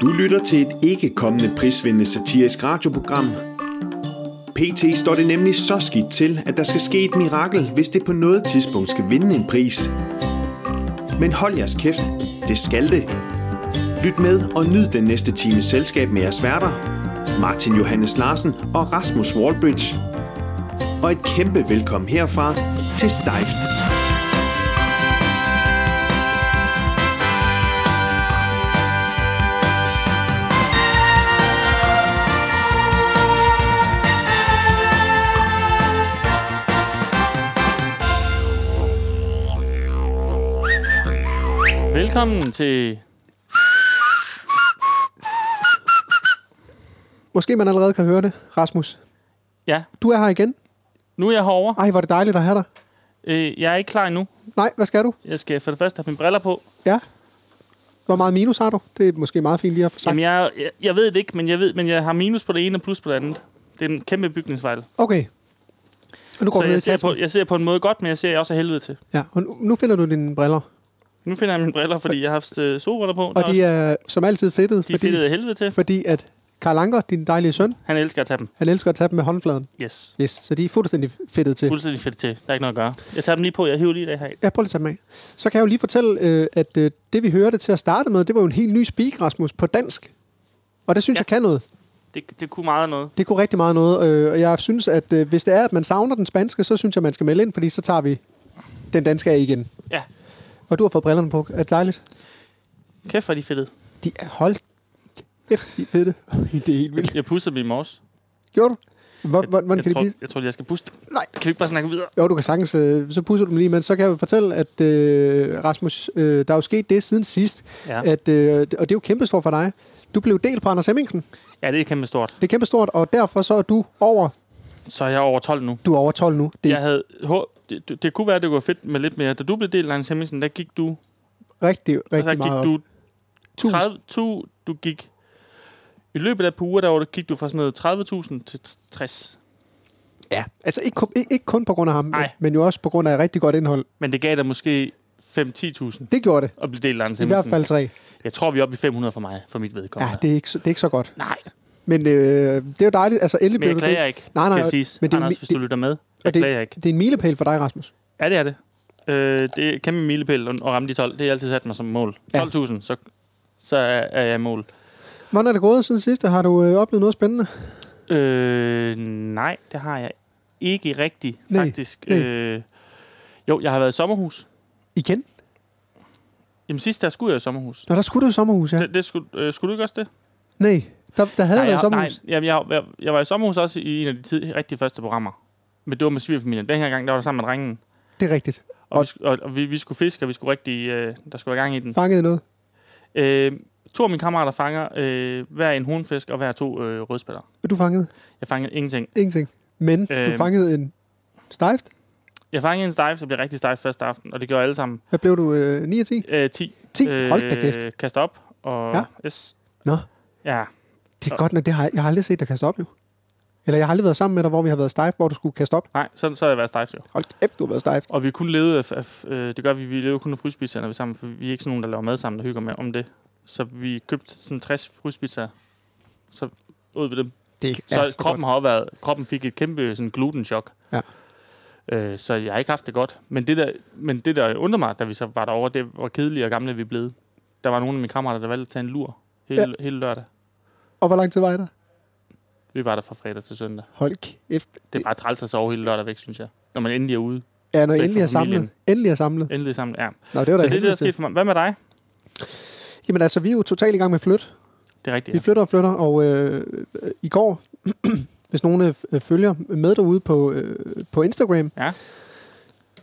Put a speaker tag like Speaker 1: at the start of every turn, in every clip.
Speaker 1: Du lytter til et ikke kommende prisvindende satirisk radioprogram. PT står det nemlig så skidt til, at der skal ske et mirakel, hvis det på noget tidspunkt skal vinde en pris. Men hold jeres kæft, det skal det. Lyt med og nyd den næste times selskab med jeres værter, Martin Johannes Larsen og Rasmus Wallbridge. Og et kæmpe velkommen herfra til Steift.
Speaker 2: Velkommen til...
Speaker 3: Måske man allerede kan høre det, Rasmus.
Speaker 2: Ja,
Speaker 3: Du er her igen.
Speaker 2: nu er jeg herovre.
Speaker 3: Ej, hvor er det dejligt at have dig.
Speaker 2: Øh, jeg er ikke klar endnu.
Speaker 3: Nej, hvad skal du?
Speaker 2: Jeg skal for det første have mine briller på.
Speaker 3: Ja. Hvor meget minus har du? Det er måske meget fint lige at få sagt.
Speaker 2: Jamen, jeg, jeg, jeg ved det ikke, men jeg ved, men jeg har minus på det ene og plus på det andet. Det er en kæmpe bygningsfejl.
Speaker 3: Okay. Og nu går
Speaker 2: Så
Speaker 3: du ned i
Speaker 2: jeg ser,
Speaker 3: tasken.
Speaker 2: på, jeg ser på en måde godt, men jeg ser også af helvede til.
Speaker 3: Ja, og nu, nu finder du dine briller.
Speaker 2: Nu finder jeg mine briller, fordi jeg har haft øh, solbriller på.
Speaker 3: Og de er som altid fedtet,
Speaker 2: de er fordi... af helvede til.
Speaker 3: fordi at Karl Anker, din dejlige søn,
Speaker 2: Han elsker at tage dem.
Speaker 3: han elsker at tage dem med håndfladen.
Speaker 2: Yes.
Speaker 3: Yes, så de er fuldstændig fedtet til.
Speaker 2: Fuldstændig fedt til. Der er ikke noget at gøre. Jeg tager dem lige på. Jeg hiver lige det her af.
Speaker 3: Ja, prøv lige at tage dem af. Så kan jeg jo lige fortælle, øh, at øh, det vi hørte til at starte med, det var jo en helt ny speak, Rasmus, på dansk. Og det synes
Speaker 2: Ja.
Speaker 3: ja. jeg kan noget.
Speaker 2: Det, det kunne meget noget.
Speaker 3: Det kunne rigtig meget noget, øh, og jeg synes, at øh, hvis det er, at man savner den spanske, så synes jeg, man skal melde ind, fordi så tager vi den danske af igen.
Speaker 2: Ja.
Speaker 3: Og du har fået brillerne på. Er det dejligt?
Speaker 2: Kæft, hvor er de fedtede.
Speaker 3: De er holdt. Kæft, de er fede. det er helt vildt.
Speaker 2: Jeg pustede dem i morges.
Speaker 3: Gjorde du? Hvor, hvor,
Speaker 2: Jeg,
Speaker 3: hvordan kan
Speaker 2: jeg,
Speaker 3: det
Speaker 2: tror,
Speaker 3: blive?
Speaker 2: jeg tror, jeg skal puste. dem.
Speaker 3: Nej.
Speaker 2: Kan vi ikke bare snakke videre?
Speaker 3: Jo, du kan sagtens, øh, så pusser du dem lige, men så kan jeg jo fortælle, at øh, Rasmus, øh, der er jo sket det siden sidst,
Speaker 2: Ja.
Speaker 3: at, øh, og det er jo kæmpestort for dig. Du blev delt på Anders Hemmingsen.
Speaker 2: Ja, det er kæmpe stort.
Speaker 3: Det er kæmpestort, og derfor så er du over,
Speaker 2: Så er jeg over 12 nu.
Speaker 3: du er over 12 nu.
Speaker 2: Det.
Speaker 3: Det er
Speaker 2: Jeg havde, hå- det, det, det kunne være, at det var fedt med lidt mere. Da du blev delt af Lars Hemmingsen, der gik du...
Speaker 3: rigtig, rigtig
Speaker 2: der gik
Speaker 3: meget op.
Speaker 2: du
Speaker 3: Tusind.
Speaker 2: 30, tu, du gik... I løbet af et par uger, der var, det- gik du fra sådan noget 30.000 til 60.
Speaker 3: Ja, altså ikke, kun- ikke, ikke kun på grund af ham,
Speaker 2: Nej.
Speaker 3: men jo også på grund af rigtig godt indhold.
Speaker 2: Men det gav dig måske 5-10.000
Speaker 3: Det gjorde det.
Speaker 2: at blive delt af Lars
Speaker 3: I hvert
Speaker 2: Hemmingsen.
Speaker 3: fald tre.
Speaker 2: Jeg tror, vi er oppe i 500 for mig, for mit vedkommende.
Speaker 3: Ja, det er ikke, så- det er ikke så godt.
Speaker 2: Nej,
Speaker 3: Men øh, det er jo dejligt. Altså, endelig
Speaker 2: men jeg
Speaker 3: blev du
Speaker 2: klager
Speaker 3: det.
Speaker 2: ikke,
Speaker 3: Nej, nej,
Speaker 2: skal jeg siges.
Speaker 3: men
Speaker 2: Men
Speaker 3: det
Speaker 2: det,
Speaker 3: er jo
Speaker 2: Anders,
Speaker 3: mi-
Speaker 2: hvis
Speaker 3: det-
Speaker 2: du lytter med.
Speaker 3: Og
Speaker 2: Jeg
Speaker 3: det,
Speaker 2: klager ikke.
Speaker 3: det er en milepæl for dig, Rasmus.
Speaker 2: Ja, det er det. Øh, det er kæmpe milepæl at at ramme de 12. Det har jeg altid sat mig som mål.
Speaker 3: Ja.
Speaker 2: 12.000, så, så er, er jeg i mål.
Speaker 3: Hvordan er det gået siden sidste? Har du øh, oplevet noget spændende?
Speaker 2: Øh, nej, det har jeg ikke rigtigt,
Speaker 3: Nej,
Speaker 2: faktisk.
Speaker 3: nej.
Speaker 2: Øh, jo, jeg har været i sommerhus.
Speaker 3: Igen?
Speaker 2: Jamen sidst der skulle jeg i sommerhus.
Speaker 3: Nå, der skulle du i sommerhus, ja.
Speaker 2: Det, det skulle, øh, skulle du ikke også det?
Speaker 3: Nej, der, der havde
Speaker 2: nej,
Speaker 3: været
Speaker 2: jeg, nej
Speaker 3: sommerhus.
Speaker 2: jamen, jeg, jeg, jeg var i sommerhus også i en af de tid, rigtig første programmer. Men det var med svigerfamilien. Den her gang, der var der sammen med drengen.
Speaker 3: Det er rigtigt.
Speaker 2: Og,
Speaker 3: Og-
Speaker 2: og, vi, sku- og, og vi, vi skulle fiske, og vi skulle rigtig... Øh, der skulle være gang i den.
Speaker 3: Fanget noget.
Speaker 2: Øh, to af mine kammerater fanger øh, hver en hornfisk og hver to øh, rødspætter.
Speaker 3: Du fangede
Speaker 2: Jeg fangede ingenting.
Speaker 3: ingenting. Men du
Speaker 2: Øhm.
Speaker 3: fangede en stejft.
Speaker 2: Jeg fangede en stejf, så blev rigtig stejf første aften, og det gjorde alle sammen.
Speaker 3: Hvad blev du? Øh, 9 og 10?
Speaker 2: Øh, 10.
Speaker 3: 10? Hold da kæft.
Speaker 2: Øh, kaste op. Og
Speaker 3: Ja.
Speaker 2: ja. Yes.
Speaker 3: Nå.
Speaker 2: Ja.
Speaker 3: Det er godt, når det har, jeg har aldrig set dig kaste op, jo. Eller jeg har aldrig været sammen med dig, hvor vi har været stejf, hvor du skulle kaste op.
Speaker 2: Nej, så, så har jeg været stejf, jo.
Speaker 3: Hold kæft, du har været stejf.
Speaker 2: Og vi kunne leve af, af øh, det gør vi, vi lever kun af fryspizzaer, når vi er sammen, for vi er ikke sådan nogen, der laver mad sammen, der hygger med om det. Så vi købte sådan 60 fryspizzaer, så ud ved dem.
Speaker 3: Det er
Speaker 2: Så kroppen har også været, kroppen fik et kæmpe sådan glutenchok.
Speaker 3: Ja.
Speaker 2: Øh, så jeg har ikke haft det godt. Men det, der, men det, der undrer mig, da vi så var derovre, det var kedelige og gamle vi blev. Der var nogle af mine kammerater, der valgte at tage en lur hele, ja. hele lørdag.
Speaker 3: Og hvor lang tid var I der?
Speaker 2: Vi var der fra fredag til søndag.
Speaker 3: Hold kæft.
Speaker 2: Det er bare træls at sove hele lørdag væk, synes jeg. Når man endelig er ude.
Speaker 3: Ja, når I
Speaker 2: væk
Speaker 3: endelig er
Speaker 2: fra familien.
Speaker 3: samlet. Endelig er samlet.
Speaker 2: Endelig sammen. Ja.
Speaker 3: Nå, det
Speaker 2: Så
Speaker 3: var da
Speaker 2: det er det, der
Speaker 3: helvede
Speaker 2: skete
Speaker 3: til.
Speaker 2: for mig. Hvad med dig?
Speaker 3: Jamen altså, vi er jo totalt i gang med flyt.
Speaker 2: Det er rigtigt.
Speaker 3: Vi
Speaker 2: Ja.
Speaker 3: flytter og flytter, og øh, øh, i går, hvis nogen øh, f- følger med derude på, øh, på Instagram,
Speaker 2: Ja.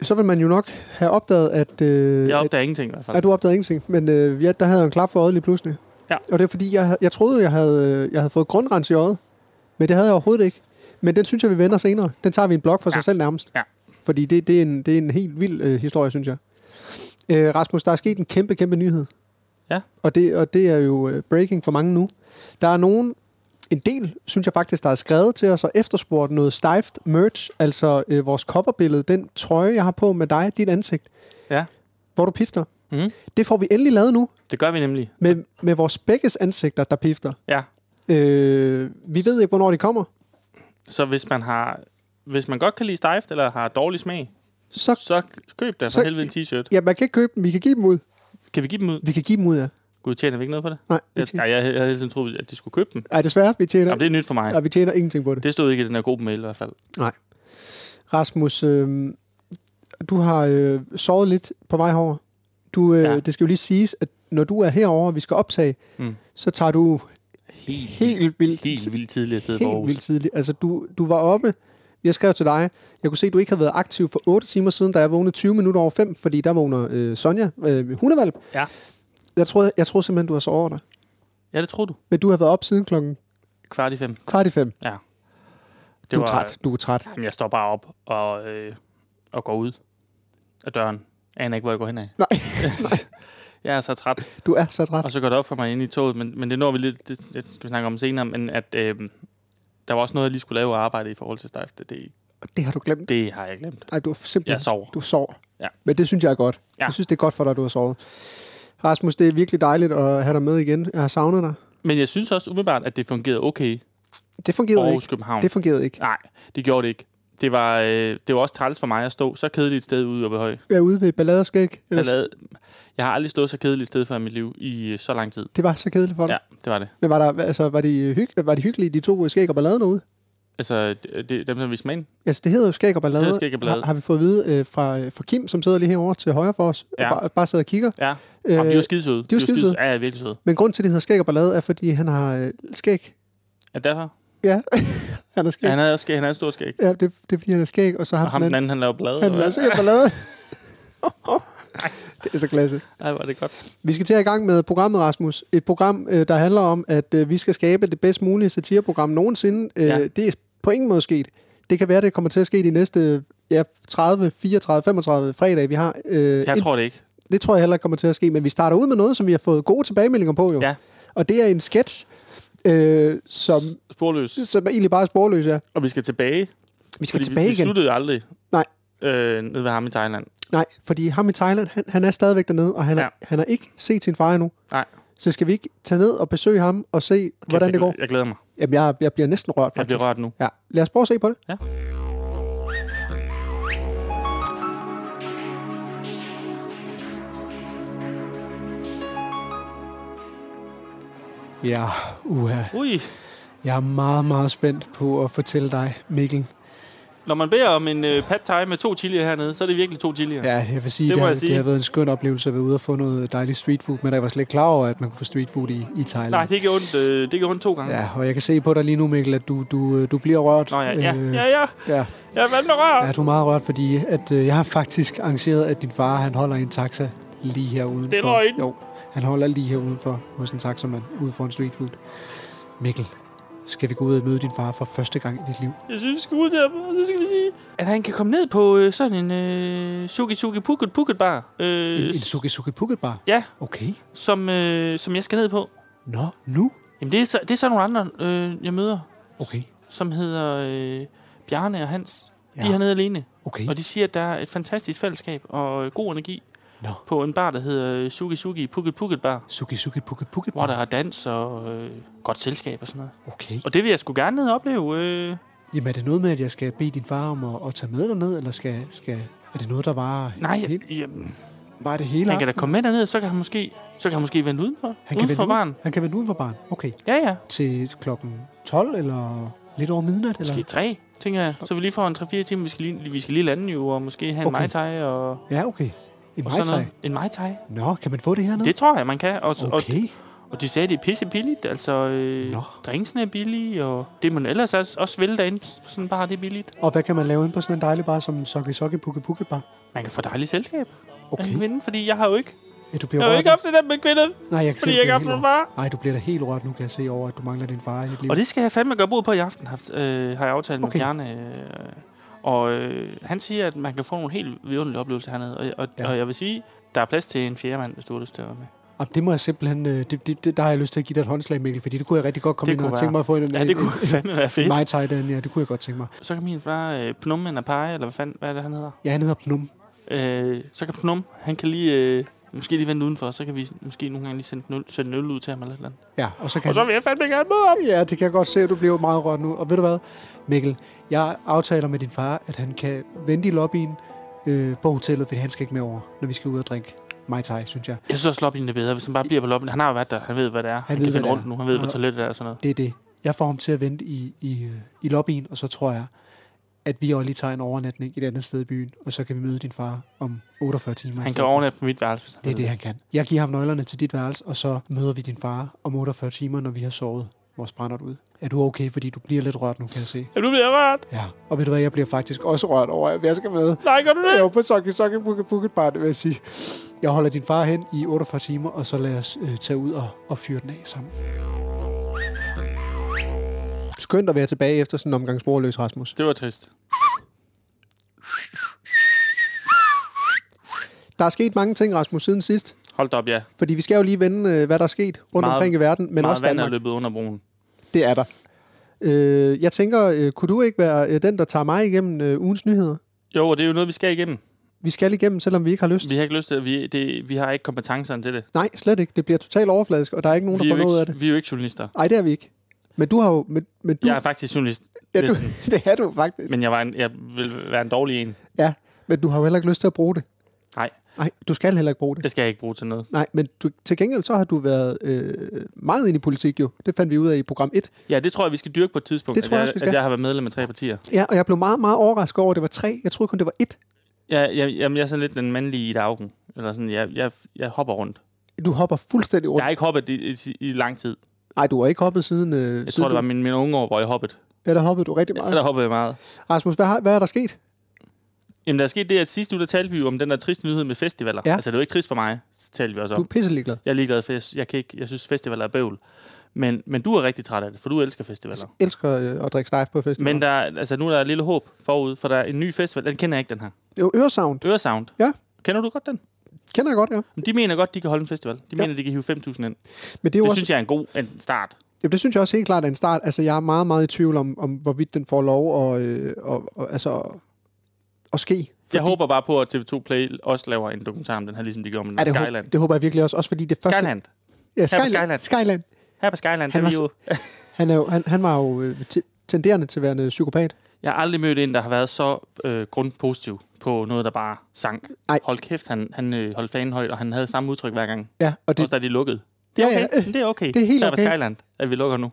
Speaker 3: så vil man jo nok have opdaget, at... Øh,
Speaker 2: Jeg
Speaker 3: at-
Speaker 2: opdager ingenting i hvert
Speaker 3: Ja,
Speaker 2: fald.
Speaker 3: du opdagede ingenting, men øh, ja, der havde jeg en klap for øjet lige pludselig.
Speaker 2: Ja.
Speaker 3: Og det er fordi, jeg, hav- jeg troede, jeg havde, øh, jeg havde fået grundrens i øjet, men det havde jeg overhovedet ikke. Men den synes jeg, vi vender senere. Den tager vi i en blog for
Speaker 2: Ja.
Speaker 3: sig selv nærmest.
Speaker 2: Ja.
Speaker 3: Fordi det, det, er en, det er en helt vild øh, historie, synes jeg. Øh, Rasmus, der er sket en kæmpe, kæmpe nyhed.
Speaker 2: Ja.
Speaker 3: Og det, og det er jo øh, breaking for mange nu. Der er nogen, en del, synes jeg faktisk, der er skrevet til os og efterspurgt noget stejft merch, altså øh, vores coverbillede, den trøje, jeg har på med dig, dit ansigt,
Speaker 2: Ja.
Speaker 3: hvor du pifter.
Speaker 2: Mm.
Speaker 3: Det får vi endelig lavet nu,
Speaker 2: Det gør vi nemlig.
Speaker 3: med, med vores begges ansigter, der pifter.
Speaker 2: Ja.
Speaker 3: Øh, vi ved ikke, hvornår de kommer.
Speaker 2: Så hvis man har hvis man godt kan lide stejft, eller har dårlig smag,
Speaker 3: Så,
Speaker 2: så køb der for
Speaker 3: Så-
Speaker 2: helvede en t-shirt.
Speaker 3: ja, man kan ikke købe dem. Vi kan give dem ud.
Speaker 2: Kan vi give dem ud?
Speaker 3: Vi kan give dem ud, ja.
Speaker 2: Gud, tjener vi ikke noget på det?
Speaker 3: Nej, vi
Speaker 2: Jeg,
Speaker 3: tjener,
Speaker 2: jeg, jeg, jeg havde hele tiden troet, at de skulle købe dem.
Speaker 3: ej, desværre, vi tjener,
Speaker 2: Jamen, det er nyt for mig.
Speaker 3: ej, vi tjener ingenting på det.
Speaker 2: Det stod ikke i den her gruppe mail i hvert fald.
Speaker 3: Rasmus, øh, du har øh, sovet lidt på vej herover. Du, øh,
Speaker 2: Ja.
Speaker 3: Det skal jo lige siges, at når du er herover, og vi skal optage,
Speaker 2: Mm.
Speaker 3: mm. så tager du
Speaker 2: Helt,
Speaker 3: helt vildt,
Speaker 2: helt vildt tidligere sted på
Speaker 3: helt
Speaker 2: Aarhus.
Speaker 3: vildt tidligt. Altså, du, du var oppe. Jeg skrev til dig, jeg kunne se, at du ikke havde været aktiv for 8 timer siden, da jeg vågnede 20 minutter over 5, fordi der vågner øh, Sonja, øh, hundevalg.
Speaker 2: Ja.
Speaker 3: Jeg troede, jeg troede simpelthen, du har sovet over dig.
Speaker 2: Ja, det tror du.
Speaker 3: Men du har været op siden klokken
Speaker 2: Kvart i fem. Det
Speaker 3: kvart i fem.
Speaker 2: det
Speaker 3: Du er træt. Du er træt.
Speaker 2: Jamen, jeg står bare op og, øh, og går ud af døren. Aner ikke, hvor jeg går henad.
Speaker 3: Nej.
Speaker 2: jeg er så træt.
Speaker 3: Du er så træt.
Speaker 2: Og så går det op for mig inde i toget, men, men det når vi lidt, det, det skal vi snakke om senere, men at øh, der var også noget, jeg lige skulle lave af arbejde i forhold til stejf. Det, det,
Speaker 3: Og det har du glemt.
Speaker 2: det har jeg glemt.
Speaker 3: Nej, du er simpelthen...
Speaker 2: Jeg sover.
Speaker 3: Du sover.
Speaker 2: Ja.
Speaker 3: Men det synes jeg er godt.
Speaker 2: Ja.
Speaker 3: Ja. Jeg synes, det er godt for dig, at du har sovet. Rasmus, det er virkelig dejligt at have dig med igen. Jeg har savnet dig.
Speaker 2: Men jeg synes også umiddelbart, at det fungerede okay.
Speaker 3: Det fungerede
Speaker 2: Aarhus,
Speaker 3: ikke.
Speaker 2: København.
Speaker 3: Det fungerede ikke.
Speaker 2: Nej, det gjorde det ikke. Det var, øh, det var også træls for mig at stå så kedeligt et sted ude oppe i Høj.
Speaker 3: Jeg er ude ved balladerskæg.
Speaker 2: Jeg, lavede, jeg har aldrig stået så kedeligt et sted før i mit liv i øh, så lang tid.
Speaker 3: Det var så kedeligt for dig.
Speaker 2: Ja,
Speaker 3: Ja.
Speaker 2: det var det.
Speaker 3: Men var, der, altså, var, de hygge, var de hyggelige, de to skæg og balladen derude?
Speaker 2: Altså, det, det, dem, som vi smagte ind.
Speaker 3: Altså, det hedder jo skæg og ballade.
Speaker 2: Det hedder Skæg og Ballade.
Speaker 3: Har, har vi fået at vide øh, fra, fra Kim, som sidder lige herovre til højre for os,
Speaker 2: Ja.
Speaker 3: ja. og bare, bare sidder og kigger.
Speaker 2: Ja,
Speaker 3: Øh,
Speaker 2: Jamen, de var skidesøde.
Speaker 3: de var skidesøde.
Speaker 2: Ja, ja, virkelig søde.
Speaker 3: Men grund til, at det hedder skæg og ballade, er, fordi han har øh, skæg.
Speaker 2: Ja, derfor.
Speaker 3: Ja, han har skæg.
Speaker 2: Ja, han havde også skæg. Han havde stor skæg.
Speaker 3: Ja, det, det er, fordi han har skæg, og så har
Speaker 2: Og ham den anden, han lavede blade.
Speaker 3: Han lader sig ikke ballade. det er så klasse.
Speaker 2: Ej, var det godt.
Speaker 3: Vi skal til at i gang med programmet, Rasmus. Et program, øh, der handler om, at øh, vi skal skabe det bedst mulige satireprogram nogensinde. Øh,
Speaker 2: Ja.
Speaker 3: Det er på ingen måde sket. Det kan være, det kommer til at ske de næste ja, 30, 34, 35 fredag, vi har. Øh,
Speaker 2: Jeg
Speaker 3: en-
Speaker 2: tror det ikke.
Speaker 3: Det tror jeg heller ikke kommer til at ske, men vi starter ud med noget, som vi har fået gode tilbagemeldinger på. Jo.
Speaker 2: Ja.
Speaker 3: Og det er en sketch, øh, som,
Speaker 2: Sporløs.
Speaker 3: som er egentlig bare er sporløs. Ja.
Speaker 2: Og vi skal tilbage.
Speaker 3: Vi skal
Speaker 2: fordi
Speaker 3: tilbage
Speaker 2: vi, vi
Speaker 3: igen.
Speaker 2: sluttede aldrig.
Speaker 3: Nej.
Speaker 2: Øh, nede ved ham i Thailand.
Speaker 3: Nej, fordi ham i Thailand, han, han er stadigvæk dernede, og han, ja.
Speaker 2: Ja.
Speaker 3: er, han har ikke set sin far endnu.
Speaker 2: Nej.
Speaker 3: Så skal vi ikke tage ned og besøge ham og se, okay, hvordan
Speaker 2: jeg,
Speaker 3: det går?
Speaker 2: Jeg glæder mig.
Speaker 3: Jamen, jeg, jeg bliver næsten rørt,
Speaker 2: Jeg
Speaker 3: faktisk.
Speaker 2: bliver rørt nu.
Speaker 3: Ja, lad os prøve at se på det.
Speaker 2: Ja.
Speaker 3: Ja, uha.
Speaker 2: Ui.
Speaker 3: Jeg er meget, meget spændt på at fortælle dig, Mikkel.
Speaker 2: Når man beder om en øh, pad thai med to chilier hernede, så er det virkelig to chilier.
Speaker 3: Ja, jeg vil sige,
Speaker 2: Det
Speaker 3: det,
Speaker 2: må
Speaker 3: det, har,
Speaker 2: jeg sige.
Speaker 3: det har været en skøn oplevelse at være ude og få noget dejligt street food, men jeg var slet ikke klar over, at man kunne få street food i, i Thailand.
Speaker 2: Nej, det gør ondt, øh, det gør ondt to gange.
Speaker 3: Ja, og jeg kan se på dig lige nu, Mikkel, at du, du, øh, du bliver rørt.
Speaker 2: Nå ja, ja,
Speaker 3: Øh,
Speaker 2: ja, ja.
Speaker 3: ja.
Speaker 2: Jeg er fandme rørt.
Speaker 3: Ja, du er meget rørt, fordi at, øh, jeg har faktisk arrangeret, at din far han holder en taxa lige her udenfor.
Speaker 2: Det er løgn.
Speaker 3: Jo, han holder lige her udenfor hos en taxamand ude for en street food. Mikkel, skal vi gå ud og møde din far for første gang i dit liv?
Speaker 2: Jeg synes, vi skal ud til ham, og så skal vi sige, at han kan komme ned på øh, sådan en øh, suki suki pukket pukket bar. Øh,
Speaker 3: En, en suki suki pukket bar?
Speaker 2: Ja.
Speaker 3: Okay.
Speaker 2: Som, øh, som jeg skal ned på.
Speaker 3: Nå, nu?
Speaker 2: Jamen, det er så, det er så nogle andre, øh, jeg møder,
Speaker 3: Okay.
Speaker 2: som hedder øh, Bjarne og Hans. Ja.
Speaker 3: Ja.
Speaker 2: De er hernede alene,
Speaker 3: Okay.
Speaker 2: og de siger, at der er et fantastisk fællesskab og øh, god energi
Speaker 3: Nå.
Speaker 2: på en bar, der hedder øh, Suki Suki Pukket Pukket Bar,
Speaker 3: Suki suki pukket pukket
Speaker 2: hvor der
Speaker 3: bar?
Speaker 2: er dans og øh, godt selskab og sådan noget.
Speaker 3: Okay.
Speaker 2: Og det vil jeg sgu gerne ned og opleve. Øh.
Speaker 3: Jamen er det noget med, at jeg skal bede din far om at, at tage med derned, eller skal, skal, er det noget, der var
Speaker 2: Nej,
Speaker 3: Helt,
Speaker 2: jamen,
Speaker 3: var det hele
Speaker 2: han kan da
Speaker 3: aftenen?
Speaker 2: komme med derned, og så kan han måske, så kan han måske vende udenfor.
Speaker 3: han
Speaker 2: udenfor
Speaker 3: vende ud-
Speaker 2: baren.
Speaker 3: Han kan vende uden for barn. Okay.
Speaker 2: Ja, ja.
Speaker 3: til klokken 12 eller lidt over midnat?
Speaker 2: Måske
Speaker 3: Eller?
Speaker 2: tre, tænker jeg. Så vi lige får en 3-4 timer. Vi skal lige, vi skal lige lande jo, og måske have en
Speaker 3: Okay.
Speaker 2: Mai Tai og,
Speaker 3: Ja, okay. En
Speaker 2: og
Speaker 3: Mai
Speaker 2: sådan
Speaker 3: Tai.
Speaker 2: noget. En Mai Tai.
Speaker 3: Nå, kan man få det hernede?
Speaker 2: Det tror jeg, man kan. Og, og,
Speaker 3: okay.
Speaker 2: og de sagde, det er pisse billigt. Altså, øh,
Speaker 3: Nå.
Speaker 2: drinksene er billige, og det man ellers også, også vil derinde, sådan bare det er billigt.
Speaker 3: Og hvad kan man lave inde på sådan en dejlig bar som Sokki Sokki Pukke Pukke Bar?
Speaker 2: Man kan få dejligt selskab af en
Speaker 3: Okay.
Speaker 2: kvinde, fordi jeg har jo ikke,
Speaker 3: Ja, du
Speaker 2: jeg
Speaker 3: bliver
Speaker 2: har jo
Speaker 3: rørt
Speaker 2: ikke
Speaker 3: nu.
Speaker 2: haft det der med kvinder,
Speaker 3: Nej, jeg kan
Speaker 2: fordi
Speaker 3: se,
Speaker 2: jeg
Speaker 3: du
Speaker 2: ikke har haft
Speaker 3: bliver
Speaker 2: nogen
Speaker 3: helt rørt.
Speaker 2: far.
Speaker 3: Nej, du bliver da helt rørt nu, kan jeg se over, at du mangler din far i dit liv.
Speaker 2: Og det skal jeg fandme gøre brug på i aften, har, øh, har jeg aftalt okay. med
Speaker 3: Okay.
Speaker 2: Bjarne. Øh, og øh, han siger, at man kan få nogle helt vidunderlige oplevelser hernede. Og, og, ja.
Speaker 3: Ja.
Speaker 2: og jeg vil sige, der er plads til en fjerde mand, hvis du har lyst til at være med.
Speaker 3: Jamen, det må jeg simpelthen... øh, Det, det, det, der har jeg lyst til at give dig et håndslag, Mikkel, fordi det kunne jeg rigtig godt komme
Speaker 2: Det
Speaker 3: ind
Speaker 2: kunne
Speaker 3: og tænke
Speaker 2: være.
Speaker 3: mig at få en...
Speaker 2: Ja, det kunne fandme være fedt.
Speaker 3: øh, Mai Tai, den, ja, det kunne jeg godt tænke mig.
Speaker 2: Så kan min far øh, Pnum Anapaya, eller hvad fanden, hvad er det, han hedder?
Speaker 3: Ja, han hedder Pnum.
Speaker 2: Øh, så kan Pnum, han kan lige øh, Måske lige vente udenfor, så kan vi måske nogle gange lige sende, nul, sende en øl ud til ham eller et eller andet.
Speaker 3: Ja, og så kan
Speaker 2: Og så
Speaker 3: han-
Speaker 2: vil jeg fandme gerne møde ham.
Speaker 3: Ja, det kan jeg godt se, at du bliver meget rørt nu. Og ved du hvad, Mikkel, jeg aftaler med din far, at han kan vente i lobbyen øh, på hotellet, fordi han skal ikke med over, når vi skal ud og drikke Mai Tai, synes jeg.
Speaker 2: Jeg synes også, Lobbyen er bedre, hvis han bare bliver på Lobbyen. Han har jo været der, han ved, hvad det er. Han,
Speaker 3: ved,
Speaker 2: kan
Speaker 3: hvad
Speaker 2: finde
Speaker 3: det
Speaker 2: rundt
Speaker 3: er.
Speaker 2: nu, han ved, hvor
Speaker 3: Og-
Speaker 2: toilettet er og sådan noget.
Speaker 3: Det er det. Jeg får ham til at vente i, i, øh, i lobbyen, og så tror jeg, at vi også lige tager en overnatning et andet sted i byen, og så kan vi møde din far om 48 timer. i
Speaker 2: Han
Speaker 3: stedet
Speaker 2: kan
Speaker 3: for.
Speaker 2: overnatte på mit værelse, hvis han
Speaker 3: Det er
Speaker 2: vil.
Speaker 3: det, han kan. Jeg giver ham nøglerne til dit værelse, og så møder vi din far om 48 timer, når vi har sovet vores brændert ud. Er du okay, fordi du bliver lidt rørt nu, kan jeg se?
Speaker 2: Ja, nu bliver jeg rørt.
Speaker 3: Ja, og ved du hvad, jeg bliver faktisk også rørt over, at jeg skal med.
Speaker 2: Nej, gør du det?
Speaker 3: Jeg er jo på Socky Socky Pukket Pukket Bar, det vil jeg sige. Jeg holder din far hen i 48 timer, og så lad os øh, tage ud og, og fyre den af sammen. Skønt at være tilbage efter sådan en omgang sporløs, Rasmus.
Speaker 2: Det var trist.
Speaker 3: Der er sket mange ting, Rasmus, siden sidst.
Speaker 2: Hold da op, ja.
Speaker 3: Fordi vi skal jo lige vende, øh, hvad der er sket rundt
Speaker 2: Meget-
Speaker 3: omkring i verden, men
Speaker 2: Meget
Speaker 3: også
Speaker 2: vand er
Speaker 3: Danmark.
Speaker 2: løbet under broen.
Speaker 3: Det er der. Øh, jeg tænker, øh, kunne du ikke være øh, den, der tager mig igennem øh, ugens nyheder?
Speaker 2: Jo, og det er jo noget, vi skal igennem.
Speaker 3: Vi skal igennem, selvom vi ikke har lyst.
Speaker 2: Vi har ikke lyst til, at vi, det, vi har ikke kompetencerne til det.
Speaker 3: Nej, slet ikke. Det bliver totalt overfladisk, og der er ikke nogen,
Speaker 2: vi,
Speaker 3: der
Speaker 2: er
Speaker 3: får
Speaker 2: jo
Speaker 3: noget
Speaker 2: ikke,
Speaker 3: af det.
Speaker 2: vi er jo ikke journalister.
Speaker 3: Nej, det er vi ikke. Men du har jo... Men, men du,
Speaker 2: Jeg er faktisk journalist,
Speaker 3: ja, du,
Speaker 2: næsten.
Speaker 3: det er du faktisk. Men,
Speaker 2: men jeg, var en, jeg vil være en dårlig en.
Speaker 3: ja, men du har jo heller ikke lyst til at bruge det.
Speaker 2: Nej,
Speaker 3: Nej, du skal heller ikke bruge det.
Speaker 2: det skal jeg ikke bruge til noget.
Speaker 3: Nej, men du, til gengæld så har du været øh, meget inde i politik jo. Det fandt vi ud af i program 1.
Speaker 2: Ja, det tror jeg, vi skal dyrke på et tidspunkt.
Speaker 3: Det tror jeg
Speaker 2: at,
Speaker 3: også, vi
Speaker 2: jeg,
Speaker 3: skal.
Speaker 2: at jeg har været medlem af tre partier.
Speaker 3: Ja, og jeg blev meget, meget overrasket over, at det var tre. Jeg troede kun, det var et.
Speaker 2: Ja, jeg, jamen, jeg er sådan lidt den mandlige i dagen. Eller sådan, jeg, jeg, jeg hopper rundt.
Speaker 3: Du hopper fuldstændig
Speaker 2: Jeg
Speaker 3: rundt.
Speaker 2: har ikke hoppet i, i, i lang tid.
Speaker 3: Nej, du har ikke hoppet siden... Øh, siden
Speaker 2: Jeg tror, det var
Speaker 3: du,
Speaker 2: min, min unge år, hvor jeg hoppede.
Speaker 3: Ja, der hoppede du rigtig
Speaker 2: Ja,
Speaker 3: meget.
Speaker 2: der hoppede jeg meget.
Speaker 3: Rasmus, hvad, har, hvad er der sket?
Speaker 2: Jamen, der er sket det, at sidste uge, der talte vi jo om den der triste nyhed med festivaler.
Speaker 3: Ja.
Speaker 2: Ja. Altså, det er jo ikke trist for mig, så talte vi også
Speaker 3: Du
Speaker 2: om.
Speaker 3: er pisselig glad.
Speaker 2: Jeg er ligeglad, for jeg, jeg, kan ikke, jeg synes, festivaler er bøvl. Men, men du er rigtig træt af det, for du elsker festivaler.
Speaker 3: Jeg elsker øh, at drikke stejf på festival.
Speaker 2: Men der, er- altså, nu er der et lille håb forud, for der er en ny festival. Den kender jeg ikke, den her.
Speaker 3: Jo, Øresound.
Speaker 2: Øresound.
Speaker 3: Ja.
Speaker 2: Kender du godt den?
Speaker 3: Kender jeg godt, ja.
Speaker 2: Men De mener godt, de kan holde en festival. De mener, de kan hive 5.000 ind.
Speaker 3: Men det er jo
Speaker 2: Det
Speaker 3: også...
Speaker 2: synes jeg er en god en start.
Speaker 3: Jamen, det synes jeg også helt klart er en start. Altså, jeg er meget, meget i tvivl om, om hvorvidt den får lov at, øh, og, og, altså, at ske.
Speaker 2: Jeg håber bare på, at TV2 Play også laver en dokumentar om den her, ligesom de gjorde med
Speaker 3: ja, det, hå-
Speaker 2: Skyland.
Speaker 3: det håber jeg virkelig også, også fordi det første...
Speaker 2: Skyland.
Speaker 3: Ja,
Speaker 2: på
Speaker 3: Skyland.
Speaker 2: Skyland.
Speaker 3: Skyland. Skyland.
Speaker 2: Her på Skyland,
Speaker 3: Han
Speaker 2: han, der er vi
Speaker 3: var
Speaker 2: jo...
Speaker 3: Han, er jo, han, han var jo øh, t- tenderende til at være en øh, psykopat.
Speaker 2: Jeg har aldrig mødt en, der har været så øh, grundpositiv på noget, der bare sank.
Speaker 3: Ej.
Speaker 2: Hold kæft, han, han øh, holdt fanen højt, og han havde samme udtryk hver gang.
Speaker 3: Ja,
Speaker 2: Det...
Speaker 3: og det,
Speaker 2: Også da de lukkede.
Speaker 3: ja,
Speaker 2: Okay,
Speaker 3: ja.
Speaker 2: ja, det er okay.
Speaker 3: Det er helt
Speaker 2: Her på
Speaker 3: okay.
Speaker 2: Skyland, at vi lukker nu.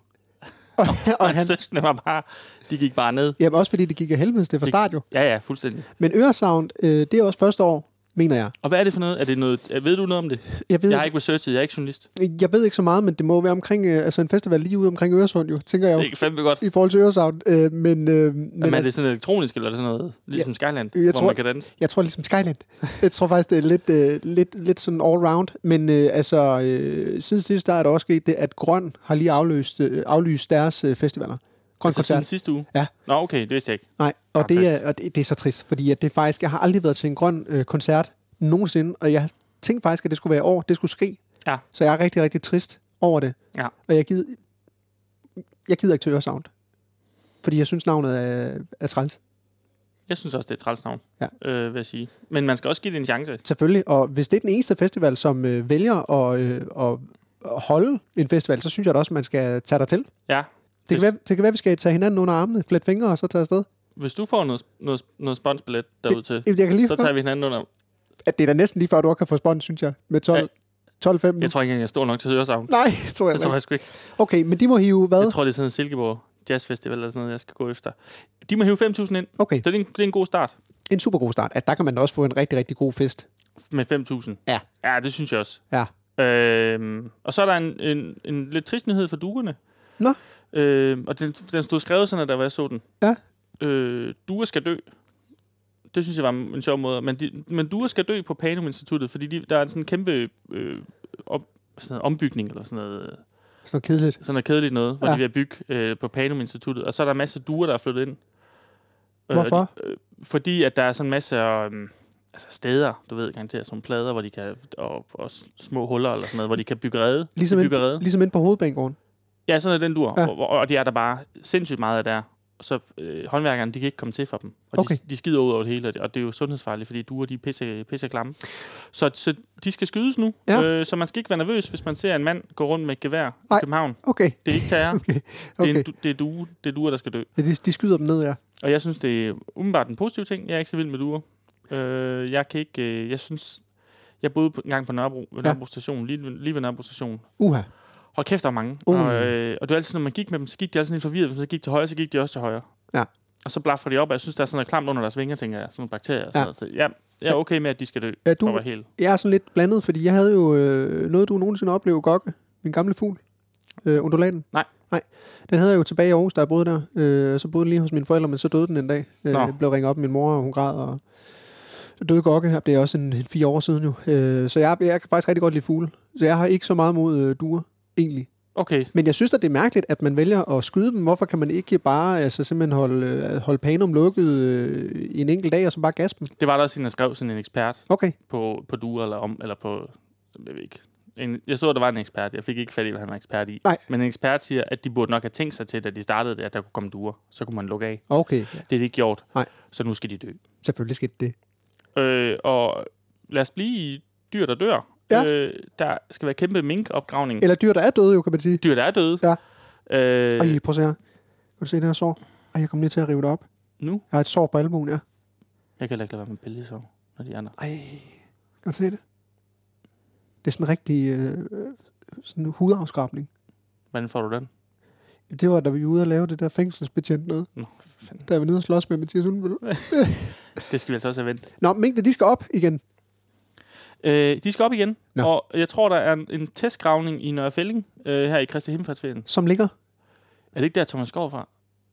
Speaker 3: og,
Speaker 2: Og
Speaker 3: og
Speaker 2: han...
Speaker 3: han,
Speaker 2: søskende var bare... De gik bare ned.
Speaker 3: jamen, også fordi det gik af helvedes, det er fra start jo.
Speaker 2: Ja, ja, fuldstændig.
Speaker 3: Men Øresound, øh, det er også første år, mener jeg.
Speaker 2: Og hvad er det for noget? Er det noget er- ved du noget om det?
Speaker 3: Jeg ved,
Speaker 2: Jeg har ikke researchet, jeg er ikke journalist.
Speaker 3: jeg ved ikke så meget, men det må være omkring øh, altså en festival lige ude omkring Øresund jo, tænker jeg
Speaker 2: Det
Speaker 3: jo.
Speaker 2: er ikke fandme godt.
Speaker 3: I forhold til Øresound. Øh, men øh, men
Speaker 2: Men er
Speaker 3: altså,
Speaker 2: det sådan elektronisk, eller er det sådan noget? Ligesom Skyland,
Speaker 3: Jeg
Speaker 2: hvor
Speaker 3: tror-
Speaker 2: man kan danse?
Speaker 3: Jeg tror ligesom Skyland. Jeg tror faktisk, det er lidt, øh, lidt, lidt sådan all round. Men øh, altså, øh, siden sidst, der er der også sket det, at Grøn har lige afløst, øh, aflyst deres øh, festivaler. Grøn
Speaker 2: Altså siden
Speaker 3: koncert.
Speaker 2: sidste uge?
Speaker 3: Ja.
Speaker 2: Nå, okay, det vidste jeg ikke.
Speaker 3: Nej,
Speaker 2: Nå,
Speaker 3: og, det
Speaker 2: trist.
Speaker 3: er, og det, det er så trist, fordi at det er faktisk, jeg har aldrig været til en grøn øh, koncert nogensinde, og jeg tænkte faktisk, at det skulle være i år, det skulle ske.
Speaker 2: Ja.
Speaker 3: Så jeg er rigtig, rigtig trist over det.
Speaker 2: Ja.
Speaker 3: Og jeg gider, jeg gider ikke til Øresound, fordi jeg synes, navnet er, er træls.
Speaker 2: Jeg synes også, det er et træls navn,
Speaker 3: Ja.
Speaker 2: øh, vil jeg sige. Men man skal også give det en chance.
Speaker 3: Selvfølgelig, og hvis det er den eneste festival, som øh, vælger at, øh, at at holde en festival, så synes jeg da også, man skal tage dig til. Det,
Speaker 2: Ja.
Speaker 3: kan være, det kan være, vi skal tage hinanden under armene, flet fingre og så tage afsted.
Speaker 2: Hvis du får noget, noget, noget sponsbillet derud til,
Speaker 3: Jamen, Jeg kan lige
Speaker 2: så tager vi hinanden under.
Speaker 3: at det er da næsten lige før, du også kan få spons, synes jeg, med 12, 12 5
Speaker 2: Jeg tror ikke engang, jeg står nok til Høresavn.
Speaker 3: Nej, tror jeg,
Speaker 2: Det tror
Speaker 3: tror
Speaker 2: jeg sgu ikke.
Speaker 3: ikke. Okay, men de må hive hvad?
Speaker 2: Jeg tror, det er sådan en Silkeborg Jazz Festival eller sådan noget, jeg skal gå efter. De må hive 5.000 ind.
Speaker 3: Okay,
Speaker 2: Det er, en, det er en god start
Speaker 3: en super god start. Altså, der kan man også få en rigtig, rigtig god fest.
Speaker 2: med 5.000.
Speaker 3: Ja.
Speaker 2: Ja, det synes jeg også.
Speaker 3: Ja.
Speaker 2: Øhm, og så er der en, en, en lidt trist nyhed for duerne.
Speaker 3: Nå.
Speaker 2: Øhm, og den, den stod skrevet sådan, at der var jeg så den.
Speaker 3: Ja.
Speaker 2: Øh, duer skal dø. Det synes jeg var en sjov måde. Men, de, men duer skal dø på Panum Instituttet, fordi de, der er en sådan kæmpe øh, op, sådan noget ombygning eller sådan noget,
Speaker 3: Sådan noget kedeligt.
Speaker 2: sådan noget kedeligt noget, hvor
Speaker 3: Ja.
Speaker 2: de er ved at bygge øh, på Panum Instituttet. Og så er der en masse duer, der er flyttet ind. Øh,
Speaker 3: Hvorfor?
Speaker 2: fordi at der er sådan en masse øh, altså steder, du ved, garanteret sådan plader, hvor de kan, og, og s- små huller eller sådan noget, hvor de kan bygge rede.
Speaker 3: Ligesom
Speaker 2: de
Speaker 3: ind,
Speaker 2: bygger rede.
Speaker 3: ligesom ind på hovedbanegården.
Speaker 2: Ja, sådan er den dur,
Speaker 3: Ja.
Speaker 2: ja. og, og det er der bare sindssygt meget af der. så øh, håndværkerne, de kan ikke komme til for dem. Og
Speaker 3: Okay.
Speaker 2: okay. de, de skider ud over det hele, og det, og det er jo sundhedsfarligt, fordi duer, de er pisse, pisse klamme. Så, så de skal skydes nu,
Speaker 3: Ja.
Speaker 2: øh, så man skal ikke være nervøs, hvis man ser en mand gå rundt med et gevær
Speaker 3: Ej.
Speaker 2: i København.
Speaker 3: Okay.
Speaker 2: Det er ikke terror.
Speaker 3: Okay.
Speaker 2: Det, er
Speaker 3: okay.
Speaker 2: en, du- det, er due, det er duer, der skal dø.
Speaker 3: Ja, de, de skyder dem ned, ja.
Speaker 2: Og jeg synes, det er umiddelbart en positiv ting. Jeg er ikke så vild med duer. Øh, jeg kan ikke... Øh, jeg synes... Jeg boede på, en gang på Nørrebro, ved
Speaker 3: Ja.
Speaker 2: Nørrebro station, lige, ved- lige ved Nørrebro station.
Speaker 3: Uha.
Speaker 2: Hold kæft, der er mange.
Speaker 3: Uh.
Speaker 2: Og, øh, og det var altid, når man gik med dem, så gik de altid lidt forvirret. Hvis de gik til højre, så gik de også til højre.
Speaker 3: Ja.
Speaker 2: Og så blaffer de op, og jeg synes, der er sådan noget klamt under deres vinger, tænker jeg. Sådan nogle bakterier og sådan
Speaker 3: Ja.
Speaker 2: ja. noget. Så ja, jeg er okay med, at de skal dø. For
Speaker 3: Ja,
Speaker 2: at
Speaker 3: du,
Speaker 2: være helt.
Speaker 3: jeg er sådan lidt blandet, fordi jeg havde jo øh, noget, du nogensinde oplevede, Gokke, min gamle fugl, øh, undulaten.
Speaker 2: Nej.
Speaker 3: Nej. Den havde jeg jo tilbage i Aarhus, da jeg boede der. Øh, så boede den lige hos mine forældre, men så døde den en dag. Øh,
Speaker 2: Nå.
Speaker 3: jeg blev ringet op af min mor, og hun græd, og så døde Gokke. her. Det er også en, en fire år siden jo. Øh, så jeg, jeg kan faktisk rigtig godt lide fugle. Så jeg har ikke så meget mod øh, duer, egentlig.
Speaker 2: Okay,
Speaker 3: Men jeg synes da, det er mærkeligt, at man vælger at skyde dem. Hvorfor kan man ikke bare altså, simpelthen holde, øh, holde panum lukket øh, i en enkelt dag, og så bare gaspe dem?
Speaker 2: det var der også en, der skrev sådan en ekspert
Speaker 3: Okay.
Speaker 2: på, på duer, eller om, eller på, jeg ved ikke. En, jeg så, at der var en ekspert. Jeg fik ikke fat i, hvad han var ekspert i.
Speaker 3: Nej.
Speaker 2: Men en ekspert siger, at de burde nok have tænkt sig til, da de startede det, at der kunne komme duer. Så kunne man lukke af.
Speaker 3: Okay. Ja.
Speaker 2: Det er det ikke gjort.
Speaker 3: Nej.
Speaker 2: Så nu skal de dø.
Speaker 3: Selvfølgelig skete det.
Speaker 2: Øh, og lad os blive i dyr, der dør.
Speaker 3: Ja.
Speaker 2: Øh, der skal være kæmpe minkopgravning.
Speaker 3: Mm. Eller dyr, der er døde, jo, kan man sige.
Speaker 2: Dyr, der er døde.
Speaker 3: Ja.
Speaker 2: Øh,
Speaker 3: Ej, prøv at se her. Kan du se det her sår? Ej, jeg kom lige til at rive det op.
Speaker 2: nu?
Speaker 3: Jeg har et sår på albuen, ja.
Speaker 2: Jeg kan heller ikke lade være med bælgesov, når de andre.
Speaker 3: Ej, kan du se det? Det er sådan en rigtig øh, øh, sådan en hudafskrabning.
Speaker 2: Hvordan får du den?
Speaker 3: Det var, da vi var ude og lave det der fængselsbetjent noget.
Speaker 2: Nå, for fanden.
Speaker 3: Der var nede og slås med Mathias Ulvenbøl.
Speaker 2: Det skal vi altså også have vendt.
Speaker 3: Nå, minkene, de skal op igen.
Speaker 2: Øh, de skal op igen.
Speaker 3: Nå.
Speaker 2: Og jeg tror, der er en, en testgravning i Nørre Fælling, øh, her i Kristi Himmelfartsferien.
Speaker 3: Som ligger.
Speaker 2: Er det ikke der, Thomas Skov er fra?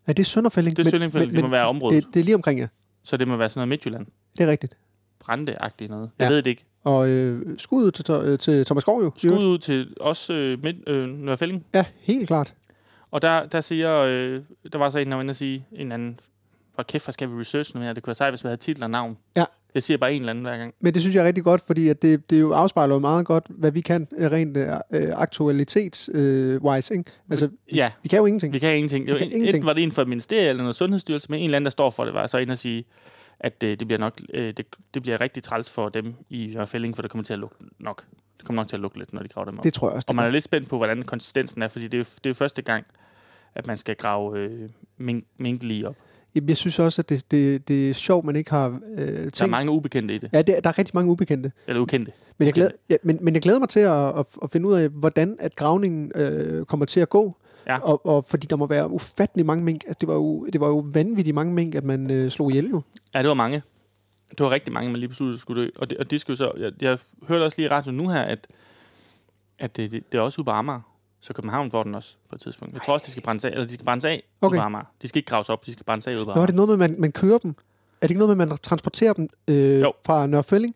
Speaker 3: Ja, det er Sønderfælling.
Speaker 2: Det er
Speaker 3: men-
Speaker 2: Sønderfælling,
Speaker 3: men-
Speaker 2: det må
Speaker 3: men
Speaker 2: være området.
Speaker 3: Det, det er lige omkring, ja.
Speaker 2: Så det må være sådan noget Midtjylland.
Speaker 3: Det er rigtigt.
Speaker 2: Brande-agtigt noget. Jeg
Speaker 3: Ja.
Speaker 2: ja. ved det ikke.
Speaker 3: Og øh, skuddet til, øh, til Thomas Skov, jo.
Speaker 2: Skud ud til os øh, midt, øh, Nørre Fælling.
Speaker 3: Ja, helt klart.
Speaker 2: Og der, der siger, øh, der var så en, der var inde og sige, en eller anden, hvor kæft, hvor skal vi researche nu her? Det kunne være sejt, hvis vi havde titel og navn.
Speaker 3: Ja.
Speaker 2: Jeg siger bare en eller anden hver gang.
Speaker 3: Men det synes jeg er rigtig godt, fordi at det, det jo afspejler jo meget godt, hvad vi kan øh, rent øh, aktualitets-wise. Øh, wise, ikke? altså,
Speaker 2: Ja,
Speaker 3: vi kan jo ingenting.
Speaker 2: vi kan ingenting. Det var
Speaker 3: Vi kan
Speaker 2: en,
Speaker 3: ingenting.
Speaker 2: Enten var det en fra et ministerie eller noget sundhedsstyrelse, men en eller anden, der står for det, var så ind og sige, at øh, det bliver nok, øh, det, det bliver rigtig træls for dem i Nørre Fælling, for det kommer til at lugte nok. Det kommer nok til at lugte lidt, når de graver dem op.
Speaker 3: Det tror jeg også.
Speaker 2: og
Speaker 3: Det
Speaker 2: man
Speaker 3: gør.
Speaker 2: er lidt spændt på, hvordan konsistensen er, fordi det er jo, det er jo første gang, at man skal grave øh, mink, mink lige op.
Speaker 3: Jamen, jeg synes også, at det, det, det er sjovt, man ikke har øh,
Speaker 2: Der er
Speaker 3: tænkt.
Speaker 2: mange ubekendte i det,
Speaker 3: Ja, det, der er rigtig mange ubekendte.
Speaker 2: eller ukendte.
Speaker 3: Men jeg glæder, ja, men, men jeg glæder mig til at, at, at finde ud af, hvordan at gravningen øh, kommer til at gå.
Speaker 2: Ja.
Speaker 3: Og, og fordi der må være ufattelig mange mink. Altså, det, var jo, det var jo vanvittigt mange mink, at man øh, slog ihjel jo.
Speaker 2: Ja, det var mange. Det var rigtig mange, man lige pludselig skulle dø. Og det, og det skal jo så... Jeg, jeg hørte også lige i radioen nu her, at, at det, det, det er også ude på Amager. Så København får den også på et tidspunkt. Jeg tror også, de skal brændes af. Eller de skal brændes af okay.
Speaker 3: Okay.
Speaker 2: ude på Amager. De skal ikke graves op, de skal brændes af ude på
Speaker 3: Nå, er
Speaker 2: Amager.
Speaker 3: det noget med, at man, man kører dem? Er det ikke noget med, at man transporterer dem øh,
Speaker 2: Jo.
Speaker 3: fra Nørrefælling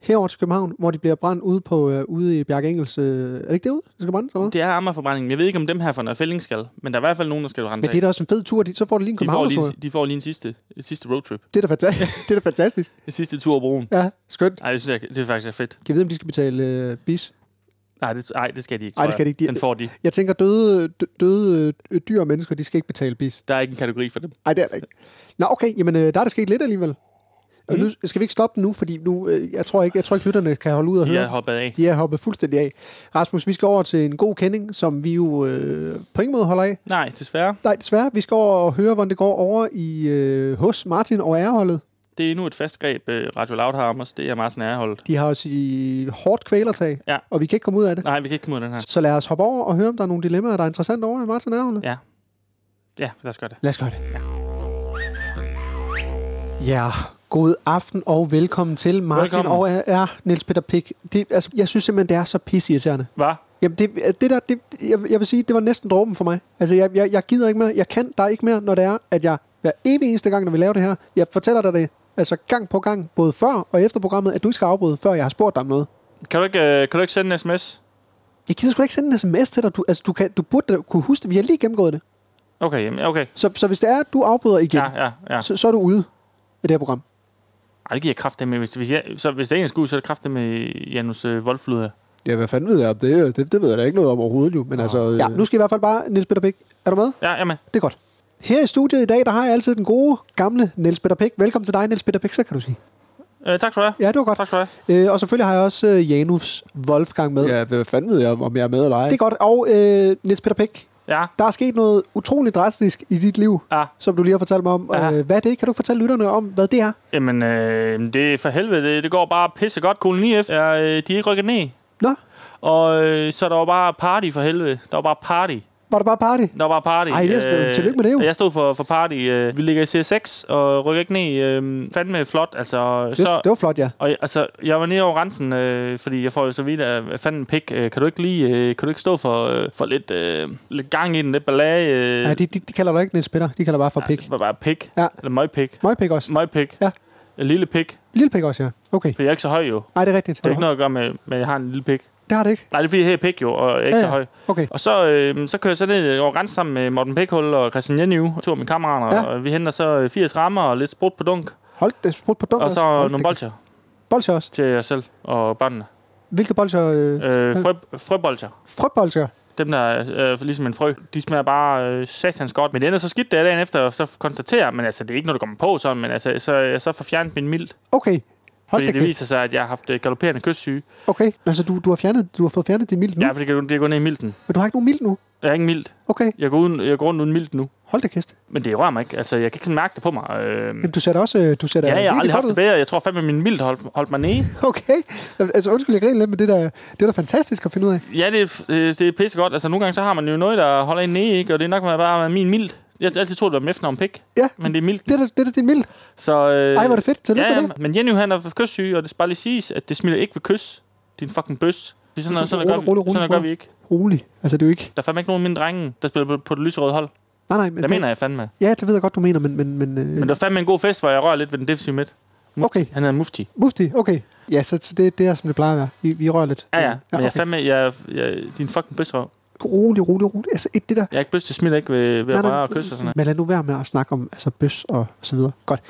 Speaker 3: herover til København, hvor de bliver brændt ude, på, øh, ude i Bjerg Engels? Øh, er det ikke derude, de skal brændes? Eller hvad?
Speaker 2: Det er Amagerforbrændingen. Jeg ved ikke, om dem her fra Nørre Fælling skal, men der er i hvert fald nogen, der skal brændes
Speaker 3: Men det er
Speaker 2: af.
Speaker 3: da også en fed tur, de, så får du lige en
Speaker 2: De får,
Speaker 3: København,
Speaker 2: lige,
Speaker 3: tror jeg.
Speaker 2: en- de får lige en sidste, en sidste roadtrip.
Speaker 3: Det er da fantastisk. det er da fantastisk.
Speaker 2: En sidste tur over broen.
Speaker 3: Ja, skønt.
Speaker 2: Ej, det synes jeg, det er faktisk fedt.
Speaker 3: Kan jeg vide, om de skal betale øh, bis?
Speaker 2: Nej, det, ej, det skal de ikke,
Speaker 3: Ej, det
Speaker 2: tror
Speaker 3: skal de ikke.
Speaker 2: jeg.
Speaker 3: De-
Speaker 2: Den får de.
Speaker 3: Jeg tænker, døde, dø- døde øh, dyr og mennesker, de skal ikke betale bis.
Speaker 2: Der er ikke en kategori for dem.
Speaker 3: Nej, det er der ikke. Nå, okay, jamen øh, der er der sket lidt alligevel.
Speaker 2: Mhm.
Speaker 3: Og nu skal vi ikke stoppe nu, fordi nu, øh, jeg tror ikke, jeg tror ikke, lytterne kan holde ud og
Speaker 2: De er
Speaker 3: høre.
Speaker 2: hoppet af.
Speaker 3: De er hoppet fuldstændig af. Rasmus, vi skal over til en god kending, som vi jo øh, på ingen måde holder af.
Speaker 2: Nej, desværre.
Speaker 3: Nej, desværre. Vi skal over og høre, hvordan det går over i øh, hos Martin og Ærholdet.
Speaker 2: Det er endnu et fast greb, øh, Radio Loud har om os. Det er Martin Erholdt.
Speaker 3: De har os i hårdt kvælertag,
Speaker 2: Ja.
Speaker 3: og vi kan ikke komme ud af det.
Speaker 2: Nej, vi kan ikke komme ud af den her.
Speaker 3: Så lad os hoppe over og høre, om der er nogle dilemmaer, der er interessante over i Martin og Ærholdet.
Speaker 2: Ja. Ja, lad os gøre det.
Speaker 3: Lad os gøre det. Ja, god aften og velkommen til Martin
Speaker 2: Velkommen.
Speaker 3: og ja, Niels Peter Pick. Det, altså, jeg synes simpelthen, det er så pissirriterende.
Speaker 2: Hvad?
Speaker 3: Jamen, det, det der, det, jeg, jeg vil sige, det var næsten dråben for mig. Altså, jeg, jeg, jeg gider ikke mere. Jeg kan der ikke mere, når det er, at jeg hver evig eneste gang, når vi laver det her, jeg fortæller dig det, altså gang på gang, både før og efter programmet, at du ikke skal afbryde, før jeg har spurgt dig om noget.
Speaker 2: Kan du ikke, øh, kan du ikke sende en sms?
Speaker 3: Jeg gider sgu da ikke sende en sms til dig. Du, altså, du, kan, du burde da kunne huske det. Vi har lige gennemgået det.
Speaker 2: Okay, jamen, okay.
Speaker 3: Så, så hvis det er, at du afbryder igen,
Speaker 2: Ja,
Speaker 3: ja.
Speaker 2: ja, ja.
Speaker 3: så, så er du ude af det her program.
Speaker 2: Ej, det giver kraft med. Hvis, hvis, jeg, så, hvis det er en skud, så er det kraft med Janus øh, Wolflud her.
Speaker 4: Ja, hvad fanden ved jeg om det? Det, det ved jeg da ikke noget om overhovedet, jo. Men altså...
Speaker 3: Ja, nu skal I i hvert fald bare, Niels Peter Bæk, er du med?
Speaker 2: Ja, jamen.
Speaker 3: Det er godt. Her i studiet i dag, der har jeg altid den gode, gamle Niels Peter Pick. Velkommen til dig, Niels Peter Pick, så kan du sige.
Speaker 2: Øh, tak skal du have.
Speaker 3: Ja, det var godt.
Speaker 2: Tak skal du have.
Speaker 3: Øh, og selvfølgelig har jeg også øh, Janus Wolfgang med. Ja.
Speaker 4: Ja, hvad fanden ved jeg, om jeg er med eller ej?
Speaker 3: Det er godt. Og øh, Niels Peter Pick,
Speaker 2: Ja,
Speaker 3: der er sket noget utroligt drastisk i dit liv,
Speaker 2: ja.
Speaker 3: som du lige har fortalt mig om.
Speaker 2: Ja.
Speaker 3: Øh, hvad er det? Kan du fortælle lytterne om, hvad det er?
Speaker 2: Jamen, øh, det er for helvede. Det, det går bare pisse godt. Koloni F, er, øh, de er ikke rykket ned.
Speaker 3: Nå,
Speaker 2: Og øh, så der var bare party for helvede. Der var bare party.
Speaker 3: var det bare party?
Speaker 2: Der var bare party. øh,
Speaker 3: Ej, det er- tillykke med det jo.
Speaker 2: Jeg stod for, for party. Øh, vi ligger i C6 og rykker ikke ned. Øh, fandme flot. Altså,
Speaker 3: Det, så... det var flot, ja.
Speaker 2: Og jeg, altså, jeg var nede over grænsen, øh, fordi jeg får jo så vidt af fanden pik. Øh, kan du ikke lige, øh, kan du ikke stå for, øh, for lidt, øh, lidt gang i den, lidt ballage? Øh,
Speaker 3: Ja, de, de, de kalder dig ikke Niels Peter. De kalder bare for
Speaker 2: Nej,
Speaker 3: Pick.
Speaker 2: det var bare pik.
Speaker 3: Ja.
Speaker 2: Eller møgpik.
Speaker 3: Møgpik også.
Speaker 2: Møgpik.
Speaker 3: Ja.
Speaker 2: En lille pik.
Speaker 3: Lille pik også, ja. Okay.
Speaker 2: For jeg er ikke så høj jo.
Speaker 3: Nej, det er rigtigt.
Speaker 2: Det er ikke noget at gøre med, men jeg har en lille pik.
Speaker 3: det har det ikke.
Speaker 2: Nej, det er fordi, jeg er pik jo, og jeg er ikke
Speaker 3: Ja,
Speaker 2: ja,
Speaker 3: ja.
Speaker 2: så høj.
Speaker 3: Okay.
Speaker 2: Og så, øh, så kører jeg så ned over grænsen sammen med Morten Pikhul og Christian Jenniu, to af mine kammerater.
Speaker 3: Ja.
Speaker 2: Ja. Og vi henter så øh, 80 rammer og lidt sprut på dunk.
Speaker 3: Hold det sprudt på dunker.
Speaker 2: og så
Speaker 3: Hold
Speaker 2: nogle
Speaker 3: da-
Speaker 2: bolcher
Speaker 3: Bolcher også.
Speaker 2: til jer selv og børnene.
Speaker 3: Hvilke bolcher? Øh,
Speaker 2: Øh, frø, frøbolcher.
Speaker 3: Frøbolcher.
Speaker 2: Dem, der er øh, ligesom en frø, de smager bare øh, satans godt. Men det ender så skidt, der dagen efter, og så konstaterer men altså, det er ikke noget, du kommer på sådan, men altså, så jeg så får fjernet min mild.
Speaker 3: Okay. Hold
Speaker 2: Fordi
Speaker 3: da
Speaker 2: det
Speaker 3: kæft.
Speaker 2: viser sig, at jeg har haft øh, galopperende kystsyge.
Speaker 3: Okay. Altså, du, du, har fjernet, du har fået fjernet din mild nu,
Speaker 2: Ja,
Speaker 3: ja.
Speaker 2: fordi det er gået ned i milten.
Speaker 3: men du har ikke nogen mild nu.
Speaker 2: Jeg er ikke mild.
Speaker 3: Okay.
Speaker 2: Jeg går, uden, jeg går rundt uden mild nu.
Speaker 3: Hold da kæft.
Speaker 2: Men det rører mig ikke. Altså, jeg kan ikke sådan mærke det på mig. Øh,
Speaker 3: Jamen, du ser da også... øh, Du ser da
Speaker 2: ja, jeg har
Speaker 3: virkelig
Speaker 2: aldrig
Speaker 3: godt
Speaker 2: haft
Speaker 3: ud.
Speaker 2: det bedre. Jeg tror fandme, at min mild holdt, holdt mig nede.
Speaker 3: Okay. Jamen, Altså, undskyld, jeg griner lidt, men det er da- det er da fantastisk at finde ud af.
Speaker 2: Ja, det, er- øh, det er pissegodt. Altså, nogle gange så har man jo noget, der holder en nede, ikke? Og det er nok med bare med min mild. Jeg har altid troet, det var med om pik.
Speaker 3: Ja.
Speaker 2: Men det er mild.
Speaker 3: Det er da, det er da din mild.
Speaker 2: Så, øh,
Speaker 3: Ej, hvor er det fedt. Tillykke
Speaker 2: ja,
Speaker 3: med
Speaker 2: ja,
Speaker 3: det.
Speaker 2: men Jenny, han er kystsyge, og det skal bare lige siges, at det smitter ikke ved kys. Din fucking bøs. Det er sådan, noget, sådan, noget
Speaker 3: Rolig,
Speaker 2: gør,
Speaker 3: rolig,
Speaker 2: vi- sådan noget gør
Speaker 3: rolig.
Speaker 2: vi ikke.
Speaker 3: Rolig. Altså, det er jo ikke...
Speaker 2: Der er fandme ikke nogen af mine drenge, der spiller på, på det lyserøde hold.
Speaker 3: Nej, nej. Men
Speaker 2: Det mener jeg fandme.
Speaker 3: Ja, det ved jeg godt, du mener, men... men, men, øh,
Speaker 2: Men der var fandme en god fest, hvor jeg rører lidt ved den defensive midt. Mufti.
Speaker 3: Okay.
Speaker 2: Han hedder Mufti.
Speaker 3: Mufti, okay. Ja, så det, det er, som det plejer at være. Vi, vi rører lidt.
Speaker 2: Ja, ja. Men jeg er
Speaker 3: okay.
Speaker 2: fandme, jeg, jeg, din fucking bøsrøv.
Speaker 3: Rolig, rolig, rolig. Altså, et, det der...
Speaker 2: Jeg er ikke bøs, det smitter ikke ved, ved at
Speaker 3: Nej, nej.
Speaker 2: røre og kysse og sådan noget.
Speaker 3: Men lad nu være med at snakke om altså, bøs og så videre. Godt.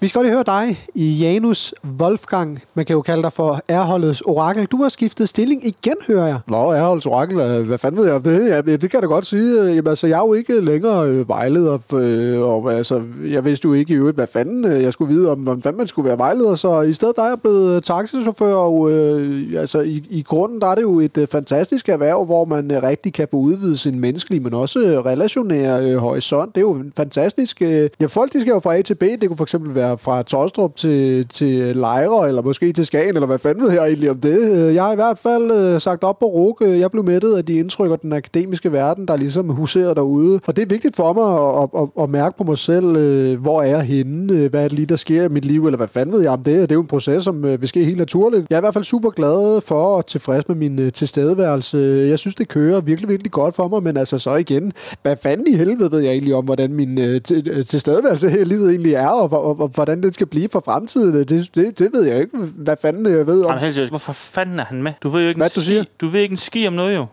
Speaker 3: Vi skal også lige høre dig, Janus Wolfgang. Man kan jo kalde dig for ærholdets orakel. Du har skiftet stilling igen, hører jeg.
Speaker 4: Nå, jeg holdt orakel. øh, Hvad fanden ved jeg om det? Ja, det kan jeg da godt sige. Øh, Jamen, altså, jeg er jo ikke længere øh, vejleder. Øh, og, altså, jeg vidste jo ikke i øvrigt, hvad fanden øh, jeg skulle vide om, hvordan fanden man skulle være vejleder. Så i stedet der er jeg blevet øh, taxichauffør, og øh, altså, i, i grunden der er det jo et øh, fantastisk erhverv, hvor man øh, rigtig kan få udvidet sin menneskelige, men også øh, relationære øh, horisont. Det er jo en fantastisk... Øh, ja, folk de skal jo fra A til B. Det kunne for eksempel være fra Tostrup til, til Lejre, eller måske til Skagen, eller hvad fanden ved jeg egentlig om det. Øh, Jeg har i hvert fald øh, sagt op på RUK. Øh, Jeg blev mættet af de indtryk og den akademiske verden, der ligesom huserer derude. Og det er vigtigt for mig at, at, at, at mærke på mig selv, øh, hvor er jeg henne, øh, hvad er det lige, der sker i mit liv, eller hvad fanden ved jeg om det. Det er jo en proces, som øh, vil ske helt naturligt. Jeg er i hvert fald super glad for og tilfreds med min øh, tilstedeværelse. Jeg synes, det kører virkelig, virkelig godt for mig, men altså så igen, hvad fanden i helvede ved jeg egentlig om, hvordan min øh, til- øh, tilstedeværelse her i livet egentlig er, og, og, og, og hvordan den skal blive for fremtiden. Øh, Det, det, det ved jeg ikke, hvad fanden jeg ved om.
Speaker 2: Jamen, helt seriøst, hvorfor fanden er han med? Du ved jo ikke
Speaker 4: Hvad
Speaker 2: en
Speaker 4: du
Speaker 2: ski.
Speaker 4: siger?
Speaker 2: Du ved ikke en ski om noget, jo.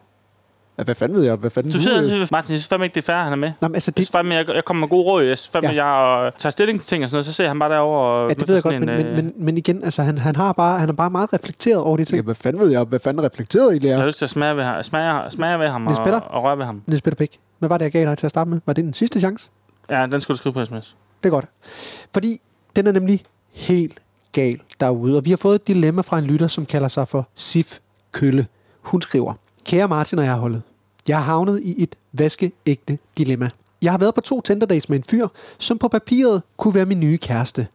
Speaker 4: Ja, hvad fanden ved jeg? Hvad fanden
Speaker 2: Du sidder
Speaker 4: øh,
Speaker 2: og siger, Martin, jeg synes fandme ikke, det er fair, han er med.
Speaker 3: Nå, men altså,
Speaker 2: Det er
Speaker 3: det,
Speaker 2: fandme, jeg, jeg kommer med gode råd. Jeg, synes fandme,
Speaker 3: Ja.
Speaker 2: ja. jeg øh, tager stilling til ting og sådan noget, så ser han bare derovre. og
Speaker 3: ja,
Speaker 2: med
Speaker 3: det ved jeg godt,
Speaker 2: sådan
Speaker 3: men,
Speaker 2: en,
Speaker 3: men,
Speaker 2: øh,
Speaker 3: men, men igen, altså, han, han, har bare, han er bare meget reflekteret over de
Speaker 4: Ja,
Speaker 3: ting.
Speaker 4: hvad fanden ved jeg? Hvad fanden reflekteret egentlig
Speaker 2: Jeg
Speaker 4: er?
Speaker 2: har lyst til at smage ved ham, smage, smage ved ham
Speaker 3: Niels
Speaker 2: og,
Speaker 3: Peter?
Speaker 2: og røre ved ham.
Speaker 3: Niels Peter Pick, hvad var det, jeg gav dig til at starte med? Var det den sidste chance?
Speaker 2: Ja, den skulle du skrive på sms.
Speaker 3: Det er godt. Fordi den er nemlig helt gal derude. Og vi har fået et dilemma fra en lytter, som kalder sig for Sif Kølle. Hun skriver, Kære Martin og jeg holdet, jeg har havnet i et vaskeægte dilemma. Jeg har været på to Tinder-dates med en fyr, som på papiret kunne være min nye kæreste.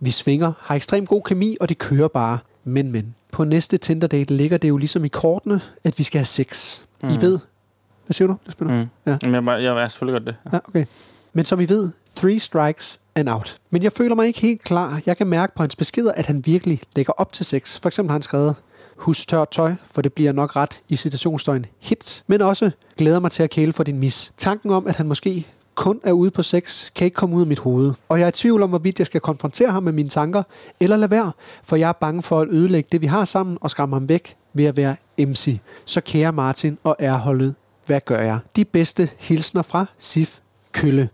Speaker 3: Vi svinger, har ekstremt god kemi, og det kører bare. Men, men. På næste Tinder-date ligger det jo ligesom i kortene, at vi skal have sex. Mm. I ved... Hvad siger du? Lisbeth?
Speaker 2: Mm.
Speaker 3: Ja.
Speaker 2: Ja. Jamen, jeg, var- jeg er selvfølgelig godt det.
Speaker 3: Ja, okay. Men som I ved, three strikes and out. Men jeg føler mig ikke helt klar. Jeg kan mærke på hans beskeder, at han virkelig lægger op til sex. For eksempel har han skrevet, husk tørt tøj, for det bliver nok ret i citationsstøjen hit. Men også, glæder mig til at kæle for din mis. Tanken om, at han måske kun er ude på sex, kan ikke komme ud af mit hoved. Og jeg er i tvivl om, hvorvidt jeg skal konfrontere ham med mine tanker, eller lade være, for jeg er bange for at ødelægge det, vi har sammen, og skræmme ham væk ved at være MC. Så kære Martin og ærholdet, hvad gør jeg? De bedste hilsner fra Sif Kølle.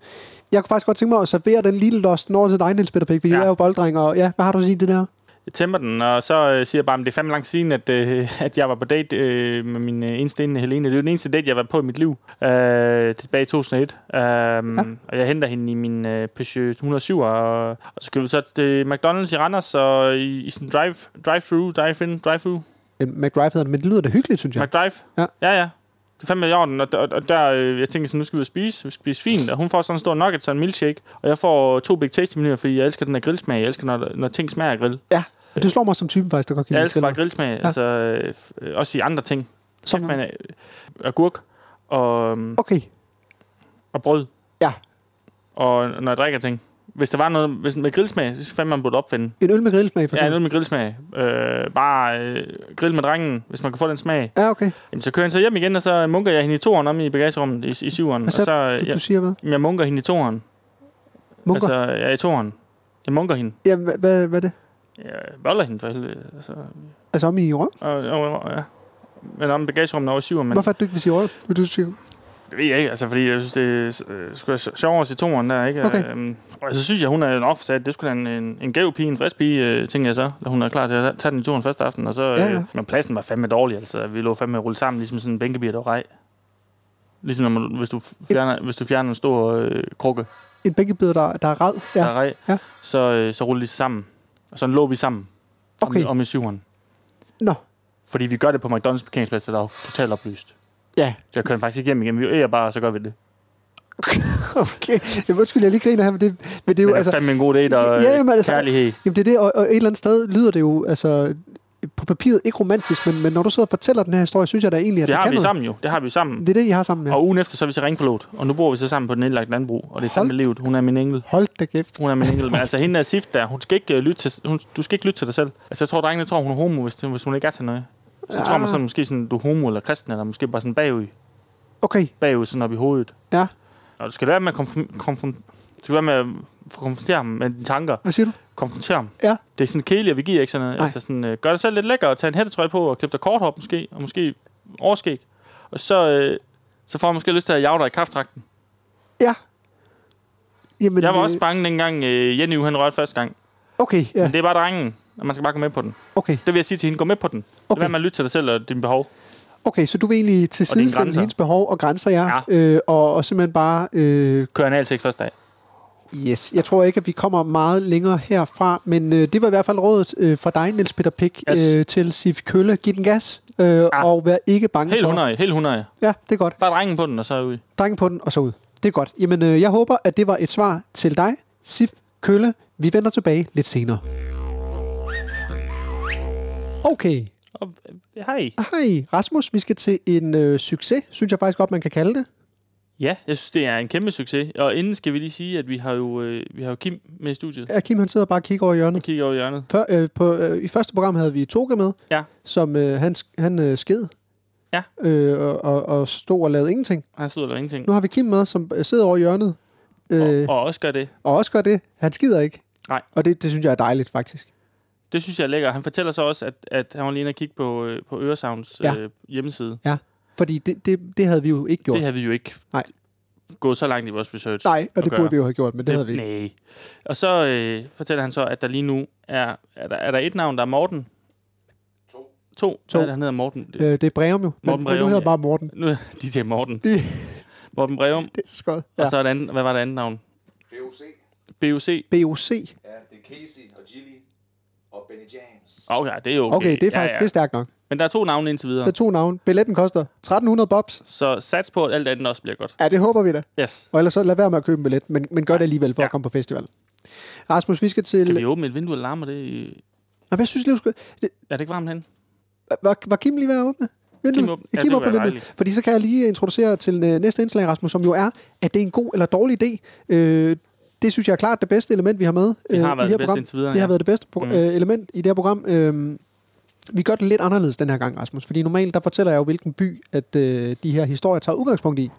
Speaker 3: Jeg kunne faktisk godt tænke mig at servere den lille lost over til dig, Niels Peter Pick, fordi ja.
Speaker 2: Ja.
Speaker 3: jeg er jo bolddreng, og ja, hvad har du at sige til det her?
Speaker 2: jeg temper den, og så øh, siger jeg bare, at det er fandme langt siden, at, øh, at jeg var på date øh, med min øh, eneste ene, Helene. Det er jo den eneste date, jeg har været på i mit liv, øh, tilbage i 2001. Øh, ja. Og jeg henter hende i min øh, Peugeot 107, og, og så kører vi så til McDonald's i Randers, og i, i sådan drive, drive-thru, drive-in, drive-thru,
Speaker 3: En Øhm, McDrive hedder den, men det lyder da hyggeligt, synes jeg.
Speaker 2: McDrive.
Speaker 3: Ja.
Speaker 2: ja, ja. Det er fandme i orden, og, og, og der, øh, jeg tænker sådan, nu skal vi ud og spise, vi skal spise fint, og hun får sådan en stor nugget, sådan en milkshake, og jeg får to Big Tasty menuer, fordi jeg elsker den her grillsmag, jeg elsker, når, når ting smager af grill.
Speaker 3: Ja. Og det slår mig som typen faktisk, der godt kan
Speaker 2: Jeg
Speaker 3: lide
Speaker 2: elsker bare
Speaker 3: griller.
Speaker 2: grillsmag, ja.
Speaker 3: Ja.
Speaker 2: altså øh, øh, også i andre ting.
Speaker 3: Som-
Speaker 2: Som man, øh, agurk og, øhm,
Speaker 3: Okay.
Speaker 2: og brød,
Speaker 3: Ja.
Speaker 2: og når jeg drikker ting. Hvis der var noget hvis, med grillsmag, så fandt man burde opfinde.
Speaker 3: En øl med grillsmag, for
Speaker 2: Ja, noget
Speaker 3: eksempel.
Speaker 2: med grillsmag. Øh, bare øh, grill med drengen, hvis man kan få den smag.
Speaker 3: Ja, okay.
Speaker 2: Jamen, så kører han så hjem igen, og så munker jeg hende i toeren om i bagagerummet i, i syveren.
Speaker 3: Hvad
Speaker 2: og så,
Speaker 3: sagde
Speaker 2: øh,
Speaker 3: du?
Speaker 2: jeg,
Speaker 3: Du siger hvad?
Speaker 2: jeg munker hende i toeren.
Speaker 3: Munker? Altså,
Speaker 2: Altså, ja, i toeren. Jeg munker hende.
Speaker 3: ja, hvad, hvad, hvad er det?
Speaker 2: Jeg volder hende for helvede. Altså,
Speaker 3: Altså om i røv?
Speaker 2: og, og, og, ja. Men om bagagerummet over i syveren. Men,
Speaker 3: Hvorfor er det, du ikke vil sige røv? Du, du siger,
Speaker 2: Det ved jeg ikke, altså, fordi jeg synes, det er øh, sgu da sjovere at se toren der, ikke?
Speaker 3: Okay.
Speaker 2: Øhm, og så synes jeg, hun er en offsat. Det skulle da en, en, en gæv pige, en frisk pige, øh, tænker jeg så. Da hun er klar til at tage den i toren første aften. Og så, øh,
Speaker 3: Ja, ja.
Speaker 2: Men pladsen var fandme dårlig, altså. Vi lå fandme rullet sammen, ligesom sådan en bænkebier, der var rej. Ligesom når man, hvis, du fjerner, hvis du fjerner en stor øh, krukke,
Speaker 3: en bænkebider, der, der er red.
Speaker 2: ja.
Speaker 3: Ja.
Speaker 2: der er rej,
Speaker 3: Ja.
Speaker 2: så, øh, så ruller de sammen. Og sådan lå vi sammen
Speaker 3: Okay.
Speaker 2: om, om i syveren.
Speaker 3: Nå.
Speaker 2: Fordi vi gør det på McDonald's parkeringsplads, der er jo totalt oplyst.
Speaker 3: Ja.
Speaker 2: Jeg kører den faktisk igennem igen. Vi øger bare, og så gør vi det.
Speaker 3: Okay. Jamen, undskyld, jeg lige griner her, men det, men det er jo...
Speaker 2: Men det
Speaker 3: altså,
Speaker 2: er fandme en god date og
Speaker 3: Ja,
Speaker 2: ja,
Speaker 3: jamen,
Speaker 2: jamen,
Speaker 3: altså-
Speaker 2: kærlighed.
Speaker 3: Jamen det er det, og, og et eller andet sted lyder det jo, altså på papiret ikke romantisk, men, men når du sidder og fortæller den her historie, synes jeg da egentlig, at
Speaker 2: Det
Speaker 3: Altså, det,
Speaker 2: har
Speaker 3: kan
Speaker 2: vi
Speaker 3: noget.
Speaker 2: sammen jo. Det har vi jo sammen.
Speaker 3: Det er det, I har sammen med.
Speaker 2: Og ugen efter, så er vi til ringforlod. Og nu bor vi så sammen på den nedlagte landbrug. Og det er fandme livet. Hun er min engel.
Speaker 3: Hold da kæft.
Speaker 2: Hun er min engel. Men altså, hende er sift der. Hun skal ikke, øh, lytte til, hun, du skal ikke lytte til dig selv. Altså, jeg tror, drengene tror, hun er homo, hvis, hvis hun ikke er til noget. Så
Speaker 3: Ja.
Speaker 2: tror man sådan, måske sådan, du er homo eller kristen, eller måske bare sådan bagud.
Speaker 3: Okay,
Speaker 2: Bagud, sådan op i hovedet.
Speaker 3: ja. Og
Speaker 2: Og du skal lade være med at konfron- konfron- du skal lade være med at konfrontere ham med dine tanker.
Speaker 3: hvad siger du?
Speaker 2: Konfrontere ham.
Speaker 3: Ja,
Speaker 2: Det er sådan kedeligt, og vi giver ikke sådan noget.
Speaker 3: Nej.
Speaker 2: Altså sådan, øh, gør dig selv lidt lækker og tag en hættetrøje på og klip dig kort op måske, og måske overskæg. Og så, øh, så får man måske lyst til at jage dig i krafttragten.
Speaker 3: ja. Jamen,
Speaker 2: Jeg var
Speaker 3: øh,
Speaker 2: også bange dengang øh, Jenny han rørte første gang.
Speaker 3: Okay,
Speaker 2: Ja.
Speaker 3: ja,
Speaker 2: Men det er bare drengen, og man skal bare gå med på den.
Speaker 3: okay.
Speaker 2: Det vil jeg sige til hende, gå med på den. Okay.
Speaker 3: Okay.
Speaker 2: Lad være med at lytte til dig selv og dine behov.
Speaker 3: Okay, så du vil egentlig til sidestille
Speaker 2: grænser.
Speaker 3: hendes behov og grænser jer,
Speaker 2: Ja.
Speaker 3: øh, og, og simpelthen bare, øh,
Speaker 2: Kør en altid ikke første dag.
Speaker 3: yes, jeg tror ikke, at vi kommer meget længere herfra, men øh, det var i hvert fald rådet øh, fra dig, Niels Peter Pick,
Speaker 2: Yes.
Speaker 3: øh, til Sif Kølle. Giv den gas, øh, og vær ikke bange
Speaker 2: Helt
Speaker 3: for...
Speaker 2: 100, helt 100.
Speaker 3: Ja, det er godt.
Speaker 2: Bare drengen på den, og så er ud.
Speaker 3: drengen på den, og så ud. Det er godt. Jamen, øh, jeg håber, at det var et svar til dig, Sif Kølle. Vi vender tilbage lidt senere. Okay.
Speaker 2: Og, øh, hej.
Speaker 3: Hej, Rasmus. Vi skal til en øh, succes, synes jeg faktisk godt, man kan kalde det.
Speaker 2: Ja, jeg synes, det er en kæmpe succes. Og inden skal vi lige sige, at vi har jo, øh, vi har jo Kim med i studiet.
Speaker 3: Ja, Kim, han sidder bare og kigger over hjørnet.
Speaker 2: Jeg kigger over i hjørnet.
Speaker 3: Før, øh, på, øh, I første program havde vi Toge med,
Speaker 2: Ja.
Speaker 3: som øh, han, han øh, sked.
Speaker 2: Ja.
Speaker 3: Øh, og, og, og stod og lavede ingenting.
Speaker 2: Han stod der ingenting.
Speaker 3: Nu har vi Kim med, som øh, sidder over i hjørnet. Øh,
Speaker 2: Og, og også gør det.
Speaker 3: og også gør det. Han skider ikke.
Speaker 2: Nej.
Speaker 3: Og det, det synes jeg er dejligt, faktisk.
Speaker 2: Det synes jeg er lækkert. Han fortæller så også, at, at han var lige inde og kigge på, øh, på Øresounds
Speaker 3: Ja.
Speaker 2: ja. øh, hjemmeside.
Speaker 3: Ja. Fordi det, det, det havde vi jo ikke gjort.
Speaker 2: Det havde vi jo ikke
Speaker 3: Nej.
Speaker 2: gået så langt i vores research.
Speaker 3: Nej, og det
Speaker 2: at
Speaker 3: burde
Speaker 2: gøre.
Speaker 3: vi jo have gjort, men det, det havde vi ikke.
Speaker 2: Nej. Og så øh, fortæller han så, at der lige nu er, er, der, er der et navn, der er Morten. To. To.
Speaker 3: To.
Speaker 2: to. Hvad er det, han hedder Morten? Øh.
Speaker 3: Øh, det er Breum jo.
Speaker 2: Morten
Speaker 3: men,
Speaker 2: Breum,
Speaker 3: nu hedder
Speaker 2: ja.
Speaker 3: bare Morten.
Speaker 2: Nu, de til Morten.
Speaker 3: Det,
Speaker 2: Morten Breum.
Speaker 3: det er så godt.
Speaker 2: Ja.
Speaker 3: Ja.
Speaker 2: Og så er der andet, hvad var det andet navn?
Speaker 5: BOC.
Speaker 2: BUC.
Speaker 3: BOC.
Speaker 5: Ja, det er Casey og Gilly og Benny James.
Speaker 2: Okay, det er jo okay.
Speaker 3: Okay, det er faktisk
Speaker 2: ja, ja.
Speaker 3: det er stærkt nok.
Speaker 2: Men der er to navne indtil videre.
Speaker 3: Der er to navne. Billetten koster 1300 bobs.
Speaker 2: Så sats på, at alt andet også bliver godt.
Speaker 3: Ja, det håber vi da.
Speaker 2: Yes.
Speaker 3: Og ellers så lad være med at købe en billet, men, men gør det alligevel for ja.
Speaker 2: Ja.
Speaker 3: at komme på festival. Rasmus, vi skal til...
Speaker 2: Skal vi åbne et vindue og larme det? i-
Speaker 3: Nå, men jeg synes lige, du skulle... det-
Speaker 2: Er det ikke varmt hen?
Speaker 3: Var, var Kim lige ved at åbne? Vinduet?
Speaker 2: åbne-
Speaker 3: Ja,
Speaker 2: ja,
Speaker 3: Kim
Speaker 2: det
Speaker 3: op på
Speaker 2: kunne være
Speaker 3: vinduet.
Speaker 2: dejligt.
Speaker 3: Fordi så kan jeg lige introducere til øh, næste indslag, Rasmus, som jo er, at det er en god eller dårlig idé. Øh, det synes jeg er klart det bedste element, vi har med.
Speaker 2: Det har
Speaker 3: øh, i
Speaker 2: været
Speaker 3: her
Speaker 2: det bedste
Speaker 3: program.
Speaker 2: indtil videre,
Speaker 3: Det har
Speaker 2: ja.
Speaker 3: været det bedste pro- mm. øh, element i det her program. Øh, vi gør det lidt anderledes den her gang, Rasmus. Fordi normalt, der fortæller jeg jo, hvilken by, at øh, de her historier tager udgangspunkt i.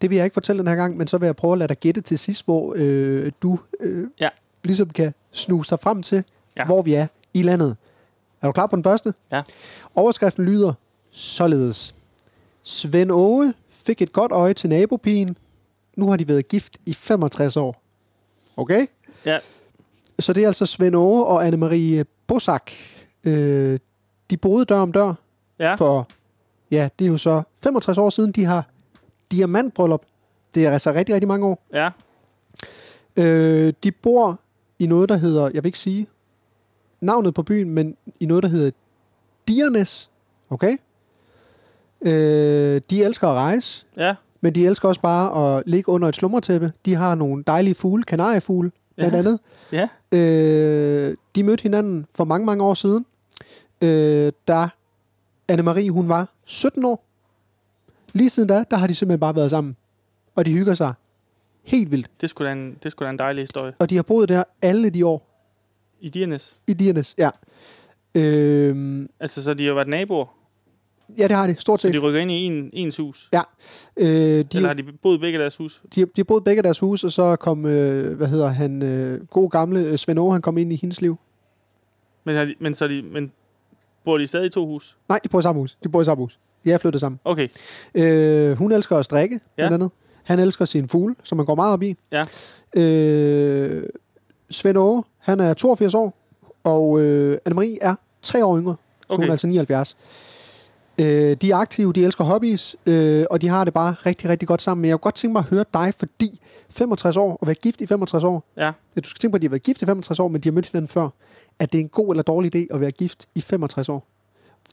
Speaker 3: Det vil jeg ikke fortælle den her gang, men så vil jeg prøve at lade dig gætte til sidst, hvor øh, du øh,
Speaker 2: Ja.
Speaker 3: ligesom kan snuse dig frem til, ja.
Speaker 2: Ja.
Speaker 3: hvor vi er i landet. Er du klar på den første?
Speaker 2: Ja.
Speaker 3: Overskriften lyder således. Svend Åge fik et godt øje til nabopigen. Nu har de været gift i 65 år. Okay?
Speaker 2: Ja.
Speaker 3: Så det er altså Svend Åge og Anne-Marie Bosak. Øh, de boede dør om dør
Speaker 2: Ja.
Speaker 3: for, ja, det er jo så 65 år siden, de har diamantbryllup. Det er altså rigtig, rigtig mange år.
Speaker 2: Ja.
Speaker 3: Øh, de bor i noget, der hedder, jeg vil ikke sige navnet på byen, men i noget, der hedder Diernes. Okay? Øh, de elsker at rejse,
Speaker 2: Ja.
Speaker 3: men de elsker også bare at ligge under et slumretæppe. De har nogle dejlige fugle, kanariefugle blandt
Speaker 2: Ja.
Speaker 3: andet.
Speaker 2: Ja.
Speaker 3: Øh, de mødte hinanden for mange, mange år siden, øh, da Anne-Marie, hun var 17 år. Lige siden da, der har de simpelthen bare været sammen. Og de hygger sig helt vildt.
Speaker 2: Det skulle da en, det skulle da en dejlig historie.
Speaker 3: Og de har boet der alle de år
Speaker 2: I Diernes.
Speaker 3: i Diernes. Ja. Øhm,
Speaker 2: Altså, så de har været naboer.
Speaker 3: ja, det har de, stort
Speaker 2: Så de
Speaker 3: set.
Speaker 2: rykker ind i en, ens hus.
Speaker 3: Ja. Øh, de,
Speaker 2: Eller har de boet i begge deres hus?
Speaker 3: de, de har boet begge deres hus, og så kom, øh, hvad hedder han, øh, god gamle øh, Svend Aage, han kom ind i hendes liv.
Speaker 2: Men, har de, men, så er de, men bor de stadig i to hus?
Speaker 3: Nej, de bor i samme hus. De bor i samme hus. De er flyttet sammen.
Speaker 2: Okay,
Speaker 3: Øh, hun elsker at strikke, ja. blandt andet. Han elsker sin fugle, som han går meget op i.
Speaker 2: ja.
Speaker 3: Øh, Svend Aage, han er 82 år, og øh, Anne-Marie er 3 år yngre. Så okay.
Speaker 2: Okay.
Speaker 3: hun er altså 79. Øh, de er aktive, de elsker hobbies, øh, og de har det bare rigtig, rigtig godt sammen. Men jeg kunne godt tænke mig at høre dig, fordi 65 år, og være gift i 65 år,
Speaker 2: Ja.
Speaker 3: ja, du skal tænke på, at de har været gift i 65 år, men de har mødt hinanden før. Er det en god eller dårlig idé at være gift i 65 år?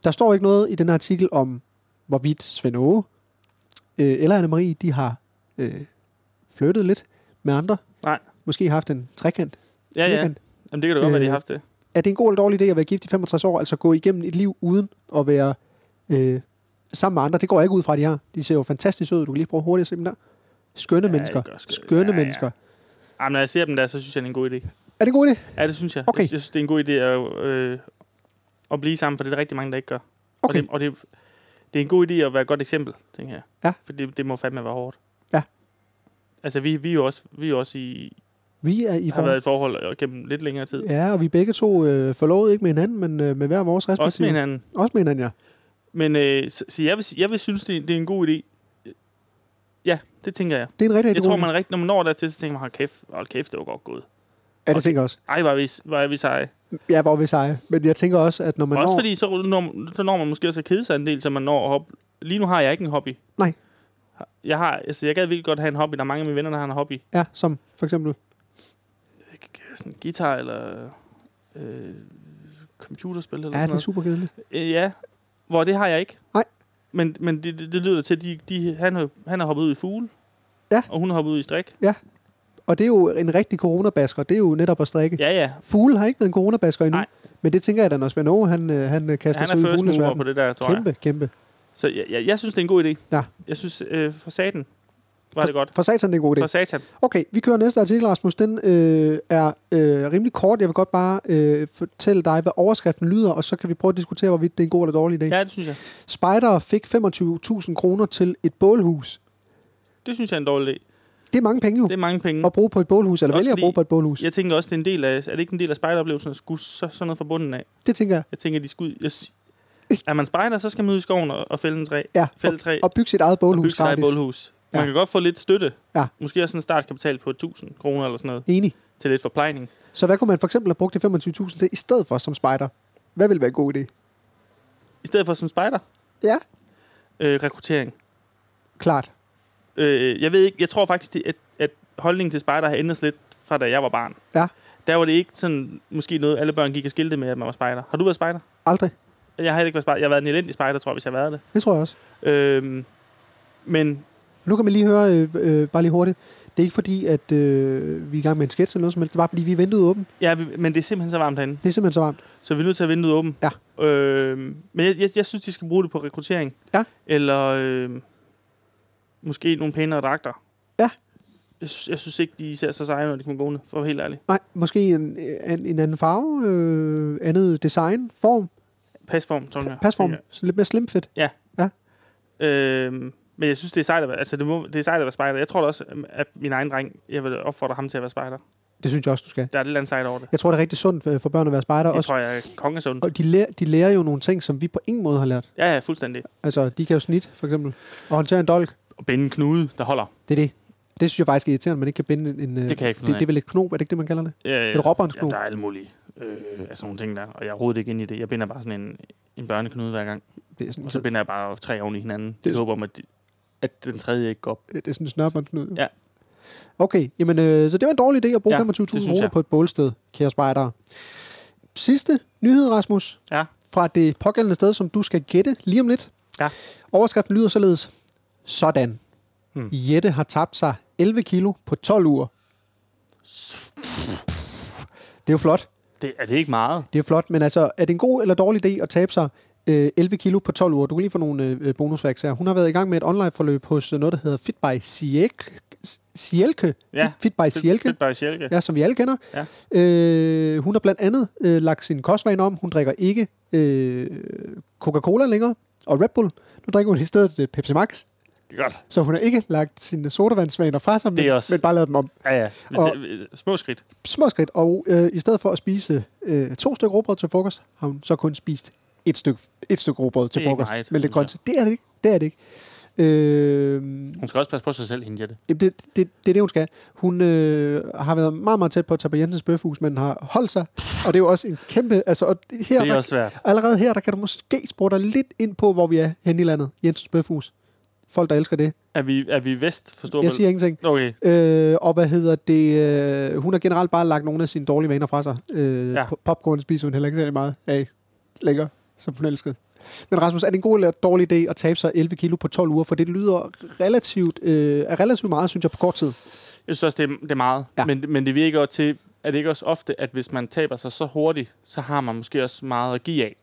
Speaker 3: Der står ikke noget i den her artikel om, hvorvidt Svend Åge øh, eller Anne-Marie, de har øh, flyttet lidt med andre.
Speaker 2: Nej.
Speaker 3: Måske haft en trekant.
Speaker 2: Ja, ja.
Speaker 3: firkant.
Speaker 2: Jamen, det kan da godt være, de
Speaker 3: Øh,
Speaker 2: har haft det.
Speaker 3: Er det en god eller dårlig idé at være gift i 65 år, altså gå igennem et liv uden at være øh, sammen med andre? Det går jeg ikke ud fra, de har. De ser jo fantastisk ud. Du kan lige prøve hurtigt at se dem der. Skønne ja,
Speaker 2: Ja,
Speaker 3: mennesker.
Speaker 2: de gør skø-
Speaker 3: Skønne
Speaker 2: ja,
Speaker 3: ja,
Speaker 2: ja.
Speaker 3: mennesker.
Speaker 2: Ej, men når jeg ser dem der, så synes jeg, det er en god idé.
Speaker 3: Er det en god idé?
Speaker 2: Ja, det synes jeg.
Speaker 3: Okay.
Speaker 2: Jeg, jeg synes, det er en god idé at, øh, at blive sammen, for det er der rigtig mange, der ikke gør.
Speaker 3: Okay.
Speaker 2: Og, det, og det, det er en god idé at være et godt eksempel, tænker jeg.
Speaker 3: Ja.
Speaker 2: For det, det må fandme være hårdt.
Speaker 3: Ja.
Speaker 2: Altså, vi, vi er jo også, vi er jo også i,
Speaker 3: Vi er i
Speaker 2: I har været i
Speaker 3: forhold.
Speaker 2: et forhold øh, gennem lidt længere tid.
Speaker 3: Ja, og vi er begge to øh, forlovet ikke med hinanden, men øh, med hver vores respektive.
Speaker 2: Også med hinanden.
Speaker 3: Også med hinanden, ja.
Speaker 2: Men øh, så, så jeg, vil, jeg vil synes, det, er- det er en god idé. Ja, det tænker jeg.
Speaker 3: Det er en rigtig, rigtig
Speaker 2: Jeg tror,
Speaker 3: god idé.
Speaker 2: man rigtig, når man når dertil, så tænker man, hold kæft, hold kæft, det var godt gået.
Speaker 3: Ja, det
Speaker 2: også-
Speaker 3: tænker jeg også.
Speaker 2: Ej, var vi, var vi seje.
Speaker 3: Ja, hvor vi seje. Men jeg tænker også, at når man
Speaker 2: Men også
Speaker 3: når...
Speaker 2: fordi, så når, så når man måske også at kede sig en del, så man når at hoppe. Lige nu har jeg ikke en hobby.
Speaker 3: Nej.
Speaker 2: Jeg, har, altså, jeg gad virkelig godt have en hobby. Der er mange af mine venner, der har en hobby.
Speaker 3: Ja, som for eksempel...
Speaker 2: Sådan guitar eller øh, computerspil eller
Speaker 3: Ja,
Speaker 2: sådan
Speaker 3: det er
Speaker 2: noget.
Speaker 3: super kedeligt.
Speaker 2: Øh, ja, hvor det har jeg ikke.
Speaker 3: Nej.
Speaker 2: Men, men det, det, det lyder til, at de, de, han, har- han har hoppet ud i fugle.
Speaker 3: Ja.
Speaker 2: Og hun har hoppet ud i strik.
Speaker 3: Og det er jo en rigtig coronabasker. Det er jo netop at strikke.
Speaker 2: Ja, ja.
Speaker 3: Fugle har ikke været en coronabasker endnu. Nej.
Speaker 2: Nej.
Speaker 3: Men det tænker jeg da, når Svend Aage, han, øh, han øh, kaster
Speaker 2: Han
Speaker 3: sig ud
Speaker 2: er
Speaker 3: i
Speaker 2: først
Speaker 3: fuglenes
Speaker 2: mover på
Speaker 3: verden.
Speaker 2: det der, tror jeg.
Speaker 3: Kæmpe, kæmpe.
Speaker 2: Så jeg, jeg, jeg synes, det er en god idé.
Speaker 3: Ja.
Speaker 2: Jeg synes, øh, for satan var det godt.
Speaker 3: For satan, det er en god idé.
Speaker 2: For satan.
Speaker 3: Okay, vi kører næste artikel, Rasmus. Den øh, er øh, rimelig kort. Jeg vil godt bare øh, fortælle dig, hvad overskriften lyder, og så kan vi prøve at diskutere, hvorvidt det er en god eller dårlig idé. Ja.
Speaker 2: Ja, det synes jeg.
Speaker 3: Spider fik 25.000 kroner til et bålhus.
Speaker 2: Det synes jeg er en dårlig idé.
Speaker 3: Det er mange penge jo,
Speaker 2: Det er mange penge.
Speaker 3: at bruge på et bålhus, eller
Speaker 2: Også
Speaker 3: vælge at
Speaker 2: fordi-
Speaker 3: bruge på et bålhus. Ja.
Speaker 2: Jeg tænker også, det er en del af, er det ikke en del af spejderoplevelsen at skulle så, sådan noget fra bunden af?
Speaker 3: Det tænker jeg.
Speaker 2: Jeg tænker, de skulle ud... Jeg, si- er man spejder, så skal man ud i skoven og, og fælde en træ.
Speaker 3: Ja,
Speaker 2: Fælde træ.
Speaker 3: og bygge sit eget bålhus
Speaker 2: bygge sig et
Speaker 3: gratis.
Speaker 2: bålhus. Man
Speaker 3: Ja.
Speaker 2: kan godt få lidt støtte.
Speaker 3: Ja.
Speaker 2: Måske også sådan en startkapital på 1000 kroner eller sådan noget.
Speaker 3: Enig.
Speaker 2: Til lidt forplejning.
Speaker 3: Så hvad kunne man for eksempel have brugt de 25.000 til, i stedet for som spider? Hvad ville være en god idé?
Speaker 2: I stedet for som spejder.
Speaker 3: Ja,
Speaker 2: Øh, rekruttering.
Speaker 3: klart.
Speaker 2: Øh, jeg ved ikke, jeg tror faktisk, det, at, at holdningen til spejder har ændret sig lidt fra da jeg var barn.
Speaker 3: Ja,
Speaker 2: Der var det ikke sådan, måske noget, alle børn gik og skilte med, at man var spejder. Har du været spejder?
Speaker 3: aldrig.
Speaker 2: Jeg har heller ikke været spejder. Jeg har været en elendig spejder, tror jeg, hvis jeg har været det.
Speaker 3: Det tror jeg også.
Speaker 2: Øhm, men
Speaker 3: Nu kan man lige høre, øh, øh, bare lige hurtigt. Det er ikke fordi, at øh, vi er i gang med en sketch eller noget som helst. Det er bare fordi, vi er vinduet åbent.
Speaker 2: Ja, vi- men det er simpelthen så varmt herinde,
Speaker 3: Det er simpelthen så varmt.
Speaker 2: så vi er nødt til at have vinduet åbent.
Speaker 3: Ja.
Speaker 2: Øhm, men jeg, jeg, jeg synes, de skal bruge det på rekruttering.
Speaker 3: Ja.
Speaker 2: Eller øhm, måske nogle pænere dragter.
Speaker 3: Ja.
Speaker 2: Jeg, sy- jeg synes ikke, de ser så seje, når de kommer gående, for at være helt ærlig.
Speaker 3: Nej, måske en, en, en anden farve, øh, andet design, form,
Speaker 2: Pasform, sådan her.
Speaker 3: pasform. Ja. Så lidt mere slimfit.
Speaker 2: Øhm, men jeg synes, det er sejt at være, altså, det må, det er sejt at være spejder. Jeg tror da også, øhm, at min egen dreng, jeg vil opfordre ham til at være spejder.
Speaker 3: Det synes jeg også, du skal.
Speaker 2: Der er et eller andet sejt over det.
Speaker 3: Jeg tror, det er rigtig sundt øh, for for børn at være spejder.
Speaker 2: Det
Speaker 3: Også,
Speaker 2: tror jeg er kongesund.
Speaker 3: og de, lærer, de lærer jo nogle ting, som vi på ingen måde har lært.
Speaker 2: Ja, ja, fuldstændig.
Speaker 3: Altså, de kan jo snit, for eksempel. Og håndtere en dolk.
Speaker 2: Og binde en knude, der holder.
Speaker 3: Det er det. Det synes jeg faktisk er irriterende, at man ikke kan binde en... en øh,
Speaker 2: Det kan jeg ikke finde ud
Speaker 3: det,
Speaker 2: af.
Speaker 3: det er vel et knob, er det ikke det, man kalder det?
Speaker 2: Øh,
Speaker 3: Et råbåndsknog.
Speaker 2: Ja, der er alle mulige øh, af sådan nogle ting der, og jeg er overhovedet ikke ind i det. Jeg binder bare sådan en, en børneknude hver gang,
Speaker 3: Det er sådan,
Speaker 2: og så binder jeg bare tre oven i hinanden.
Speaker 3: Det-
Speaker 2: Det håber om, at, de, at den tredje ikke går op.
Speaker 3: det er sådan en snørbåndsknud.
Speaker 2: Ja.
Speaker 3: Okay, jamen, øh, så det var en dårlig idé at bruge
Speaker 2: Ja,
Speaker 3: ja,
Speaker 2: det
Speaker 3: 25.000
Speaker 2: synes
Speaker 3: kroner
Speaker 2: jeg.
Speaker 3: på et bålsted, kære spejdere. Sidste nyhed, Rasmus,
Speaker 2: Ja,
Speaker 3: fra det pågældende sted, som du skal gætte lige om lidt.
Speaker 2: Ja.
Speaker 3: Overskriften lyder således. Sådan.
Speaker 2: Hmm.
Speaker 3: Hmm. Jette har tabt sig 11 kilo på 12 uger. Det er jo flot.
Speaker 2: det, er det ikke meget?
Speaker 3: Det er flot, men altså, er det en god eller dårlig idé at tabe sig øh, 11 kilo på 12 uger? Du kan lige få nogle øh, bonusfacts her. Hun har været i gang med et online-forløb hos øh, noget, der hedder Fit by Sielke. Sielke.
Speaker 2: Ja,
Speaker 3: Fit, fit by Sielke.
Speaker 2: Fedt bare sjælke. Ja.
Speaker 3: Ja, som vi alle kender.
Speaker 2: Ja.
Speaker 3: Øh, hun har blandt andet øh, lagt sin kostvaner om. Hun drikker ikke øh, Coca-Cola længere og Red Bull. Nu drikker hun i stedet øh, Pepsi Max.
Speaker 2: Godt.
Speaker 3: Så hun har ikke lagt sine sodavandsvaner fra sig,
Speaker 2: Det er
Speaker 3: men,
Speaker 2: også-
Speaker 3: men bare lavet dem om
Speaker 2: Ja, ja. Hvis
Speaker 3: Og-
Speaker 2: det, øh, små skridt.
Speaker 3: små skridt. Og øh, i stedet for at spise øh, to stykker råbrød til frokost, har hun så kun spist et stykke, et stykke råbrød til
Speaker 2: Det er ikke
Speaker 3: frokost.
Speaker 2: meget,
Speaker 3: men det,
Speaker 2: synes
Speaker 3: grønt, det er det ikke. Det er det ikke. Øh,
Speaker 2: Hun skal også passe på sig selv, hende Jette.
Speaker 3: Jamen, det, det, det er det, hun skal. Hun øh, har været meget, meget tæt på at tage på Jensens bøfhus, men har holdt sig. Og det er jo også en kæmpe... Altså, og her,
Speaker 2: Det er
Speaker 3: der-
Speaker 2: også svært.
Speaker 3: Allerede her, der kan du måske spore dig lidt ind på, hvor vi er henne i landet. Jensens bøfhus. Folk, der elsker det.
Speaker 2: Er vi, er vi vest for
Speaker 3: Jeg
Speaker 2: Storbælt?
Speaker 3: siger ingenting.
Speaker 2: Okay,
Speaker 3: Øh, og hvad hedder det? Øh, hun har generelt bare lagt nogle af sine dårlige vaner fra sig. Øh,
Speaker 2: Ja.
Speaker 3: ja. Popcorn spiser hun heller ikke særlig meget af. Lækker, som hun elskede. Men Rasmus, er det en god eller dårlig idé at tabe sig 11 kilo på 12 uger? For det lyder relativt, øh, er relativt meget, synes jeg, på kort tid.
Speaker 2: jeg synes også, det er, det er meget.
Speaker 3: Ja.
Speaker 2: Ja. Men, men det virker jo til, er det ikke også ofte, at hvis man taber sig så hurtigt, så har man måske også meget at give af?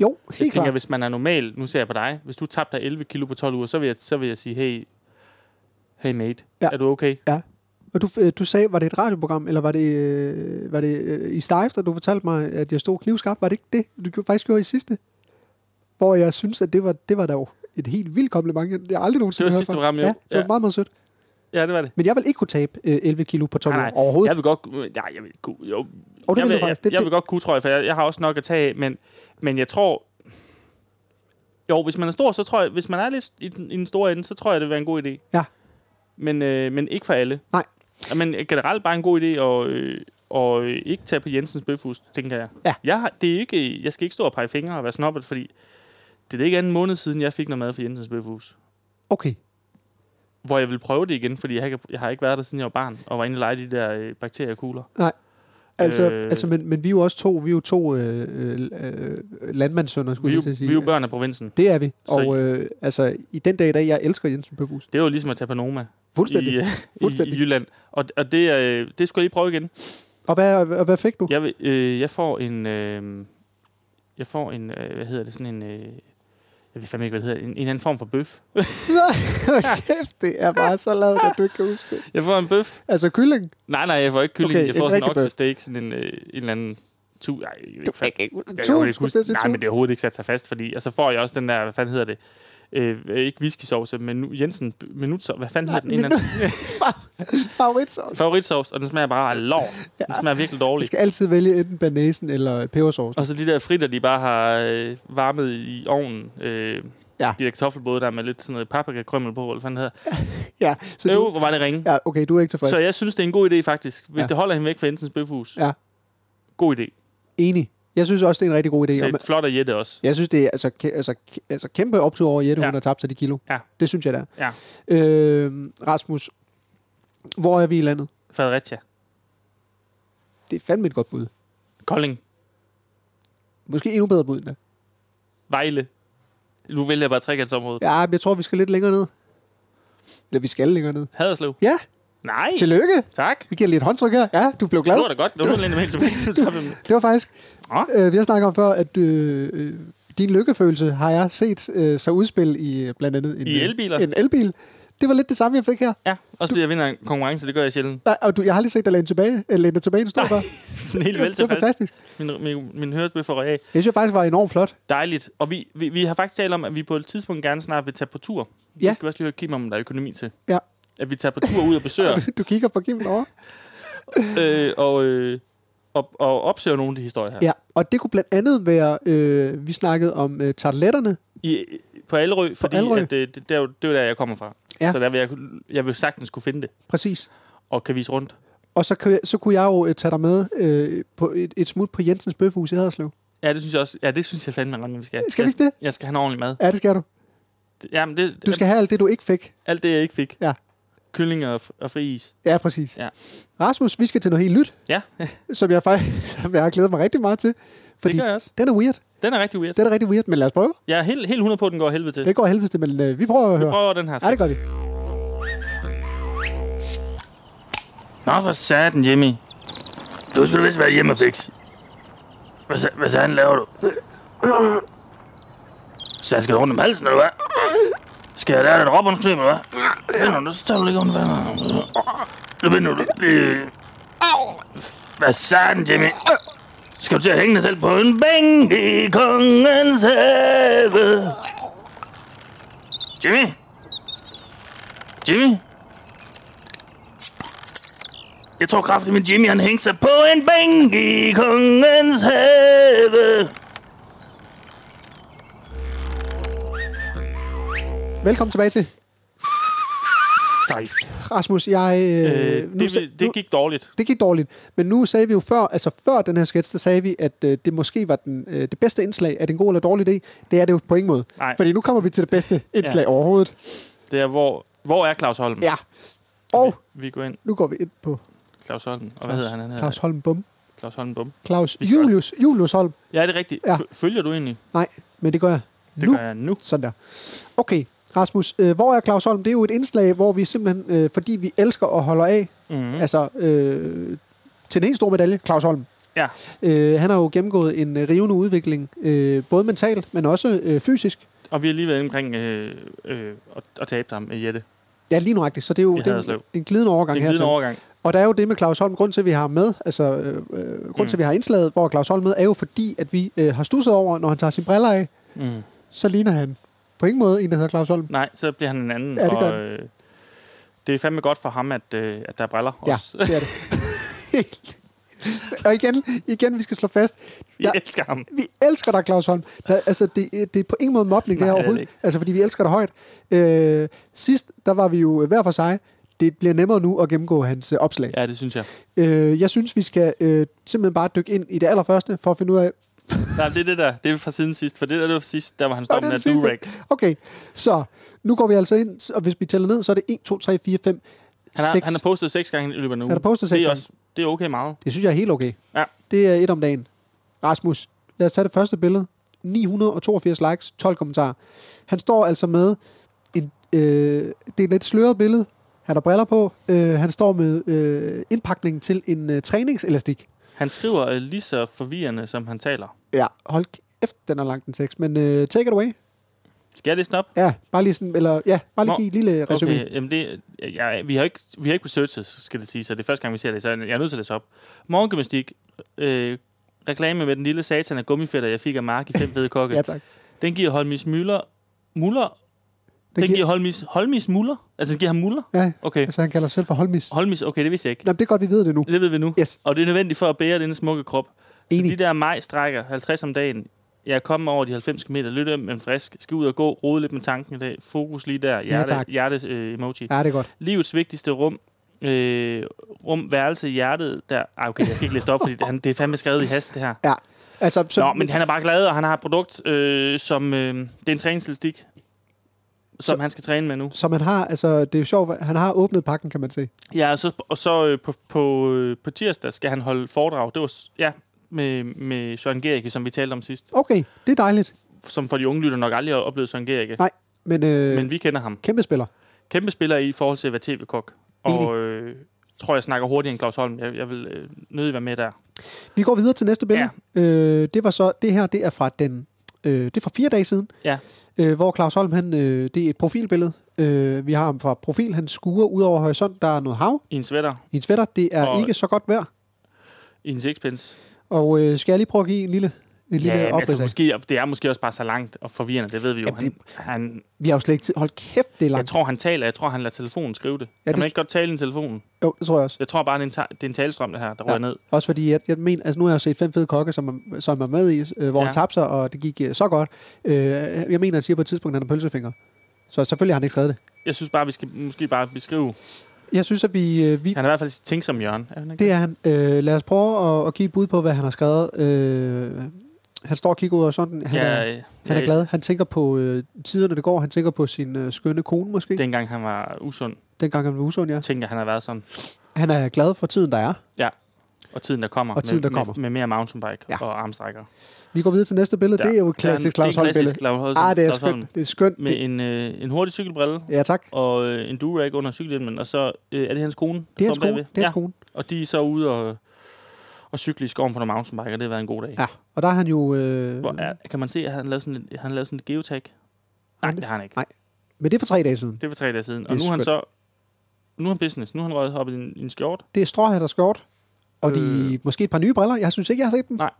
Speaker 3: Jo,
Speaker 2: Jeg
Speaker 3: helt
Speaker 2: tænker,
Speaker 3: klart.
Speaker 2: hvis man er normal, nu ser jeg på dig, hvis du tabte dig 11 kilo på 12 uger, så vil jeg, så vil jeg sige, hey, hey mate,
Speaker 3: Ja.
Speaker 2: ja. er du okay?
Speaker 3: Og du, øh, du sagde, var det et radioprogram, eller var det, øh, var det øh, i Stifter, du fortalte mig, at jeg stod knivskarp? Var det ikke det, du gjorde- faktisk gjorde i sidste? Hvor jeg synes, at det var, det var da jo et helt vildt kompliment. Jeg, jeg har aldrig nogensinde
Speaker 2: Det var
Speaker 3: hørt
Speaker 2: sidste
Speaker 3: fra.
Speaker 2: program, jo.
Speaker 3: Ja, det var
Speaker 2: Ja.
Speaker 3: meget, meget sødt.
Speaker 2: Ja, det var det.
Speaker 3: Men jeg vil ikke kunne tabe øh, 11 kilo på 12 år overhovedet.
Speaker 2: Jeg vil godt... Nej, jeg vil kunne... Jo.
Speaker 3: Og
Speaker 2: jeg,
Speaker 3: det vil
Speaker 2: vil,
Speaker 3: du faktisk.
Speaker 2: jeg,
Speaker 3: Det,
Speaker 2: jeg
Speaker 3: det,
Speaker 2: vil godt kunne, tror jeg, for jeg, jeg har også nok at tage af, men, men jeg tror... Jo, hvis man er stor, så tror jeg... Hvis man er lidt i den, i den store ende, så tror jeg, det vil være en god idé.
Speaker 3: Ja.
Speaker 2: Men, øh, men ikke for alle.
Speaker 3: Nej.
Speaker 2: Ja, Men generelt bare en god idé at... Øh, og øh, ikke tage på Jensens bøfhus, tænker jeg.
Speaker 3: Ja.
Speaker 2: Jeg, har, det er ikke, jeg skal ikke stå og pege fingre og være snobbet, fordi det er ikke anden måned siden, jeg fik noget mad fra Jensens bøfhus.
Speaker 3: Okay.
Speaker 2: Hvor jeg vil prøve det igen, fordi jeg, ikke, jeg har ikke været der, siden jeg var barn, og var inde og lege de der øh, bakteriekugler.
Speaker 3: Altså, øh,
Speaker 2: Øh.
Speaker 3: altså men, men vi er jo også to, vi er jo to øh, øh, øh, landmandssønner, skulle
Speaker 2: Vi,
Speaker 3: jeg
Speaker 2: er
Speaker 3: lige til
Speaker 2: jo-
Speaker 3: at
Speaker 2: vi
Speaker 3: sige.
Speaker 2: er jo børn af provinsen.
Speaker 3: det er vi.
Speaker 2: Så-
Speaker 3: Og øh, altså, i den dag i dag, jeg elsker Jensen Bøfhus.
Speaker 2: Det er jo ligesom at tage på Noma
Speaker 3: Fuldstændig.
Speaker 2: i, øh, i,
Speaker 3: Fuldstændig.
Speaker 2: i Jylland. Og, og det, øh, det skulle jeg lige prøve igen.
Speaker 3: Og hvad, og hvad fik du?
Speaker 2: Jeg, vil- øh, jeg får en... Øh, jeg får en... Øh, hvad hedder det? Sådan en... Øh, jeg ved fandme ikke, hvad det hedder. En, en eller anden form for bøf.
Speaker 3: Kæft, det er bare så lavet, at du ikke kan huske det.
Speaker 2: Jeg får en bøf.
Speaker 3: Altså, kylling.
Speaker 2: Nej, nej, jeg får ikke kylling.
Speaker 3: Okay,
Speaker 2: Okay, jeg
Speaker 3: en
Speaker 2: får sådan en
Speaker 3: rigtig bøf.
Speaker 2: oksesteak. Sådan en, øh, en eller anden... Tu, nej, jeg, ved ikke, fandme-
Speaker 3: ikke.
Speaker 2: jeg kan
Speaker 3: Tun,
Speaker 2: overhovedet ikke
Speaker 3: skulle jeg
Speaker 2: huske.
Speaker 3: sige
Speaker 2: Nej, men det har overhovedet ikke sat sig fast, fordi... Og så får jeg også den der... Hvad fanden hedder det? Øh, ikke whiskysauce, men nu, Jensen minutsov. Hvad fanden hedder den? En eller anden
Speaker 3: Favoritsovs.
Speaker 2: favoritsauce, og den smager bare af lår. Den smager virkelig
Speaker 3: Vi
Speaker 2: dårligt.
Speaker 3: skal altid vælge enten banæsen eller pebersovsen.
Speaker 2: Og så de der fritter, de bare har øh, varmet i ovnen. Øh,
Speaker 3: Ja.
Speaker 2: ja. De der kartoffelbåde der med lidt sådan noget paprikakrømmel på, eller hvad fanden hedder.
Speaker 3: Ja, så
Speaker 2: Så
Speaker 3: du,
Speaker 2: Øv, hvor var det ringe. Ja,
Speaker 3: ja, okay, du er ikke tilfreds.
Speaker 2: så jeg synes, det er en god idé faktisk. Hvis
Speaker 3: Ja.
Speaker 2: ja. det holder hende væk fra Jensens bøfhus.
Speaker 3: Ja.
Speaker 2: God idé.
Speaker 3: Enig. Jeg synes også, det er en rigtig god idé.
Speaker 2: Det
Speaker 3: Og man-
Speaker 2: er flot af Jette også.
Speaker 3: Jeg synes, det er altså, kæ- altså, kæ- altså kæmpe optur over, at Jette, ja.
Speaker 2: Ja.
Speaker 3: hun har tabt sig de kilo.
Speaker 2: Ja.
Speaker 3: Det synes jeg, det er.
Speaker 2: Ja.
Speaker 3: Øh, Rasmus, hvor er vi i landet?
Speaker 2: Fredericia.
Speaker 3: Det er fandme et godt bud.
Speaker 2: Kolding.
Speaker 3: Måske endnu bedre bud end det.
Speaker 2: Vejle. Nu vælger jeg bare trekantsområdet. Ja.
Speaker 3: Ja, men jeg tror, vi skal lidt længere ned. Eller vi skal længere ned.
Speaker 2: Haderslev.
Speaker 3: Ja,
Speaker 2: Nej.
Speaker 3: tillykke.
Speaker 2: Tak.
Speaker 3: Vi giver lige et håndtryk her. Ja, du blev glad.
Speaker 2: Det Ah. var da godt. Nu er du lidt helt tilbage. Nu tager vi dem.
Speaker 3: Det var faktisk...
Speaker 2: Nå.
Speaker 3: Øh, vi har snakket om før, at øh, øh, din lykkefølelse har jeg set øh, så udspil i øh, blandt andet en,
Speaker 2: I elbiler.
Speaker 3: en elbil. Det var lidt det samme, jeg fik her.
Speaker 2: Ja, også det, jeg vinder en konkurrence, det gør jeg sjældent.
Speaker 3: Nej, og du, jeg har aldrig set dig læne tilbage, øh, læne dig tilbage en stol før.
Speaker 2: Sådan helt vel
Speaker 3: Det var
Speaker 2: tilfreds.
Speaker 3: fantastisk.
Speaker 2: Min, min, min hørebøf for af.
Speaker 3: Jeg synes jeg faktisk var enormt flot.
Speaker 2: Dejligt. Og vi, vi, vi har faktisk talt om, at vi på et tidspunkt gerne snart vil tage på tur. Ja.
Speaker 3: Ja.
Speaker 2: Det skal vi også lige høre Kim om, der er økonomi til.
Speaker 3: Ja.
Speaker 2: At vi tager på tur ud og besøger,
Speaker 3: Du, du kigger på Kim over.
Speaker 2: øh, og, øh, og, og opsøger nogle af de historier her.
Speaker 3: Ja, og det kunne blandt andet være, øh, vi snakkede om øh, tartletterne.
Speaker 2: I, på Allerø, fordi
Speaker 3: Allerød.
Speaker 2: At, øh, det, det, er jo, det er jo der, jeg kommer fra.
Speaker 3: Ja.
Speaker 2: Så der vil jeg, kunne- jeg vil sagtens kunne finde det,
Speaker 3: Præcis.
Speaker 2: og kan vise rundt.
Speaker 3: Og så, kan- så kunne jeg jo øh, tage dig med øh, på et, et smut på Jensens Bøfhus i Haderslev.
Speaker 2: Ja, det synes jeg også. Ja, det synes jeg fandme godt, vi skal.
Speaker 3: Skal vi ikke det?
Speaker 2: Jeg, jeg skal have en ordentlig mad.
Speaker 3: Ja, det skal du.
Speaker 2: Jamen, det,
Speaker 3: Du skal have alt det, du ikke fik.
Speaker 2: alt det, jeg ikke fik.
Speaker 3: Ja.
Speaker 2: Kylling og, f- og fri is.
Speaker 3: Ja, præcis.
Speaker 2: Ja.
Speaker 3: Rasmus, vi skal til noget helt nyt,
Speaker 2: Ja,
Speaker 3: som jeg faktisk som jeg har glædet mig rigtig meget til. Fordi
Speaker 2: det gør jeg også.
Speaker 3: den er weird.
Speaker 2: Den er rigtig weird.
Speaker 3: Den er rigtig weird, men lad os prøve.
Speaker 2: Jeg er helt, helt 100 på, at den går af helvede til.
Speaker 3: Det går af helvede, til, men øh, vi prøver at høre.
Speaker 2: Prøv over den her.
Speaker 3: Ja, det gør vi.
Speaker 2: Nå for satan, Jimmy. Du skulle vist være hjemme og fikse. Hvad, sa- hvad satan laver du? Så jeg skal rundt om halsen, eller hvad? Skal jeg lære dig et råbundsnøb, eller hvad? Binder du, så tager du lige rundt fanden. Nu binder du lige. Hvad satan, Jimmy? Skal du til at hænge dig selv på en bænk i kongens have? Jimmy? Jimmy? Jeg tror kraftigt, min Jimmy han hængte sig på en bænk i kongens have.
Speaker 3: Velkommen tilbage til.
Speaker 2: Stejf.
Speaker 3: Rasmus, jeg... Øh,
Speaker 2: Øh,
Speaker 3: nu sa-
Speaker 2: det,
Speaker 3: nu-
Speaker 2: det gik dårligt.
Speaker 3: det gik dårligt. Men nu sagde vi jo før, altså før den her sketch, der sagde vi, at øh, det måske var den, øh, det bedste indslag. Er det en god eller dårlig idé? Det er det jo på ingen måde.
Speaker 2: Nej. Mm.
Speaker 3: Fordi nu kommer vi til det bedste indslag ja. overhovedet.
Speaker 2: Det er, hvor, hvor er Claus Holm?
Speaker 3: Ja. Og
Speaker 2: Vi går ind.
Speaker 3: nu går vi ind på
Speaker 2: Claus Holm. Og hvad hedder han? han hedder
Speaker 3: Claus Holm Bum.
Speaker 2: Claus Holm Bum.
Speaker 3: Claus
Speaker 2: Vi skal også-
Speaker 3: Julius, Julius Holm.
Speaker 2: Ja, det er rigtigt.
Speaker 3: Ja.
Speaker 2: Ja. Følger du egentlig?
Speaker 3: Nej, men det gør jeg
Speaker 2: Det
Speaker 3: nu.
Speaker 2: gør jeg nu.
Speaker 3: Sådan der. Okay, Rasmus, øh, hvor er Claus Holm? Det er jo et indslag, hvor vi simpelthen, øh, fordi vi elsker og holder af,
Speaker 2: Mm-hmm.
Speaker 3: mm. altså øh, til den helt store medalje, Claus Holm.
Speaker 2: Ja.
Speaker 3: Øh, han har jo gennemgået en øh, rivende udvikling, øh, både mentalt, men også øh, fysisk.
Speaker 2: Og vi har lige været inde omkring øh, øh, at, at tabe ham med Jette.
Speaker 3: Ja, lige nøjagtigt, så det er jo
Speaker 2: I
Speaker 3: det er en,
Speaker 2: Haderslev.
Speaker 3: en glidende
Speaker 2: Det er
Speaker 3: overgang
Speaker 2: en glidende
Speaker 3: her.
Speaker 2: overgang.
Speaker 3: Og der er jo det med Claus Holm, grund til, at vi har ham med, altså øh, øh, grund
Speaker 2: Mm.
Speaker 3: til, at vi har indslaget, hvor Claus Holm er med, er jo fordi, at vi øh, har stusset over, når han tager sine briller af,
Speaker 2: Mm.
Speaker 3: så ligner han på ingen måde en, der hedder Claus Holm.
Speaker 2: Nej, så bliver han en anden.
Speaker 3: Ja, det gør
Speaker 2: og, øh, det er fandme godt for ham, at, øh, at der er briller
Speaker 3: Ja,
Speaker 2: også.
Speaker 3: det er det. og igen, igen, vi skal slå fast.
Speaker 2: Jeg
Speaker 3: Der,
Speaker 2: elsker ham.
Speaker 3: vi elsker dig, Claus Holm. Der, altså, det, det er på ingen måde mobning, det her
Speaker 2: Nej, det er det
Speaker 3: overhovedet. Altså, fordi vi elsker dig højt. Øh, sidst, der var vi jo øh, hver for sig. Det bliver nemmere nu at gennemgå hans øh, opslag.
Speaker 2: Ja, det synes jeg.
Speaker 3: Øh, jeg synes, vi skal øh, simpelthen bare dykke ind i det allerførste, for at finde ud af...
Speaker 2: Nej, det er det der. Det er fra siden sidst. For det der, det var fra sidst, der var han
Speaker 3: Nå, det
Speaker 2: stoppet
Speaker 3: er
Speaker 2: med
Speaker 3: det sidste.
Speaker 2: Durek.
Speaker 3: Okay, så nu går vi altså ind, og hvis vi tæller ned, så er det 1, 2, 3, 4, 5,
Speaker 2: Han har,
Speaker 3: 6.
Speaker 2: han har postet seks gange i løbet af en uge.
Speaker 3: Han har postet seks
Speaker 2: det er
Speaker 3: gange.
Speaker 2: Også, det er okay meget.
Speaker 3: Det synes jeg er helt okay.
Speaker 2: Ja.
Speaker 3: Det er et om dagen. Rasmus, lad os tage det første billede. 982 likes, 12 kommentarer. Han står altså med en, øh, det er et lidt sløret billede. Han har briller på. Øh, han står med øh, indpakningen til en øh, træningselastik.
Speaker 2: Han skriver øh, lige så forvirrende, som han taler.
Speaker 3: Ja, hold kæft, den er langt den tekst. Men øh, take it away.
Speaker 2: Skal jeg læse den op?
Speaker 3: Ja, bare lige, sådan, eller, ja, bare lige
Speaker 2: Nå,
Speaker 3: give et lille resume.
Speaker 2: Okay, jamen det, ja, vi, har ikke, vi har ikke researchet, skal det sige, så det er første gang, vi ser det, så jeg er nødt til at læse op. Morgengymnastik, øh, reklame med den lille satan af gummifætter, jeg fik af Mark i fem fede kokke.
Speaker 3: Ja, tak.
Speaker 2: Den giver Holmis Møller, Muller, den,
Speaker 3: giver-
Speaker 2: giver Holmis, Holmis Muller, altså den giver ham Muller.
Speaker 3: Ja,
Speaker 2: Okay,
Speaker 3: altså han kalder sig selv for Holmis.
Speaker 2: Holmis, okay, det vidste jeg ikke.
Speaker 3: Jamen, det er godt, vi ved det nu.
Speaker 2: Det ved vi nu.
Speaker 3: Yes.
Speaker 2: Og det er nødvendigt for at bære denne smukke krop.
Speaker 3: Enig.
Speaker 2: Så de der majstrækker, 50 om dagen, jeg er kommet over de 90 km, lytter men frisk, skal ud og gå, rode lidt med tanken i dag, fokus lige der, hjerte,
Speaker 3: tak.
Speaker 2: hjerte øh, emoji. Ja.
Speaker 3: Ja, det er godt.
Speaker 2: Livets vigtigste rum, øh, rum, værelse, hjertet, der... Ej, okay, jeg skal ikke læse det op, fordi han, det er fandme skrevet i hast, det her.
Speaker 3: Ja. Altså, så,
Speaker 2: Nå, men han er bare glad, og han har et produkt, øh, som... Øh, det er en træningselastik, som
Speaker 3: Så-
Speaker 2: han skal træne med nu.
Speaker 3: så man har, altså, det er jo sjovt, han har åbnet pakken, kan man se.
Speaker 2: Ja, og så, og så øh, på, på, øh, på tirsdag skal han holde foredrag. Det var s- ja, med, med Søren Gericke, som vi talte om sidst.
Speaker 3: Okay, det er dejligt.
Speaker 2: Som for de unge lytter nok aldrig har oplevet Søren Gericke.
Speaker 3: Nej, men, øh,
Speaker 2: Men vi kender ham.
Speaker 3: kæmpe spiller.
Speaker 2: Kæmpe spiller i forhold til at være tv-kok.
Speaker 3: Enig.
Speaker 2: Og øh, tror, jeg snakker hurtigere end Claus Holm. Jeg, jeg vil øh, nødig være med der.
Speaker 3: Vi går videre til næste billede. Ja. Øh, det var så, det her, det er fra den, øh, det er fra fire dage siden,
Speaker 2: Ja,
Speaker 3: øh, hvor Claus Holm, han, øh, det er et profilbillede. Øh, vi har ham fra profil, han skuer ud over horisont, der er noget hav
Speaker 2: i en sweater,
Speaker 3: i en sweater. Det er og...
Speaker 2: Og-
Speaker 3: ikke så godt vejr.
Speaker 2: i en sixpence.
Speaker 3: Og øh, skal jeg lige prøve at give en lille, en lille
Speaker 2: Ja, men altså,
Speaker 3: opridsning?
Speaker 2: måske, det er måske også bare så langt og forvirrende, det ved vi jo.
Speaker 3: Jamen,
Speaker 2: Han,
Speaker 3: det-
Speaker 2: han,
Speaker 3: Vi har jo slet ikke tid. Hold kæft, det er
Speaker 2: jeg
Speaker 3: langt.
Speaker 2: tror, han taler. Jeg tror, han lader telefonen skrive det. Ja, kan
Speaker 3: det-
Speaker 2: man ikke godt tale i telefonen?
Speaker 3: Jo, det tror jeg også.
Speaker 2: Jeg tror bare, det er en, ta- det er en talestrøm, det her, der ja. rører ned.
Speaker 3: Også fordi, jeg, jeg mener, altså nu har jeg jo set fem fede kokke, som, er- som er med i, øh, hvor
Speaker 2: Ja.
Speaker 3: ja. han tabte sig, og det gik øh, så godt. Øh, jeg mener, han siger på et tidspunkt, at han har pølsefinger. Så selvfølgelig har han ikke skrevet det.
Speaker 2: jeg synes bare, vi skal måske bare beskrive...
Speaker 3: Jeg synes, at vi... øh, vi
Speaker 2: Han er i hvert fald tænkt som Jørgen. Er han ikke?
Speaker 3: det er han. Øh, lad os prøve at, at give et bud på, hvad han har skrevet. Øh, han står og kigger ud og sådan. Han, er,
Speaker 2: ja, øh,
Speaker 3: han er glad. Han tænker på øh, tiderne, det går. Han tænker på sin øh, skønne kone måske. Den.
Speaker 2: Dengang han var usund,
Speaker 3: Dengang han var usund, ja.
Speaker 2: tænker jeg, han har været sådan.
Speaker 3: Han er glad for tiden, der er.
Speaker 2: Ja, og tiden, der kommer.
Speaker 3: Og tiden, der
Speaker 2: med,
Speaker 3: kommer.
Speaker 2: Med, med mere mountainbike
Speaker 3: Ja.
Speaker 2: ja. og armstrækker.
Speaker 3: Vi går videre til næste billede.
Speaker 2: Der.
Speaker 3: Det er jo et
Speaker 2: Det er en-
Speaker 3: klassisk
Speaker 2: det er en
Speaker 3: Claus Holm billede.
Speaker 2: klassisk Claus Holm-
Speaker 3: Ah, det er
Speaker 2: Claus Holm.
Speaker 3: skønt. Det er skønt.
Speaker 2: Med
Speaker 3: Det,
Speaker 2: en, øh, en hurtig cykelbrille
Speaker 3: ja, tak.
Speaker 2: og øh, en durag under cykelhjelmen, og så øh, er det hans kone. der
Speaker 3: Det er hans
Speaker 2: står bagved.
Speaker 3: kone. Det er hans kone.
Speaker 2: Og de er så ude og, og cykle i skoven for nogle mountainbiker. Det har været en god dag.
Speaker 3: Ja, og der er han jo... Øh,
Speaker 2: Hvor, er, kan man se, at han lavede sådan, et- han lavede sådan et geotag? Nej,
Speaker 3: det?
Speaker 2: det har han ikke.
Speaker 3: Nej. men det er for tre dage siden.
Speaker 2: Det var tre dage siden.
Speaker 3: Det
Speaker 2: Og
Speaker 3: er
Speaker 2: nu er han
Speaker 3: skønt.
Speaker 2: så... Nu er han business. Nu er han røget op i en, i en skjort.
Speaker 3: Det er stråhat og skjort, og de
Speaker 2: Øh.
Speaker 3: måske et par nye briller. Jeg synes ikke, jeg har set dem.
Speaker 2: Nej.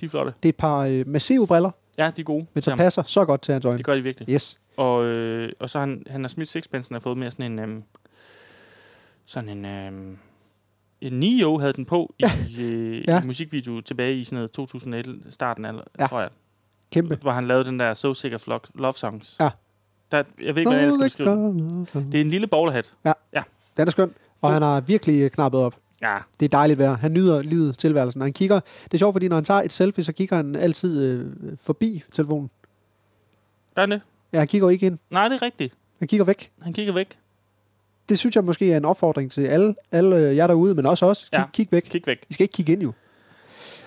Speaker 2: De er flotte.
Speaker 3: Det er et par øh, massive briller,
Speaker 2: Ja, de er gode. til
Speaker 3: men som
Speaker 2: ham.
Speaker 3: passer så godt til hans øjne.
Speaker 2: Det gør de virkelig.
Speaker 3: Yes.
Speaker 2: Og, øh, og så har han, han har smidt sixpensen og har fået mere sådan en... Øhm, sådan en... Øhm, en Nio havde den på i, øh,
Speaker 3: Ja.
Speaker 2: ja. i musikvideo tilbage i sådan noget 2011, starten af,
Speaker 3: Ja.
Speaker 2: ja. tror jeg.
Speaker 3: Kæmpe.
Speaker 2: Hvor han lavede den der So Sick of Lo- Love Songs.
Speaker 3: Ja.
Speaker 2: Der, jeg ved ikke, hvordan jeg skal beskrive den. Det er en lille bowlerhat.
Speaker 3: Den er skøn, og han har virkelig øh, knappet op.
Speaker 2: Ja,
Speaker 3: Det er dejligt vejr. Han nyder livet, tilværelsen. Og han kigger, det er sjovt, fordi når han tager et selfie, så kigger han altid øh, forbi telefonen.
Speaker 2: gør han det?
Speaker 3: Ja, han kigger jo ikke ind.
Speaker 2: Nej, det er rigtigt.
Speaker 3: Han kigger væk.
Speaker 2: Han kigger væk.
Speaker 3: Det synes jeg måske er en opfordring til alle, alle øh, jer derude, men også os. Kig, ja.
Speaker 2: Ja.
Speaker 3: kig væk.
Speaker 2: Kig væk.
Speaker 3: I skal ikke kigge ind jo.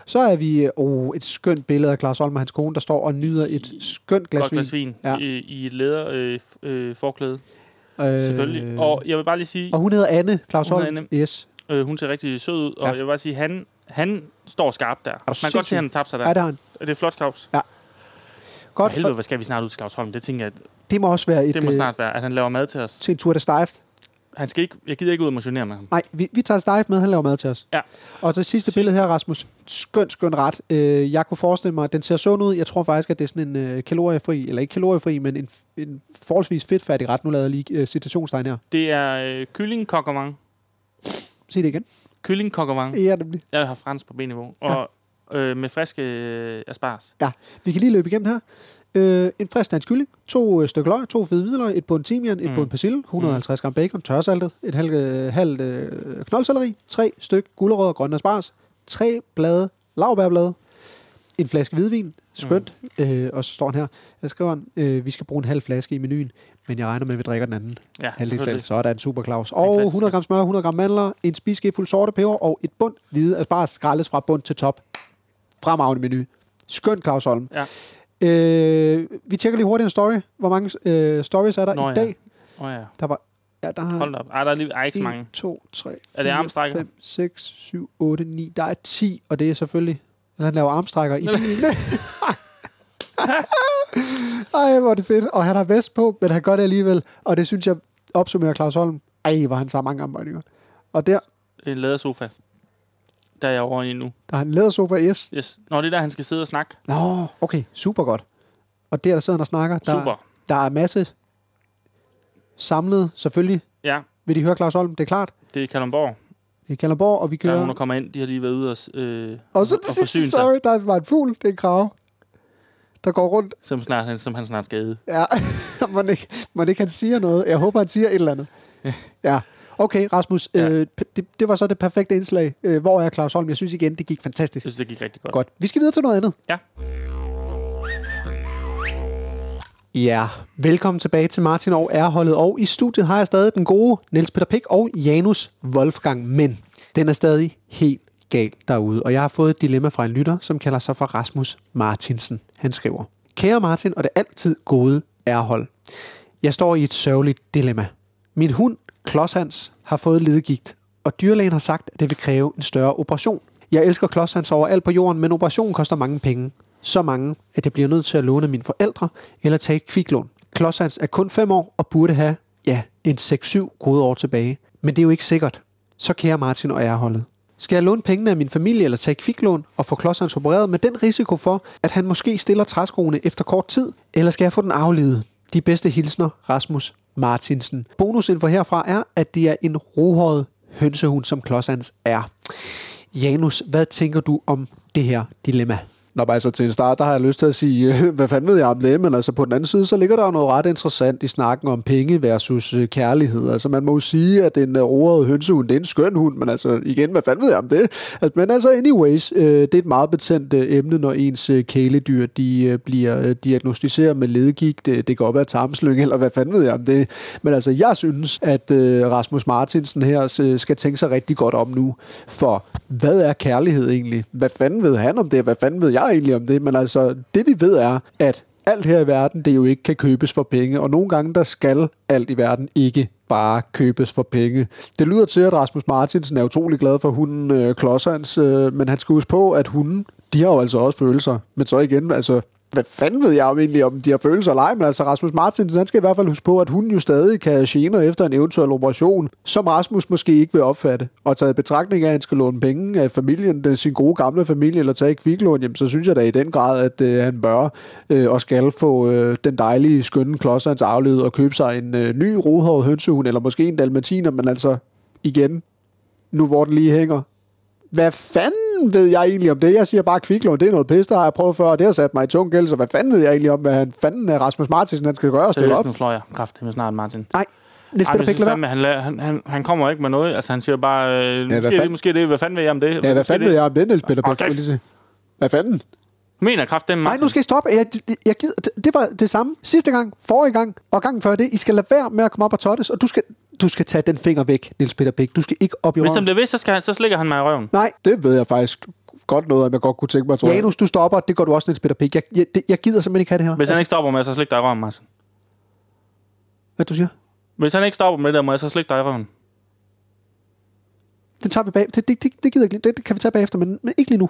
Speaker 3: Så er vi, øh, oh, et skønt billede af Claus Holm og hans kone, der står og nyder et skønt glas
Speaker 2: Godt
Speaker 3: vin.
Speaker 2: glas vin.
Speaker 3: Ja.
Speaker 2: Ja. I, I et læder øh, f- øh, forklæde,
Speaker 3: Øh,
Speaker 2: øh, selvfølgelig. Og jeg vil bare lige sige,
Speaker 3: og hun hedder Anne, Claus
Speaker 2: Hun
Speaker 3: Holm.
Speaker 2: hedder
Speaker 3: Yes.
Speaker 2: øh, hun ser rigtig sød ud, og
Speaker 3: Ja.
Speaker 2: ja. jeg vil bare sige, han, han står skarpt der. Man kan
Speaker 3: sindssyg?
Speaker 2: godt se, at han tabte sig der.
Speaker 3: Ja, det har han.
Speaker 2: Det er flot, Claus. For
Speaker 3: Godt.
Speaker 2: helvede, hvor skal vi snart ud til Claus Holm? Det tænker jeg, at
Speaker 3: og Det må også være et,
Speaker 2: det må
Speaker 3: øh,
Speaker 2: snart være, at han laver mad til os.
Speaker 3: til en tur til Steift.
Speaker 2: Han skal ikke, jeg gider ikke ud og motionere med ham.
Speaker 3: Nej, vi, vi tager Steift med, han laver mad til os.
Speaker 2: Ja.
Speaker 3: Og det sidste billede her, Rasmus. Skøn, skøn ret. Øh, jeg kunne forestille mig, at den ser sund ud. Jeg tror faktisk, at det er sådan en øh, kaloriefri, eller ikke kaloriefri, men en, en forholdsvis fedtfattig ret. Nu lader jeg lige øh, citationstegn her.
Speaker 2: Det er øh, kyllingkonkurrent.
Speaker 3: Se det igen.
Speaker 2: Kyllingkonkurrent.
Speaker 3: Ja, nemlig.
Speaker 2: Jeg har fransk på B-niveau. Og øh, med friske øh, aspars.
Speaker 3: Ja, vi kan lige løbe igennem her. Øh, en frisk dansk kylling, to øh, stykker løg, to fede hvidløg, et bund timian, et mm. bund persille, 150 gram bacon, tørsaltet, et halvt øh, halvt, øh, knoldselleri, tre styk gulerødder, grønne asparges, tre blade lavbærblade, en flaske hvidvin, skønt, mm. øh, og så står han her, jeg skriver han, øh, vi skal bruge en halv flaske i menuen, men jeg regner med, at vi drikker den anden.
Speaker 2: Ja,
Speaker 3: Halvdel
Speaker 2: selvfølgelig.
Speaker 3: så er der en super Claus.
Speaker 2: Den
Speaker 3: Og
Speaker 2: klassiske.
Speaker 3: 100 gram smør, 100 gram mandler, en spiskefuld sorte peber og et bund hvide asparges skrælles fra bund til top. Fremragende menu. Skønt, Claus Holm.
Speaker 2: Ja.
Speaker 3: Øh, vi tjekker lige hurtigt en story. Hvor mange øh, stories er der
Speaker 2: Nå
Speaker 3: i
Speaker 2: ja.
Speaker 3: dag?
Speaker 2: Åh oh, ja.
Speaker 3: Der var... Ja, der har
Speaker 2: Hold da op. Ej, der er lige ej, ikke så
Speaker 3: 1,
Speaker 2: mange.
Speaker 3: 2, 3,
Speaker 2: det
Speaker 3: 4,
Speaker 2: armstrækker?
Speaker 3: 5, 6, 7, 8, 9. Der er 10, og det er selvfølgelig... Eller han laver armstrækker i bilen. Ej, hvor er det fedt. Og han har vest på, men han gør det alligevel. Og det synes jeg opsummerer Claus Holm. Ej, hvor han tager mange armbøjninger. Og der,
Speaker 2: En lædersofa. Der er jeg over i nu.
Speaker 3: der har han lædersofa S.
Speaker 2: Yes. Nå, det er der, han skal sidde og snakke.
Speaker 3: Nå, okay, super godt. Og der, der sidder han og snakker. Der,
Speaker 2: Super.
Speaker 3: Der er masse samlet, selvfølgelig.
Speaker 2: Ja,
Speaker 3: Vil de høre Claus Holm? Det er klart.
Speaker 2: det er Kalundborg.
Speaker 3: Det er Kalundborg, og vi
Speaker 2: Der er
Speaker 3: kører...
Speaker 2: nogen, der kommer ind. De har lige været ude og, s- øh,
Speaker 3: og så
Speaker 2: og
Speaker 3: til
Speaker 2: forsyne
Speaker 3: sidst,
Speaker 2: sig.
Speaker 3: sorry, der er bare en fugl. Det er en krave, der går rundt.
Speaker 2: som, snart, han- som han snart skal æde.
Speaker 3: Ja, man ikke, man ikke han siger noget. Jeg håber, han siger et eller andet. Ja, okay, Rasmus.
Speaker 2: Ja.
Speaker 3: Øh, p- det, det, var så det perfekte indslag. Øh, hvor er Claus Holm? Jeg synes igen, det gik fantastisk.
Speaker 2: Jeg synes, det gik rigtig godt.
Speaker 3: Godt. Vi skal videre til noget andet.
Speaker 2: Ja.
Speaker 3: Ja, velkommen tilbage til Martin og R-holdet. Og i studiet har jeg stadig den gode Niels Peter Pick og Janus Wolfgang. Men den er stadig helt galt derude. Og jeg har fået et dilemma fra en lytter, som kalder sig for Rasmus Martinsen. Han skriver, Kære Martin og det altid gode R-hold. Jeg står i et sørgeligt dilemma. Min hund, Klodshans, har fået ledegigt, og dyrlægen har sagt, at det vil kræve en større operation. Jeg elsker Klodshans overalt på jorden, men operationen koster mange penge. Så mange, at jeg bliver nødt til at låne af mine forældre eller tage et kviklån. Klodshans er kun 5 år og burde have, ja, en 6-7 gode år tilbage. Men det er jo ikke sikkert. Så kære Martin og ærholdet. Skal jeg låne pengene af min familie eller tage et kviklån og få Klodshans opereret med den risiko for, at han måske stiller træskoene efter kort tid, eller skal jeg få den aflivet? De bedste hilsner, Rasmus Martinsen. Bonusinfo herfra er, at det er en rohåret hønsehund, som Klodsans er. Janus, hvad tænker du om det her dilemma?
Speaker 4: Nå, men altså til en start, der har jeg lyst til at sige, hvad fanden ved jeg om det, men altså på den anden side, så ligger der jo noget ret interessant i snakken om penge versus øh, kærlighed. Altså man må jo sige, at en øh, roret hønsehund, det er en skøn hund, men altså igen, hvad fanden ved jeg om det? Altså, men altså anyways, øh, det er et meget betændt øh, emne, når ens øh, kæledyr, de øh, bliver øh, diagnostiseret med ledegigt, det, det kan godt være tarmslynge, eller hvad fanden ved jeg om det. Men altså jeg synes, at øh, Rasmus Martinsen her øh, skal tænke sig rigtig godt om nu, for hvad er kærlighed egentlig? Hvad fanden ved han om det, og hvad fanden ved jeg egentlig om det? Men altså, det vi ved er, at alt her i verden, det jo ikke kan købes for penge, og nogle gange, der skal alt i verden ikke bare købes for penge. Det lyder til, at Rasmus Martinsen er utrolig glad for hunden øh, Klodshands, øh, men han skal huske på, at hunden, de har jo altså også følelser. Men så igen, altså, hvad fanden ved jeg om egentlig, om de har følelser eller ej, men altså Rasmus Martinsen, han skal i hvert fald huske på, at hun jo stadig kan gene efter en eventuel operation, som Rasmus måske ikke vil opfatte. Og taget i betragtning af, at han skal låne penge af familien, den, sin gode gamle familie, eller tage et kviklån, jamen, så synes jeg da i den grad, at øh, han bør øh, og skal få øh, den dejlige, skønne klods af hans afled og købe sig en øh, ny rohåret hønsehund, eller måske en dalmatiner, men altså igen, nu hvor den lige hænger, hvad fanden ved jeg egentlig om det? Jeg siger bare, kviklån, det er noget pis, der har jeg prøvet før, og det har sat mig i tung gæld, så hvad fanden ved jeg egentlig om, hvad han fanden er Rasmus Martinsen, han skal gøre og
Speaker 2: Så
Speaker 4: stille op?
Speaker 2: nu slår jeg kraftedeme snart, Martin.
Speaker 3: Nej, Niels
Speaker 2: Ej, men
Speaker 3: Peter
Speaker 2: jeg synes
Speaker 3: Pæk, lad være.
Speaker 2: fandme, han, la- han, han, han kommer ikke med noget. Altså, han siger bare, øh, måske,
Speaker 4: hvad
Speaker 2: er det,
Speaker 4: fanden-
Speaker 2: måske er det, hvad fanden ved jeg om det?
Speaker 4: Ja, hvad
Speaker 2: Måske
Speaker 4: fanden
Speaker 2: er
Speaker 4: ved
Speaker 2: det?
Speaker 4: jeg om det, Niels Peter
Speaker 2: Hold
Speaker 4: Bæk?
Speaker 2: kæft.
Speaker 4: vil jeg sige. Hvad fanden?
Speaker 2: Mener kraftedeme,
Speaker 3: Nej,
Speaker 2: Martin?
Speaker 3: nu skal I stoppe. Jeg, jeg gider, det- det var det samme sidste gang, forrige gang og gangen før det. I skal lade være med at komme op og tottes, og du skal, du skal tage den finger væk, Niels Peter Bæk. Du skal ikke op i
Speaker 2: Hvis han
Speaker 3: røven.
Speaker 2: bliver ved, så, skal han, så slikker han mig i røven.
Speaker 3: Nej,
Speaker 4: Det ved jeg faktisk godt noget om, jeg godt kunne tænke mig, tror jeg.
Speaker 3: Janus, du stopper. Det går du også, Niels Peter Bæk. Jeg, jeg, det- jeg gider simpelthen ikke have det her.
Speaker 2: Hvis han ikke stopper med, så slik dig i røven, Martin.
Speaker 3: Altså, Hvad du siger?
Speaker 2: Hvis han ikke stopper med det der, må jeg så slikke dig i røven.
Speaker 3: Det tager vi bag. Det, det, det, det gider jeg ikke. lige. Det, det kan vi tage bagefter, men, men ikke lige nu.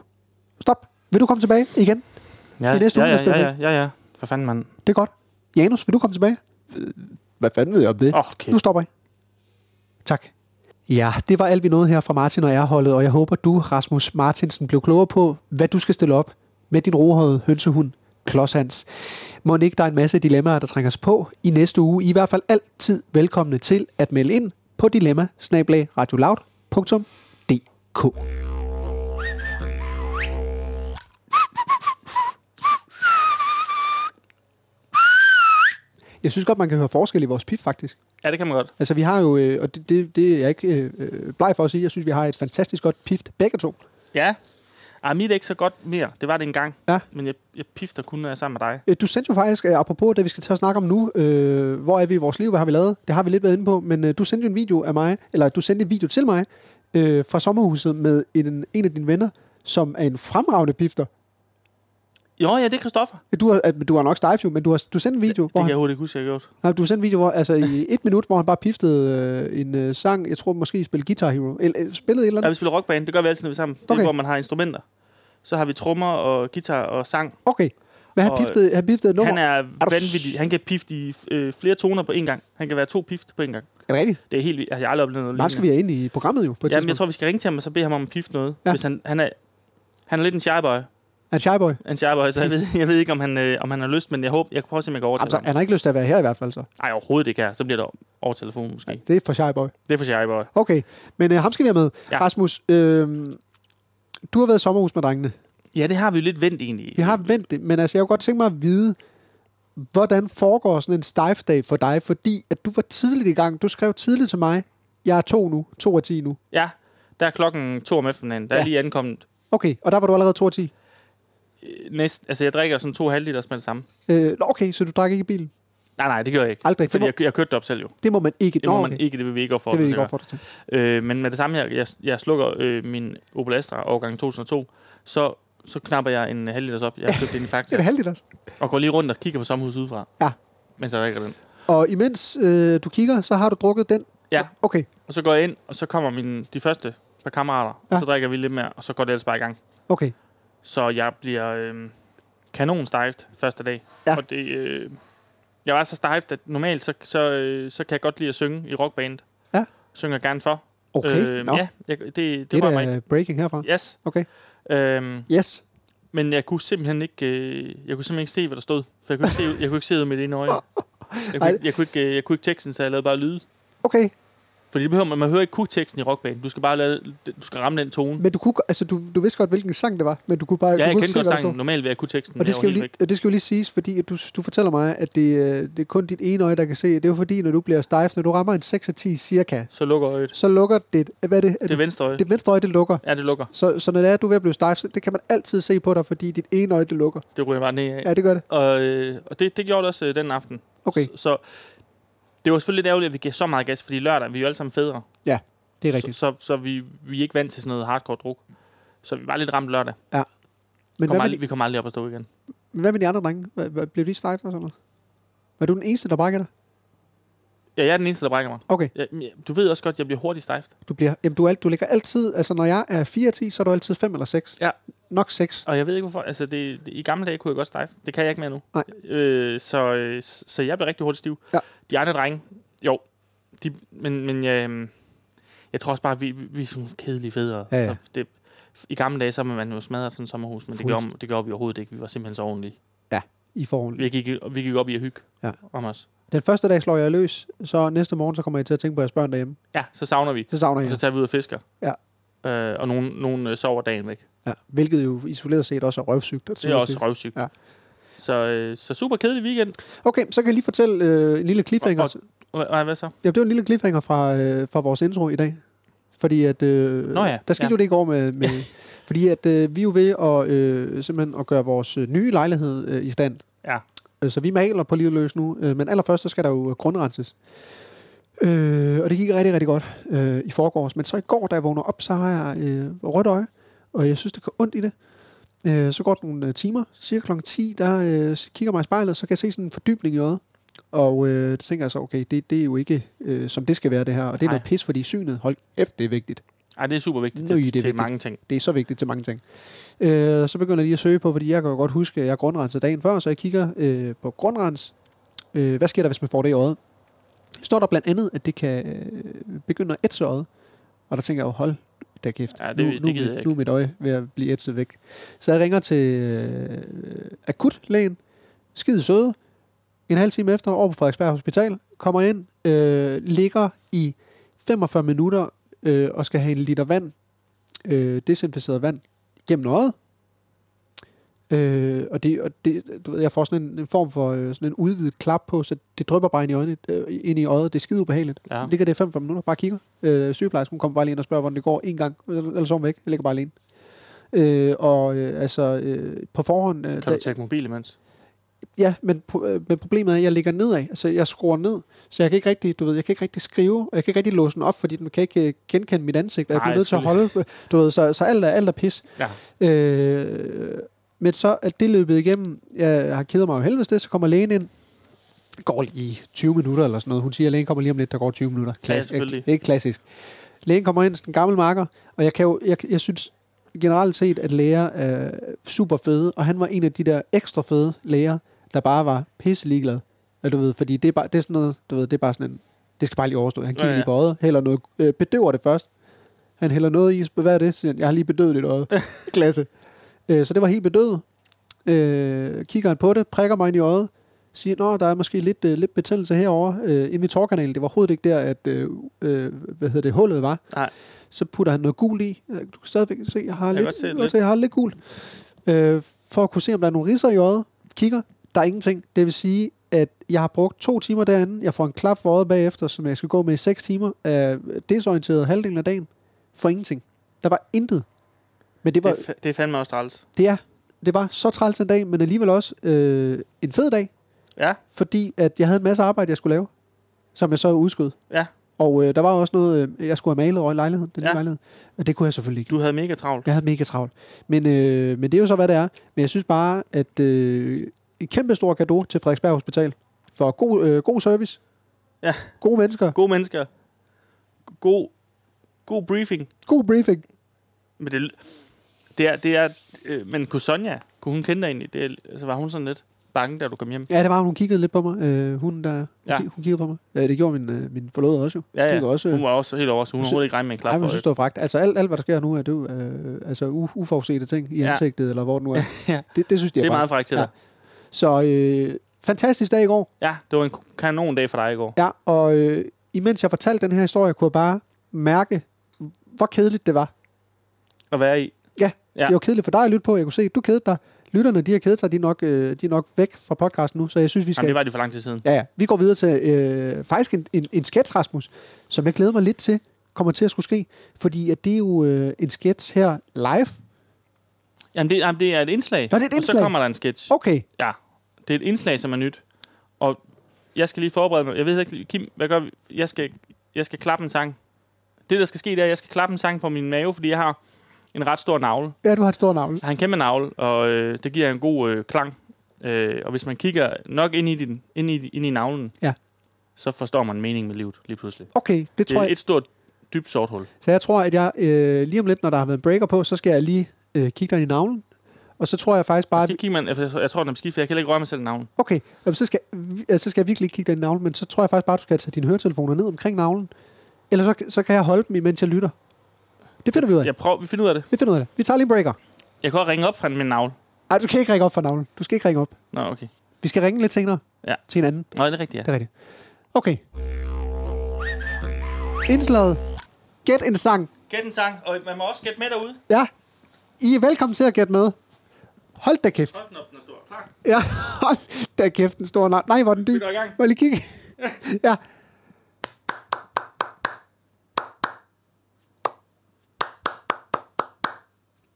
Speaker 3: Stop. Vil du komme tilbage igen?
Speaker 2: Ja,
Speaker 3: I næste
Speaker 2: ja,
Speaker 3: uge,
Speaker 2: ja,
Speaker 3: hvis det
Speaker 2: ja,
Speaker 3: er
Speaker 2: ja, ja, ja. For fanden, mand.
Speaker 3: Det er godt. Janus, vil du komme tilbage?
Speaker 4: Hvad fanden ved jeg om det?
Speaker 2: Åh, oh, okay.
Speaker 3: Nu stopper I. Tak. Ja, det var alt vi nåede her fra Martin og jeg holdet, og jeg håber du, Rasmus Martinsen, blev klogere på, hvad du skal stille op med din rohøjede hønsehund, Klodshands. Må ikke der er en masse dilemmaer, der trænger sig på i næste uge. I er i hvert fald altid velkomne til at melde ind på dilemma Jeg synes godt, man kan høre forskel i vores pip, faktisk.
Speaker 2: Ja, det kan man godt.
Speaker 3: Altså, vi har jo, øh, og det, det, det er jeg ikke øh, øh, bleg for at sige, jeg synes, vi har et fantastisk godt pift begge to.
Speaker 2: Ja. Ej, mit er ikke så godt mere. Det var det engang.
Speaker 3: Ja.
Speaker 2: Men jeg, jeg pifter kun, når jeg er sammen med dig.
Speaker 3: Øh, Du sendte jo faktisk, øh, apropos det, vi skal til at snakke om nu, øh, hvor er vi i vores liv, hvad har vi lavet? Det har vi lidt været inde på, men øh, du sendte jo en video af mig, eller du sendte en video til mig øh, fra sommerhuset med en, en af dine venner, som er en fremragende pifter.
Speaker 2: Jo, ja, det er Christoffer.
Speaker 3: Du har, øh, du har nok stejf jo, men du har du sendte en video,
Speaker 2: Det kan
Speaker 3: hvor
Speaker 2: jeg
Speaker 3: han,
Speaker 2: overhovedet ikke huske, jeg har gjort.
Speaker 3: nej, du sendte en video, hvor, altså i et minut, hvor han bare piftede øh, en øh, sang, jeg tror måske spillede Guitar Hero, eller øh, spillede et eller
Speaker 2: Ja,
Speaker 3: andet.
Speaker 2: vi spiller rockband. Det gør vi altid, når vi er sammen. Det er,
Speaker 3: Okay.
Speaker 2: hvor man har instrumenter. Så har vi trommer og guitar og sang.
Speaker 3: Okay, men han
Speaker 2: Og,
Speaker 3: piftede, han piftede et nummer.
Speaker 2: Han er
Speaker 3: du
Speaker 2: vanvittig. Han kan pifte i øh, flere toner på én gang. Han kan være to pift på én gang.
Speaker 3: Er det rigtigt?
Speaker 2: Det er helt vildt. Altså, Jeg har aldrig oplevet noget
Speaker 3: Nej, skal vi have ind i programmet jo, på et
Speaker 2: Jamen, jeg
Speaker 3: tidspunkt.
Speaker 2: tror, vi skal ringe til ham, og så bede ham om at pifte noget.
Speaker 3: Ja.
Speaker 2: Ja. Hvis han, han, er, han er lidt en shyboy.
Speaker 3: Er det Shyboy?
Speaker 2: En shyboy, så jeg ved, jeg ved ikke, om han, øh, om han har lyst, men jeg håber, jeg kan prøve at se, om jeg kan overtale
Speaker 3: Altså,
Speaker 2: ham.
Speaker 3: han har ikke lyst til at være her i hvert fald, så.
Speaker 2: Nej, overhovedet ikke her. Så bliver det over telefonen måske. Ja.
Speaker 3: Det er for Shyboy.
Speaker 2: Det er for shyboy.
Speaker 3: Okay, men øh, ham skal vi have med. Ja.
Speaker 2: Ja.
Speaker 3: Rasmus, øh, du har været i sommerhus med drengene.
Speaker 2: Ja, det har vi jo lidt vendt egentlig.
Speaker 3: Vi har vendt det, men altså, jeg kunne godt tænke mig at vide, hvordan foregår sådan en stejfdag for dig? Fordi at du var tidligt i gang. Du skrev tidligt til mig, jeg er to nu, to af ti nu.
Speaker 2: Ja, der er klokken to om eftermiddagen. Der ja.
Speaker 3: Ja.
Speaker 2: er lige ankommet.
Speaker 3: Okay, og der var du allerede to af ti.
Speaker 2: øh, Næst, altså, jeg drikker sådan to halv liter med det samme.
Speaker 3: Øh, nå, okay, så du drak ikke i bilen.
Speaker 2: Nej, nej, det gør jeg ikke.
Speaker 3: Aldrig.
Speaker 2: Fordi
Speaker 3: Det
Speaker 2: jeg, jeg kørte det op selv jo.
Speaker 3: Det må man ikke.
Speaker 2: Det
Speaker 3: Nå,
Speaker 2: må
Speaker 3: okay.
Speaker 2: man ikke, det vil vi ikke
Speaker 3: Det
Speaker 2: opfordre
Speaker 3: vil
Speaker 2: til
Speaker 3: jeg
Speaker 2: at
Speaker 3: ikke
Speaker 2: gøre.
Speaker 3: opfordre til.
Speaker 2: Øh, men med det samme her, jeg, jeg slukker øh, min Opel Astra årgang 2002, så, så knapper jeg en halv liters op. Jeg har købt den i
Speaker 3: Det er da
Speaker 2: Fakta,
Speaker 3: halvdelen også.
Speaker 2: og går lige rundt og kigger på sommerhuset udefra.
Speaker 3: Ja.
Speaker 2: Mens jeg drikker den.
Speaker 3: Og imens øh, du kigger, så har du drukket den.
Speaker 2: Ja,
Speaker 3: Okay,
Speaker 2: og så går jeg ind, og så kommer min, de første par kammerater.
Speaker 3: Ja.
Speaker 2: Ja. Så drikker vi lidt mere, og så går det ellers bare i gang.
Speaker 3: okay.
Speaker 2: Så jeg bliver øh, kanon stejft første dag.
Speaker 3: Ja.
Speaker 2: Og det, øh, jeg var så stejft, at normalt så, så, øh, så kan jeg godt lide at synge i rockband.
Speaker 3: Ja.
Speaker 2: Synger gerne for.
Speaker 3: Okay,
Speaker 2: øh,
Speaker 3: nå.
Speaker 2: Ja, jeg, det, det,
Speaker 3: Det
Speaker 2: det
Speaker 3: er
Speaker 2: rører mig ikke.
Speaker 3: da breaking herfra.
Speaker 2: Yes.
Speaker 3: Okay.
Speaker 2: Øhm,
Speaker 3: Yes.
Speaker 2: men jeg kunne simpelthen ikke, øh, jeg kunne simpelthen ikke se, hvad der stod. For jeg kunne ikke se, jeg kunne ikke se ud af mit ene øje. Jeg
Speaker 3: Ej.
Speaker 2: kunne, ikke, jeg, kunne ikke, øh, jeg kunne ikke teksten, så jeg lavede bare lyde.
Speaker 3: Okay.
Speaker 2: Fordi det behøver man, man hører ikke kuteksten i rockbanen. Du skal bare lade, du skal ramme den tone.
Speaker 3: Men du, kunne, go- altså, du, du vidste godt, hvilken sang det var, men du kunne bare...
Speaker 2: ja,
Speaker 3: du
Speaker 2: jeg
Speaker 3: kunne
Speaker 2: kender
Speaker 3: ikke se,
Speaker 2: godt
Speaker 3: hvad der
Speaker 2: sangen.
Speaker 3: stod.
Speaker 2: Normalt vil jeg kuteksten.
Speaker 3: Og
Speaker 2: men
Speaker 3: det
Speaker 2: jeg
Speaker 3: skal,
Speaker 2: var
Speaker 3: jo lige,
Speaker 2: helt
Speaker 3: og det skal jo lige siges, fordi at du, du fortæller mig, at det, øh, det er kun dit ene øje, der kan se. Det er jo fordi, når du bliver stejf, når du rammer en 6 af 10 cirka,
Speaker 2: væk. Så lukker øjet.
Speaker 3: så lukker det... Hvad er det? Er
Speaker 2: Det er venstre øje.
Speaker 3: det venstre øje, det lukker.
Speaker 2: Ja, det lukker.
Speaker 3: Så, så når det er, at du er ved at blive stejf, så- det kan man altid se på dig, fordi dit ene øje, det lukker.
Speaker 2: Det ryger bare ned af.
Speaker 3: Ja, det gør det.
Speaker 2: Og, øh, og det, det gjorde det også øh, den aften.
Speaker 3: Okay.
Speaker 2: Så, så det var selvfølgelig lidt ærgerligt, at vi gav så meget gas, fordi lørdag, vi er jo alle sammen federe.
Speaker 3: Ja, det er rigtigt.
Speaker 2: Så, så, så vi, vi er ikke vant til sådan noget hardcore druk. Så vi var lidt ramt lørdag.
Speaker 3: Men
Speaker 2: Kom
Speaker 3: hvad
Speaker 2: aldrig,
Speaker 3: med,
Speaker 2: vi kom aldrig op og stå igen.
Speaker 3: de, hvad med de andre drenge? Hvad, hvad, blev de stejf og sådan noget? Var du den eneste, der brækker dig?
Speaker 2: Ja, jeg er den eneste, der brækker mig.
Speaker 3: Okay,
Speaker 2: Ja, men jeg- du ved også godt, at jeg bliver hurtigt stejft.
Speaker 3: du, bliver, jamen, du, er alt, du ligger altid... Altså, når jeg er 4 af 10, så er du altid 5 eller 6.
Speaker 2: Ja.
Speaker 3: Nok 6.
Speaker 2: Og jeg ved ikke, hvorfor. Altså, det, det, I gamle dage kunne jeg godt stejfe. Det kan jeg ikke mere nu.
Speaker 3: Nej.
Speaker 2: Øh, så, øh, så jeg blev rigtig hurtigt stiv.
Speaker 3: Ja.
Speaker 2: De andre drenge, jo. De, men men jeg, jeg tror også bare, at vi, vi vi er sådan nogle kedelige federe.
Speaker 3: Ja, ja.
Speaker 2: Så det, I gamle dage, så var man jo smadret sådan et sommerhus, men det
Speaker 3: Fuldst-
Speaker 2: gjorde, det gjorde vi overhovedet ikke. Vi var simpelthen så ordentlige.
Speaker 3: I forhold.
Speaker 2: Vi gik, vi gik op i at hygge
Speaker 3: Ja.
Speaker 2: om os.
Speaker 3: Den første dag slår jeg løs, så næste morgen så kommer jeg til at tænke på jeres børn derhjemme.
Speaker 2: Ja, så savner vi.
Speaker 3: Så savner
Speaker 2: Og
Speaker 3: jeg.
Speaker 2: så
Speaker 3: jer.
Speaker 2: tager vi ud og fisker.
Speaker 3: Ja.
Speaker 2: Øh, og nogen, nogen øh, sover dagen væk.
Speaker 3: Ja. Hvilket jo isoleret set også er røvsygt.
Speaker 2: Det er også røvsygt.
Speaker 3: Ja.
Speaker 2: Så, øh, så super kedelig weekend.
Speaker 3: Okay, så kan jeg lige fortælle øh, en lille cliffhanger.
Speaker 2: Og- Hva- Hvad, hvad så?
Speaker 3: Ja, det var en lille cliffhanger fra, øh, fra vores intro i dag. Fordi at... Øh,
Speaker 2: Nå ja,
Speaker 3: Der skete
Speaker 2: ja.
Speaker 3: jo det i går med... med fordi at øh, vi er jo ved at, øh, simpelthen at gøre vores øh, nye lejlighed øh, i stand.
Speaker 2: Ja.
Speaker 3: Øh, Så vi maler på livet løs nu. Øh, men allerførst, så skal der jo grundrenses. Øh, og det gik rigtig, rigtig godt øh, i forgårs. Men så i går, da jeg vågner op, så har jeg øh, rødt øje. Og jeg synes, det gør ondt i det. Øh, så går det nogle øh, timer. Cirka kl. 10, der øh, kigger jeg mig i spejlet, så kan jeg se sådan en fordybning i øjet. Og øh, det tænker jeg så, okay, det, det er jo ikke, øh, som det skal være det her. Og det er
Speaker 2: Nej.
Speaker 3: noget pis, fordi synet, hold kæft, det er vigtigt.
Speaker 2: Ej, det er super vigtigt
Speaker 3: Nøj,
Speaker 2: til,
Speaker 3: det er
Speaker 2: til
Speaker 3: vigtigt.
Speaker 2: mange ting.
Speaker 3: Det er så vigtigt til mange ting. Øh, så begynder jeg lige at søge på, fordi jeg kan jo godt huske, at jeg grundrenset dagen før, så jeg kigger øh, på grundrens. Øh, hvad sker der, hvis man får det i øjet? Står der blandt andet, at det kan øh, begynde at ætse øjet. Og der tænker jeg jo, hold da kæft,
Speaker 2: Ja, det-
Speaker 3: nu,
Speaker 2: det
Speaker 3: nu, er
Speaker 2: gider jeg
Speaker 3: mit-
Speaker 2: ikke.
Speaker 3: nu er mit øje ved at blive ætset væk. Så jeg ringer til øh, akutlægen, skide søde, en halv time efter, over på Frederiksberg Hospital, kommer ind, øh, ligger i 45 minutter øh, og skal have en liter vand, øh, desinficeret vand, gennem øjet. Øh, og det, og det, du ved, jeg får sådan en, en form for øh, sådan en udvidet klap på, så det drypper bare ind i, øjnene, øh, ind i øjet. Det er skide ubehageligt.
Speaker 2: Ja.
Speaker 3: Ligger det i 5-5 minutter, bare kigger. Øh, sygeplejersken kommer bare lige ind og spørger, hvordan det går en gang, eller så er hun væk. Jeg ligger bare alene. Øh, og øh, altså, øh, på forhånd... Øh,
Speaker 2: Kan
Speaker 3: da-
Speaker 2: du tage mobil imens?
Speaker 3: Ja, men, pro- øh, men problemet er, at jeg ligger nedad. Altså, jeg skruer ned, så jeg kan ikke rigtig, du ved, jeg kan ikke rigtig skrive, og jeg kan ikke rigtig låse den op, fordi den kan ikke øh, genkende mit ansigt, og jeg
Speaker 2: Nej,
Speaker 3: bliver nødt til at holde, øh, du ved, så, så alt er, alt er pis.
Speaker 2: Ja.
Speaker 3: Øh, men så er det løbet igennem. Jeg har kedet mig jo helvedes det, så kommer lægen ind. Det går lige 20 minutter eller sådan noget. Hun siger, at lægen kommer lige om lidt, der går 20 minutter. Klassisk.
Speaker 2: selvfølgelig.
Speaker 3: ikke, ikke klassisk. Lægen kommer ind, sådan en gammel marker, og jeg, kan jo, jeg, jeg synes generelt set, at læger er super fede, og han var en af de der ekstra fede læger, der bare var pisse ligeglad. Ja, du ved, fordi det er, bare, det er sådan noget, du ved, det er bare sådan en, det skal bare lige overstå. Han kigger
Speaker 2: Ja,
Speaker 3: ja,
Speaker 2: ja.
Speaker 3: ja. lige på øjet, hælder noget, øh, bedøver det først. Han hælder noget i, hvad er det? Siger han, jeg har lige bedøvet dit øje. Klasse. Øh, så det var helt bedøvet. Øh, kigger han på det, prikker mig ind i øjet, siger, nå, der er måske lidt, øh, lidt betændelse herover øh, inde i tårkanalen. Det var overhovedet ikke der, at øh, øh, hvad hedder det, hullet var.
Speaker 2: Nej.
Speaker 3: Så putter han noget gul i. Øh, Du kan stadigvæk se, jeg har,
Speaker 2: Jeg kan
Speaker 3: lidt,
Speaker 2: godt se det
Speaker 3: jeg, jeg har lidt gul. Øh, for at kunne se, om der er nogle ridser i øjet. Kigger, der er ingenting. Det vil sige, at jeg har brugt to timer derinde. Jeg får en klap for øjet bagefter, som jeg skal gå med i seks timer. Øh, desorienteret halvdelen af dagen. For ingenting. Der var intet. Men det
Speaker 2: Det,
Speaker 3: var,
Speaker 2: er fa- det er fandme også træls.
Speaker 3: det er, det var så træls en dag, men alligevel også øh, en fed dag,
Speaker 2: Ja,
Speaker 3: fordi at jeg havde en masse arbejde, jeg skulle lave, som jeg så udskød.
Speaker 2: ja.
Speaker 3: Og øh, der var også noget, øh, jeg skulle have malet over i lejligheden, den ja.
Speaker 2: Ja.
Speaker 3: nye lejlighed. Og det kunne jeg selvfølgelig ikke.
Speaker 2: Du havde mega travlt.
Speaker 3: Jeg havde mega travlt. Men, øh, men det er jo så, hvad det er. Men jeg synes bare, at øh, en kæmpe stor gave til Frederiksberg Hospital for god, øh, god service,
Speaker 2: Ja.
Speaker 3: gode mennesker,
Speaker 2: Gode mennesker. God, god briefing.
Speaker 3: god briefing.
Speaker 2: Men det, det er... Det er øh, men kunne Sonja, kunne hun kende dig egentlig? Det, er- altså, var hun sådan lidt bange, da du kom hjem?
Speaker 3: Ja, det var, hun kiggede lidt på mig. Øh, hun, der,
Speaker 2: Ja.
Speaker 3: ja. hun, kiggede på mig. Øh, det gjorde min, øh, min forlovede også jo.
Speaker 2: Ja, ja.
Speaker 3: Kiggede Også, øh,
Speaker 2: Hun var også helt over, så hun
Speaker 3: sy-
Speaker 2: overhovedet ikke regnet med en klap
Speaker 3: Nej,
Speaker 2: for
Speaker 3: men jeg synes,
Speaker 2: øjet.
Speaker 3: det var fragt. Altså alt, alt hvad der sker nu, er det jo øh, altså, u- uforudsete ting i
Speaker 2: Ja.
Speaker 3: ansigtet, eller hvor det nu er.
Speaker 2: Ja.
Speaker 3: det, det synes de
Speaker 2: Det
Speaker 3: er,
Speaker 2: er meget
Speaker 3: fragt.
Speaker 2: frækt til
Speaker 3: Ja.
Speaker 2: dig.
Speaker 3: Så øh, fantastisk dag i går.
Speaker 2: Ja, det var en kanon dag for dig i går.
Speaker 3: Ja, og øh, imens jeg fortalte den her historie, kunne jeg bare mærke, hvor kedeligt det var.
Speaker 2: at være i.
Speaker 3: Ja,
Speaker 2: Ja.
Speaker 3: ja. det var kedeligt for dig at lytte på. Jeg kunne se, du kedede dig. Lytterne, de har kedet sig, de er nok, øh, de er nok væk fra podcasten nu, så jeg synes, vi skal...
Speaker 2: Jamen, det var det for lang tid siden.
Speaker 3: Ja, ja. Vi går videre til øh, faktisk en, en, en sketch, Rasmus, som jeg glæder mig lidt til, kommer til at skulle ske. Fordi at det er jo øh, en sketch her live.
Speaker 2: Jamen det, jamen, det er et indslag.
Speaker 3: Nå, det er et
Speaker 2: Og
Speaker 3: indslag.
Speaker 2: så kommer der en sketch.
Speaker 3: Okay,
Speaker 2: Ja, det er et indslag, som er nyt. Og jeg skal lige forberede mig. Jeg ved ikke, Kim, hvad gør vi? Jeg skal, jeg skal klappe en sang. Det, der skal ske, det er, at jeg skal klappe en sang på min mave, fordi jeg har en ret stor navle.
Speaker 3: ja, du har et stort navn.
Speaker 2: Jeg har en kæmpe navle, og øh, det giver en god øh, klang. Øh, og hvis man kigger nok ind i, den, ind i, ind i navlen,
Speaker 3: Ja.
Speaker 2: så forstår man meningen med livet lige pludselig.
Speaker 3: Okay, det
Speaker 2: Det
Speaker 3: tror
Speaker 2: er
Speaker 3: jeg.
Speaker 2: et stort, dybt sort hul.
Speaker 3: Så jeg tror, at jeg øh, lige om lidt, når der har været en breaker på, så skal jeg lige øh, kigge dig i navlen. Og så tror jeg faktisk bare, at
Speaker 2: Skal kigge man, jeg, jeg tror, den er beskidt, for jeg kan heller ikke røre mig selv i navlen.
Speaker 3: Okay, jamen, så, skal, vi- øh, så skal jeg virkelig ikke kigge dig i navlen, men så tror jeg faktisk bare, at du skal tage dine høretelefoner ned omkring navlen. Eller så, så kan jeg holde dem, imens jeg lytter. Det finder vi ud af.
Speaker 2: Jeg prøver, vi finder ud af det.
Speaker 3: Vi finder ud af det. Vi tager lige en breaker.
Speaker 2: Jeg kan også ringe op fra min navle.
Speaker 3: Ej, du kan ikke ringe op for navlen. Du skal ikke ringe op.
Speaker 2: Nå, okay.
Speaker 3: Vi skal ringe lidt senere
Speaker 2: Ja.
Speaker 3: til hinanden.
Speaker 2: Nå, det er rigtigt, ja.
Speaker 3: Det er rigtigt. Okay. Indslaget. Gæt en sang.
Speaker 2: Gæt en sang, og man må også gætte med derude.
Speaker 3: Ja. I er velkommen til at gætte med. Hold da kæft.
Speaker 2: Hold den op, den er stor. Klar.
Speaker 3: Ja, hold da kæft, den store navn. Nej, hvor er den dyb.
Speaker 2: Vi går i gang.
Speaker 3: Må jeg lige kigge? ja.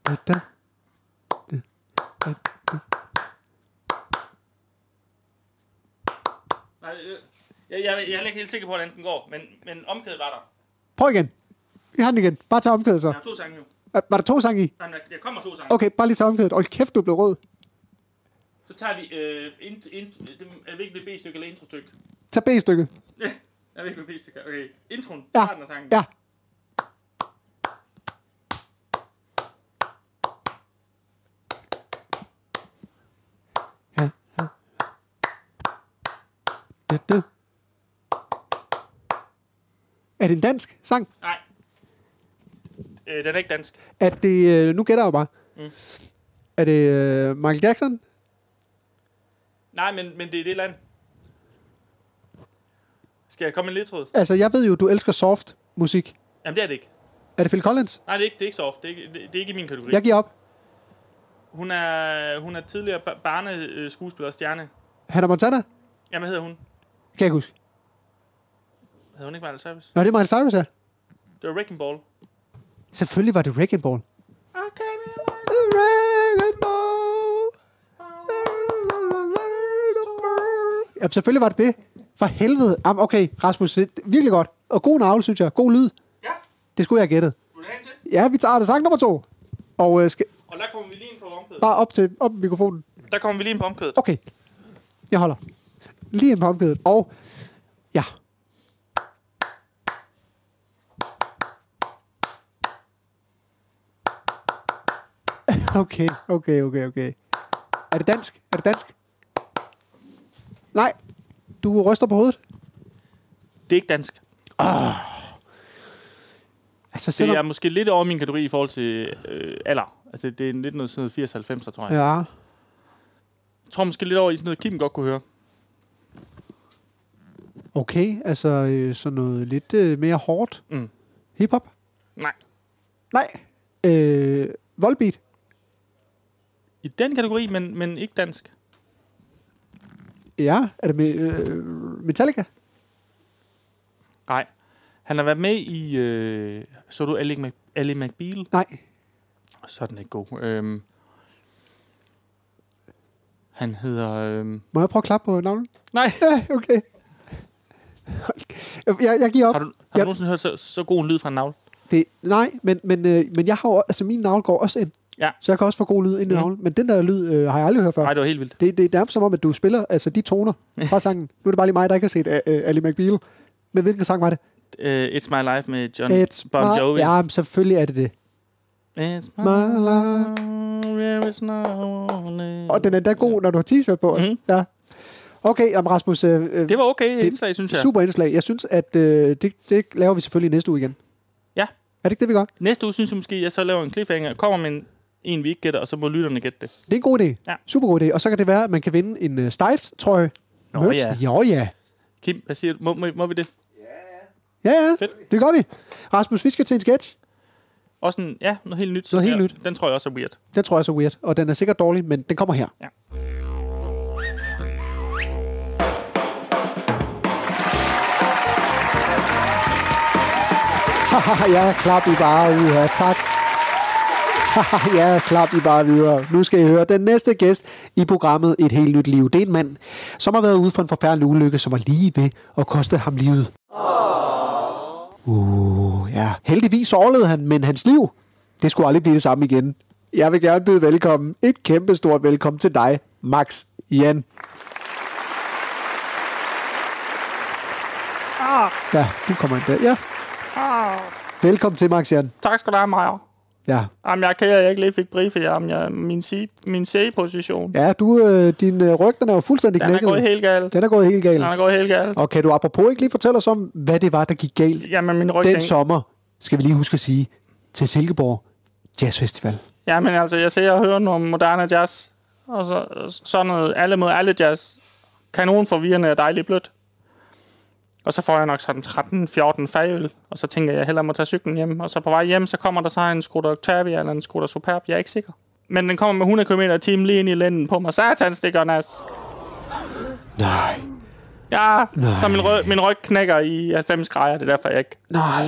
Speaker 3: Da, da. Da, da, da.
Speaker 2: Nej, øh, jeg, jeg, jeg, er heller ikke helt sikker på, hvordan den går, men, men omkædet var der.
Speaker 3: Prøv igen. Vi har den igen. Bare tag omkvædet så.
Speaker 2: Der er to sange nu.
Speaker 3: Er- Var der to sange i?
Speaker 2: Nej, men der, der kommer to sange.
Speaker 3: Okay, bare lige tag omkvædet. Hold kæft, du blev rød.
Speaker 2: Så tager vi, øh, int, int, det, er det ikke B-stykke eller intro-stykke?
Speaker 3: Tag B-stykket.
Speaker 2: Jeg ved ikke, hvad B-stykke er. Okay, introen.
Speaker 3: Ja.
Speaker 2: Starten af sangen.
Speaker 3: Ja. Ja. Ja, det. Er det en dansk sang?
Speaker 2: Nej. Øh, den er ikke dansk.
Speaker 3: Er det, øh, nu gætter jeg jo bare. Mm. Er det øh, Michael Jackson?
Speaker 2: Nej, men, men det er det land. Skal jeg komme med en ledtråd?
Speaker 3: Altså, jeg ved jo, du elsker soft musik.
Speaker 2: Jamen, det er det ikke.
Speaker 3: Er det Phil Collins?
Speaker 2: Nej, det er ikke, det er ikke soft. Det er ikke, det, det er ikke i min kategori.
Speaker 3: Jeg giver op.
Speaker 2: Hun er, hun er tidligere ba- barneskuespiller og stjerne.
Speaker 3: Hannah Montana?
Speaker 2: Jamen, hvad hedder hun?
Speaker 3: Kan jeg ikke huske.
Speaker 2: Hedder hun ikke Miley Cyrus?
Speaker 3: Nå, det er Miles Cyrus, ja.
Speaker 2: Det var Wrecking Ball.
Speaker 3: Selvfølgelig var det Wrecking Ball.
Speaker 2: Okay,
Speaker 3: The Wrecking Ball. Ja, selvfølgelig var det det. For helvede. Am, okay, Rasmus, det er virkelig godt. Og god navle, synes jeg. God lyd.
Speaker 2: Ja,
Speaker 3: Det skulle jeg have gættet.
Speaker 2: vil du have en til?
Speaker 3: Ja, vi tager det. Sang nummer to. Og øh, skal
Speaker 2: Og der kommer vi lige ind på omkødet.
Speaker 3: bare op til op med mikrofonen.
Speaker 2: Der kommer vi lige ind på omkødet.
Speaker 3: Okay. Jeg holder. Lige ind på omkædet. Og ja. Okay, okay, okay, okay. Er det dansk? Er det dansk? Nej. Du ryster på hovedet.
Speaker 2: Det er ikke dansk.
Speaker 3: Altså,
Speaker 2: Det
Speaker 3: selvom...
Speaker 2: er måske lidt over min kategori i forhold til øh, alder. Altså, det er lidt noget sådan noget 80-90'er, tror jeg. Ja.
Speaker 3: Ja.
Speaker 2: Jeg tror måske lidt over i sådan noget, Kim godt kunne høre.
Speaker 3: Okay, altså øh, sådan noget lidt øh, mere hårdt.
Speaker 2: Mm.
Speaker 3: Hip-hop?
Speaker 2: Nej.
Speaker 3: Nej. Øh, Volbeat?
Speaker 2: I den kategori, men, men ikke dansk.
Speaker 3: Ja. Er det med, øh, Metallica?
Speaker 2: Nej. Han har været med i... Øh, så du Ali, Mac, Ali McBeal?
Speaker 3: Nej.
Speaker 2: Så er den ikke god. Øhm, han hedder... Øhm,
Speaker 3: Må jeg prøve at klappe på navlen?
Speaker 2: nej,
Speaker 3: Ja, okay. Jeg, jeg, jeg giver op.
Speaker 2: har du, har du
Speaker 3: Jeg-
Speaker 2: nogensinde hørt så, så god en lyd fra en navl?
Speaker 3: Det, nej, men, men, øh, men jeg har jo, altså min navl går også ind.
Speaker 2: Ja.
Speaker 3: Så jeg kan også få god lyd ind
Speaker 2: Mhm.
Speaker 3: i navlen. Men den der lyd øh, har jeg aldrig hørt før.
Speaker 2: Nej, det var helt vildt.
Speaker 3: Det, det er nærmest som om, at du spiller altså, de toner fra sangen. Nu er det bare lige mig, der ikke har set øh, øh, Ali McBeal. Men hvilken sang var det?
Speaker 2: Uh, It's My Life med John
Speaker 3: It's
Speaker 2: Bon
Speaker 3: my-
Speaker 2: Jovi.
Speaker 3: Ja, men selvfølgelig er det det.
Speaker 2: It's my,
Speaker 3: My life.
Speaker 2: life. There is no one
Speaker 3: Og den er da god, når du har t-shirt på også.
Speaker 2: Mhm.
Speaker 3: Ja. Okay, jamen Rasmus, øh, øh,
Speaker 2: Det var okay det,
Speaker 3: Det-
Speaker 2: indslag, synes jeg.
Speaker 3: super indslag. Jeg synes, at øh, det, det laver vi selvfølgelig næste uge igen.
Speaker 2: Ja.
Speaker 3: Er det ikke det, vi gør?
Speaker 2: Næste uge synes jeg måske, at jeg så laver en cliffhanger. Kommer med en, en vi ikke gætter, og så må lytterne gætte det.
Speaker 3: Det er en god idé.
Speaker 2: Ja.
Speaker 3: Ja. Super god idé. Og så kan det være, at man kan vinde en uh, Stift-trøje.
Speaker 2: Nå
Speaker 3: Merch.
Speaker 2: ja.
Speaker 3: Jo ja.
Speaker 2: Kim, hvad siger du? Må, må, må vi det?
Speaker 5: Ja, ja.
Speaker 3: Ja, ja.
Speaker 2: Fedt.
Speaker 3: Det gør vi. Rasmus, vi skal til en sketch.
Speaker 2: Også en, ja, noget helt nyt.
Speaker 3: Noget helt
Speaker 2: Ja,
Speaker 3: nyt.
Speaker 2: Den tror jeg også er weird.
Speaker 3: Den tror jeg er så weird, og den er sikkert dårlig, men den kommer her.
Speaker 2: Ja.
Speaker 3: Haha, ja, klap I bare ud her. Tak. Haha, ja, klap I bare videre. Nu skal I høre den næste gæst i programmet Et Helt Nyt Liv. Det er en mand, som har været ude for en forfærdelig ulykke, som var lige ved at koste ham livet. Uh, ja. Heldigvis overlevede han, men hans liv, det skulle aldrig blive det samme igen. Jeg vil gerne byde velkommen. Et kæmpe stort velkommen til dig, Max Jan. Ja, du kommer ind der. Ja. Velkommen til, Max Jan.
Speaker 2: Tak skal du have, Maja.
Speaker 3: Ja,
Speaker 2: Jamen, jeg kan jeg ikke lige fik briefet jer om jeg, min, si, min C-position.
Speaker 3: ja du, øh, din øh, ryg, den er jo fuldstændig
Speaker 2: Den er
Speaker 3: knækket.
Speaker 2: gået helt galt.
Speaker 3: Den er gået helt galt.
Speaker 2: Den er gået helt galt.
Speaker 3: Og kan du apropos ikke lige fortælle os om, hvad det var, der gik galt
Speaker 2: Jamen, min ryg...
Speaker 3: den sommer, skal vi lige huske at sige, til Silkeborg Jazz Festival.
Speaker 2: Jamen, altså, jeg ser og hører noget moderne jazz. Og så, sådan noget alle mod alle jazz. Kanon forvirrende og dejligt blødt. Og så får jeg nok sådan 13-14 fagøl, og så tænker jeg, jeg hellere må tage cyklen hjem. Og så på vej hjem, så kommer der så en Skoda Octavia eller en Skoda Superb, jeg er ikke sikker. Men den kommer med 100 km i timen lige ind i lænden på mig. Satans, det gør nas.
Speaker 3: Nej,
Speaker 2: Ja, så min, røg, min ryg knækker i 90 grader, det er derfor, jeg ikke...
Speaker 3: nej,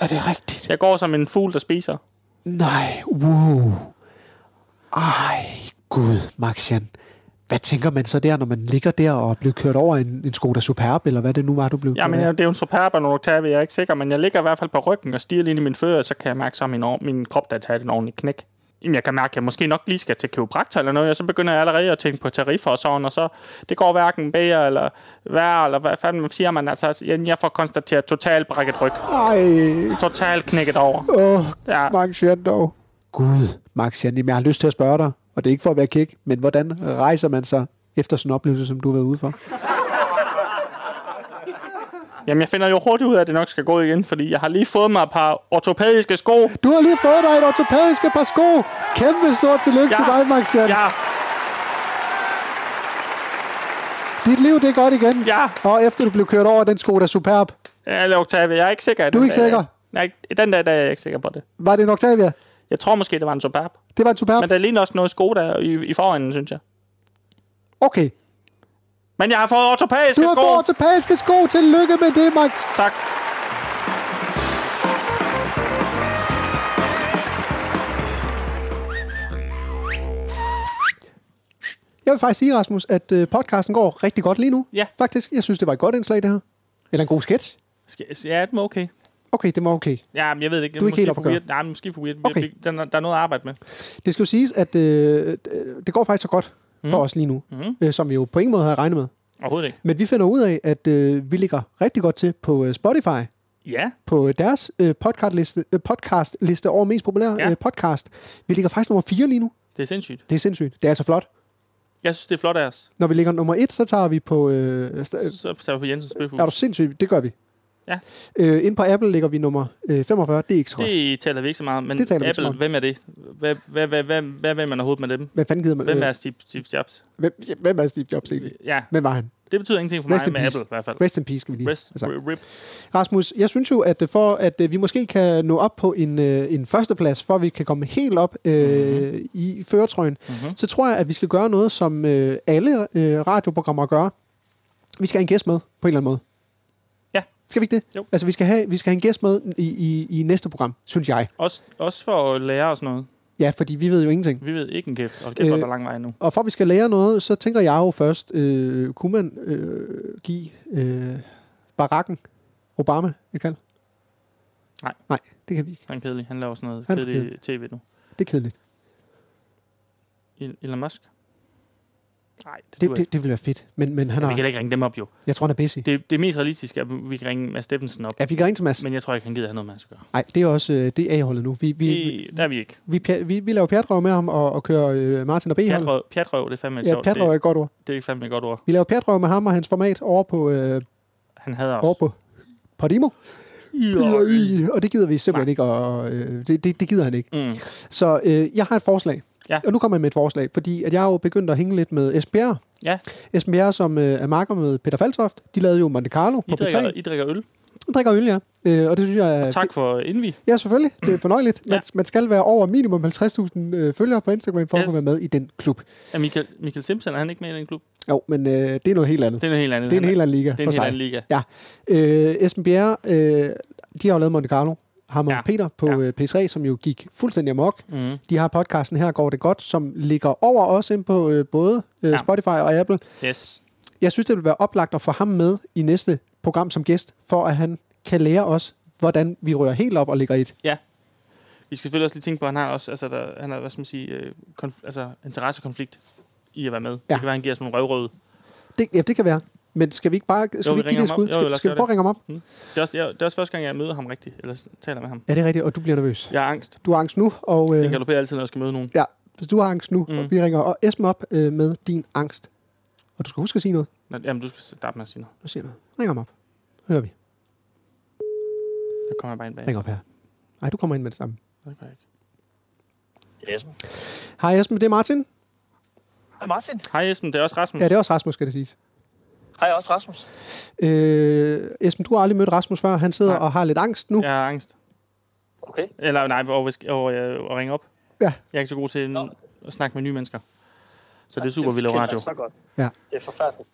Speaker 3: er det rigtigt?
Speaker 2: Jeg går som en fugl, der spiser.
Speaker 3: Nej, wow. Ej, gud, Maxian. Hvad tænker man så der, når man ligger der og bliver kørt over en, en Skoda Superb, eller hvad det nu var, du blev
Speaker 2: Jamen,
Speaker 3: kørt
Speaker 2: jeg,
Speaker 3: over?
Speaker 2: det er jo en Superb og en Octavia, jeg er ikke sikker, men jeg ligger i hvert fald på ryggen og stiger lige ind i min fødder, og så kan jeg mærke, så er min, or- min krop, der tager den ordentlig knæk. Jamen, jeg kan mærke, at jeg måske nok lige skal til kiropraktor eller noget, og så begynder jeg allerede at tænke på tariffer og sådan, og så det går hverken bedre eller værre, eller hvad fanden siger man, altså, jeg jeg får konstateret totalt brækket ryg,
Speaker 3: Ej,
Speaker 2: totalt knækket over.
Speaker 3: åh,
Speaker 2: Ja.
Speaker 3: Maxian dog. Gud, Maxian, jamen, jeg har lyst til at spørge dig, og det er ikke for at være kæk, men hvordan rejser man sig efter sådan en oplevelse, som du har været ude for?
Speaker 2: Jamen, jeg finder jo hurtigt ud af, at det nok skal gå igen, fordi jeg har lige fået mig et par ortopædiske sko.
Speaker 3: Du har lige fået dig et ortopædisk par sko. Kæmpe stort tillykke ja. til dig, Maxian. Ja.
Speaker 2: Ja,
Speaker 3: Dit liv, det er godt igen.
Speaker 2: ja.
Speaker 3: Og efter du blev kørt over den Skoda Superb,
Speaker 2: Eller Octavia, jeg er ikke sikker.
Speaker 3: Du er ikke sikker?
Speaker 2: Nej, den dag i dag er jeg ikke sikker på det.
Speaker 3: var det en Octavia?
Speaker 2: Jeg tror måske, det var en Superb.
Speaker 3: Det var en Superb?
Speaker 2: Men der ligner også noget Skoda i, i forhånden, synes jeg.
Speaker 3: Okay.
Speaker 2: Men jeg har fået ortopædiske
Speaker 3: Du har
Speaker 2: sko.
Speaker 3: fået ortopædiske sko. Tillykke med det, Max.
Speaker 2: Tak.
Speaker 3: Jeg vil faktisk sige, Rasmus, at øh, podcasten går rigtig godt lige nu.
Speaker 2: Ja.
Speaker 3: Faktisk, jeg synes, det var et godt indslag, det her. Eller en god sketch.
Speaker 2: Skal, ja, det er okay.
Speaker 3: Okay, det var okay.
Speaker 2: Ja, men jeg ved det ikke.
Speaker 3: Du er ikke
Speaker 2: Måske
Speaker 3: helt oppe
Speaker 2: for
Speaker 3: at køre.
Speaker 2: weird. Nej, men måske for weird.
Speaker 3: Okay.
Speaker 2: Okay. Der, der er noget at arbejde med.
Speaker 3: Det skal jo siges, at øh, det går faktisk så godt for os lige nu,
Speaker 2: Mhm.
Speaker 3: øh, som vi jo på ingen måde havde regnet med.
Speaker 2: Overhovedet ikke.
Speaker 3: Men vi finder ud af, at øh, vi ligger rigtig godt til på øh, Spotify.
Speaker 2: Ja.
Speaker 3: på deres øh, podcastliste, øh, podcastliste over mest populære ja.
Speaker 2: Ja.
Speaker 3: øh, podcast. Vi ligger faktisk nummer 4 lige nu.
Speaker 2: Det er sindssygt.
Speaker 3: Det er sindssygt. Det er altså flot.
Speaker 2: Jeg synes, det er flot af os.
Speaker 3: Når vi ligger nummer 1, så tager vi på... Øh, st- øh,
Speaker 2: Så tager vi på Jensens Bøfhus.
Speaker 3: er du sindssygt? Det gør vi.
Speaker 2: Ja.
Speaker 3: Øh, inde på Apple ligger vi nummer øh, 45. Det er ikke så godt.
Speaker 2: Det taler vi ikke så meget om, men
Speaker 3: Det taler vi ikke så
Speaker 2: Apple,
Speaker 3: meget om.
Speaker 2: hvem er det? Hvad, hvad, hvad, hvad, hvad vil man overhovedet med dem?
Speaker 3: Hvem fanden gider man?
Speaker 2: Hvem
Speaker 3: øh,
Speaker 2: er Steve, Steve Jobs?
Speaker 3: hvem, ja, hvem er Steve Jobs egentlig?
Speaker 2: Ja,
Speaker 3: Hvem var han?
Speaker 2: det betyder ingenting for
Speaker 3: Rest
Speaker 2: mig
Speaker 3: in
Speaker 2: med
Speaker 3: peace.
Speaker 2: Apple i hvert fald.
Speaker 3: Rest in peace, skal vi lige. altså.
Speaker 2: Rest, rip.
Speaker 3: Rasmus, jeg synes jo, at øh, for at øh, vi måske kan nå op på en, øh, en førsteplads, for at vi kan komme helt op øh,
Speaker 2: Mhm.
Speaker 3: mm-hmm. i føretrøjen, mm-hmm. så tror jeg, at vi skal gøre noget, som øh, alle øh, radioprogrammer gør. Vi skal have en gæst med, på en eller anden måde.
Speaker 2: Ja.
Speaker 3: Skal vi ikke det?
Speaker 2: Jo.
Speaker 3: Altså, vi skal have, vi skal have en gæst med i, i, i næste program, synes jeg.
Speaker 2: Også, også for at lære os noget.
Speaker 3: Ja, fordi vi ved jo ingenting.
Speaker 2: Vi ved ikke en kæft, og kæft, hvor
Speaker 3: Øh,
Speaker 2: er der lang vej nu.
Speaker 3: Og for at vi skal lære noget, så tænker jeg jo først, øh, kunne man øh, give øh, barakken Obama et kald?
Speaker 2: Nej.
Speaker 3: Nej, det kan vi ikke.
Speaker 2: Han er kedelig. Han laver sådan noget
Speaker 3: Han er
Speaker 2: kedelig tv nu.
Speaker 3: Det er kedeligt.
Speaker 2: El- Elon Musk? Nej, det,
Speaker 3: Det, det, det ville være fedt. Men, men han
Speaker 2: Vi kan
Speaker 3: har,
Speaker 2: da ikke ringe dem op, jo.
Speaker 3: jeg tror, han er busy.
Speaker 2: Det, det mest realistiske er, at vi kan ringe Mads Steffensen op.
Speaker 3: Ja, vi kan ringe til Mads.
Speaker 2: Men jeg tror ikke, han gider have noget med at gøre.
Speaker 3: Nej, det er også øh, det er A-holdet nu. Vi, vi, vi,
Speaker 2: Det, der er vi ikke.
Speaker 3: vi, pja- vi, vi laver pjatrøv med ham og, og kører øh, Martin og B-holdet.
Speaker 2: Pjatrøv, pjatrøv det er fandme et
Speaker 3: Ja,
Speaker 2: sjovt.
Speaker 3: pjatrøv er
Speaker 2: Det,
Speaker 3: et godt ord.
Speaker 2: det er ikke fandme et godt ord.
Speaker 3: Vi laver pjatrøv med ham og hans format over på, øh,
Speaker 2: Han hader os.
Speaker 3: over på Podimo.
Speaker 2: Jøj.
Speaker 3: Og det gider vi simpelthen ikke. Og, øh, det, det, det gider han ikke.
Speaker 2: Mm.
Speaker 3: Så øh, jeg har et forslag.
Speaker 2: Ja.
Speaker 3: Og nu kommer jeg med et forslag, fordi at jeg er jo begyndt at hænge lidt med Esbjerg.
Speaker 2: Ja,
Speaker 3: Esbjerg, som øh, er marker med Peter Faltoft, de lavede jo Monte Carlo
Speaker 2: I
Speaker 3: på P3.
Speaker 2: drikker, I drikker øl.
Speaker 3: De drikker øl, ja. Øh, og det synes jeg er...
Speaker 2: Tak for Envy.
Speaker 3: Ja, selvfølgelig. Det er fornøjeligt. Man,
Speaker 2: Ja.
Speaker 3: man skal være over minimum 50.000 øh, følgere på Instagram for yes. at
Speaker 2: Yes.
Speaker 3: kunne være med i den klub.
Speaker 2: Er Michael, Michael Simpson, er han ikke med i den klub?
Speaker 3: Jo, men øh, det er noget helt andet.
Speaker 2: Det er en helt anden.
Speaker 3: Det er en helt anden liga
Speaker 2: det er
Speaker 3: for
Speaker 2: en
Speaker 3: sig.
Speaker 2: helt anden liga.
Speaker 3: Ja. Øh, Esben Bjerre, øh, de har jo lavet Monte Carlo. Ham og ja.
Speaker 2: Ja.
Speaker 3: Peter på
Speaker 2: Ja.
Speaker 3: ja. P3, som jo gik fuldstændig amok.
Speaker 2: Mm.
Speaker 3: De har podcasten Her går det godt, som ligger over os ind på øh, både øh, ja.
Speaker 2: Ja.
Speaker 3: Spotify og Apple.
Speaker 2: Yes.
Speaker 3: Jeg synes, det vil være oplagt at få ham med i næste program som gæst, for at han kan lære os, hvordan vi rører helt op og ligger i et.
Speaker 2: Ja. Vi skal selvfølgelig også lige tænke på, at han har også, altså, der, han har, hvad skal man sige, øh, konf- altså, interessekonflikt i at være med. Ja. Det
Speaker 3: Ja.
Speaker 2: kan være, han giver os nogle røvrøde.
Speaker 3: Det, ja, det kan være. Men skal vi ikke bare skal
Speaker 2: Jo,
Speaker 3: vi
Speaker 2: vi
Speaker 3: ikke give
Speaker 2: ringer
Speaker 3: det et
Speaker 2: ham
Speaker 3: skud?
Speaker 2: op. Jo, jo,
Speaker 3: Skal,
Speaker 2: lad os
Speaker 3: skal vi
Speaker 2: gøre
Speaker 3: prøve at ringe ham op?
Speaker 2: Det er, også, jeg, det er også første gang, jeg møder ham rigtigt, eller s- taler med ham.
Speaker 3: Ja, det er rigtigt, og du bliver nervøs.
Speaker 2: Jeg har angst.
Speaker 3: Du har angst nu, og
Speaker 2: Den
Speaker 3: øh,
Speaker 2: galopperer altid, når jeg skal møde nogen.
Speaker 3: ja, hvis du har angst nu, mm.
Speaker 2: Mm.
Speaker 3: og vi ringer og Esben op øh, med din angst. Og du skal huske at sige noget.
Speaker 2: Nå, Jamen, du skal starte med at sige noget.
Speaker 3: Du siger noget. Ring ham op. Hører vi.
Speaker 2: Der kommer jeg bare ind bag.
Speaker 3: Ring op her. Nej, du kommer ind med det samme.
Speaker 2: Det gør jeg ikke.
Speaker 3: Hej Esben, det er Martin.
Speaker 6: Hej Martin.
Speaker 2: Hej Esben, det er også Rasmus.
Speaker 3: Ja, det er også Rasmus, skal det siges.
Speaker 6: Hej også Rasmus.
Speaker 3: Øh, Esben, du har aldrig mødt Rasmus før. Han sidder
Speaker 2: Nej.
Speaker 3: og har lidt angst nu.
Speaker 2: Jeg har angst.
Speaker 6: Okay.
Speaker 2: Eller nej, over, over, øh, at ringe op.
Speaker 3: Ja.
Speaker 2: Jeg er ikke så god til
Speaker 6: Nå.
Speaker 2: at snakke med nye mennesker. Så det er super, vi laver radio.
Speaker 6: Det er godt.
Speaker 3: Ja.
Speaker 6: Det er forfærdeligt.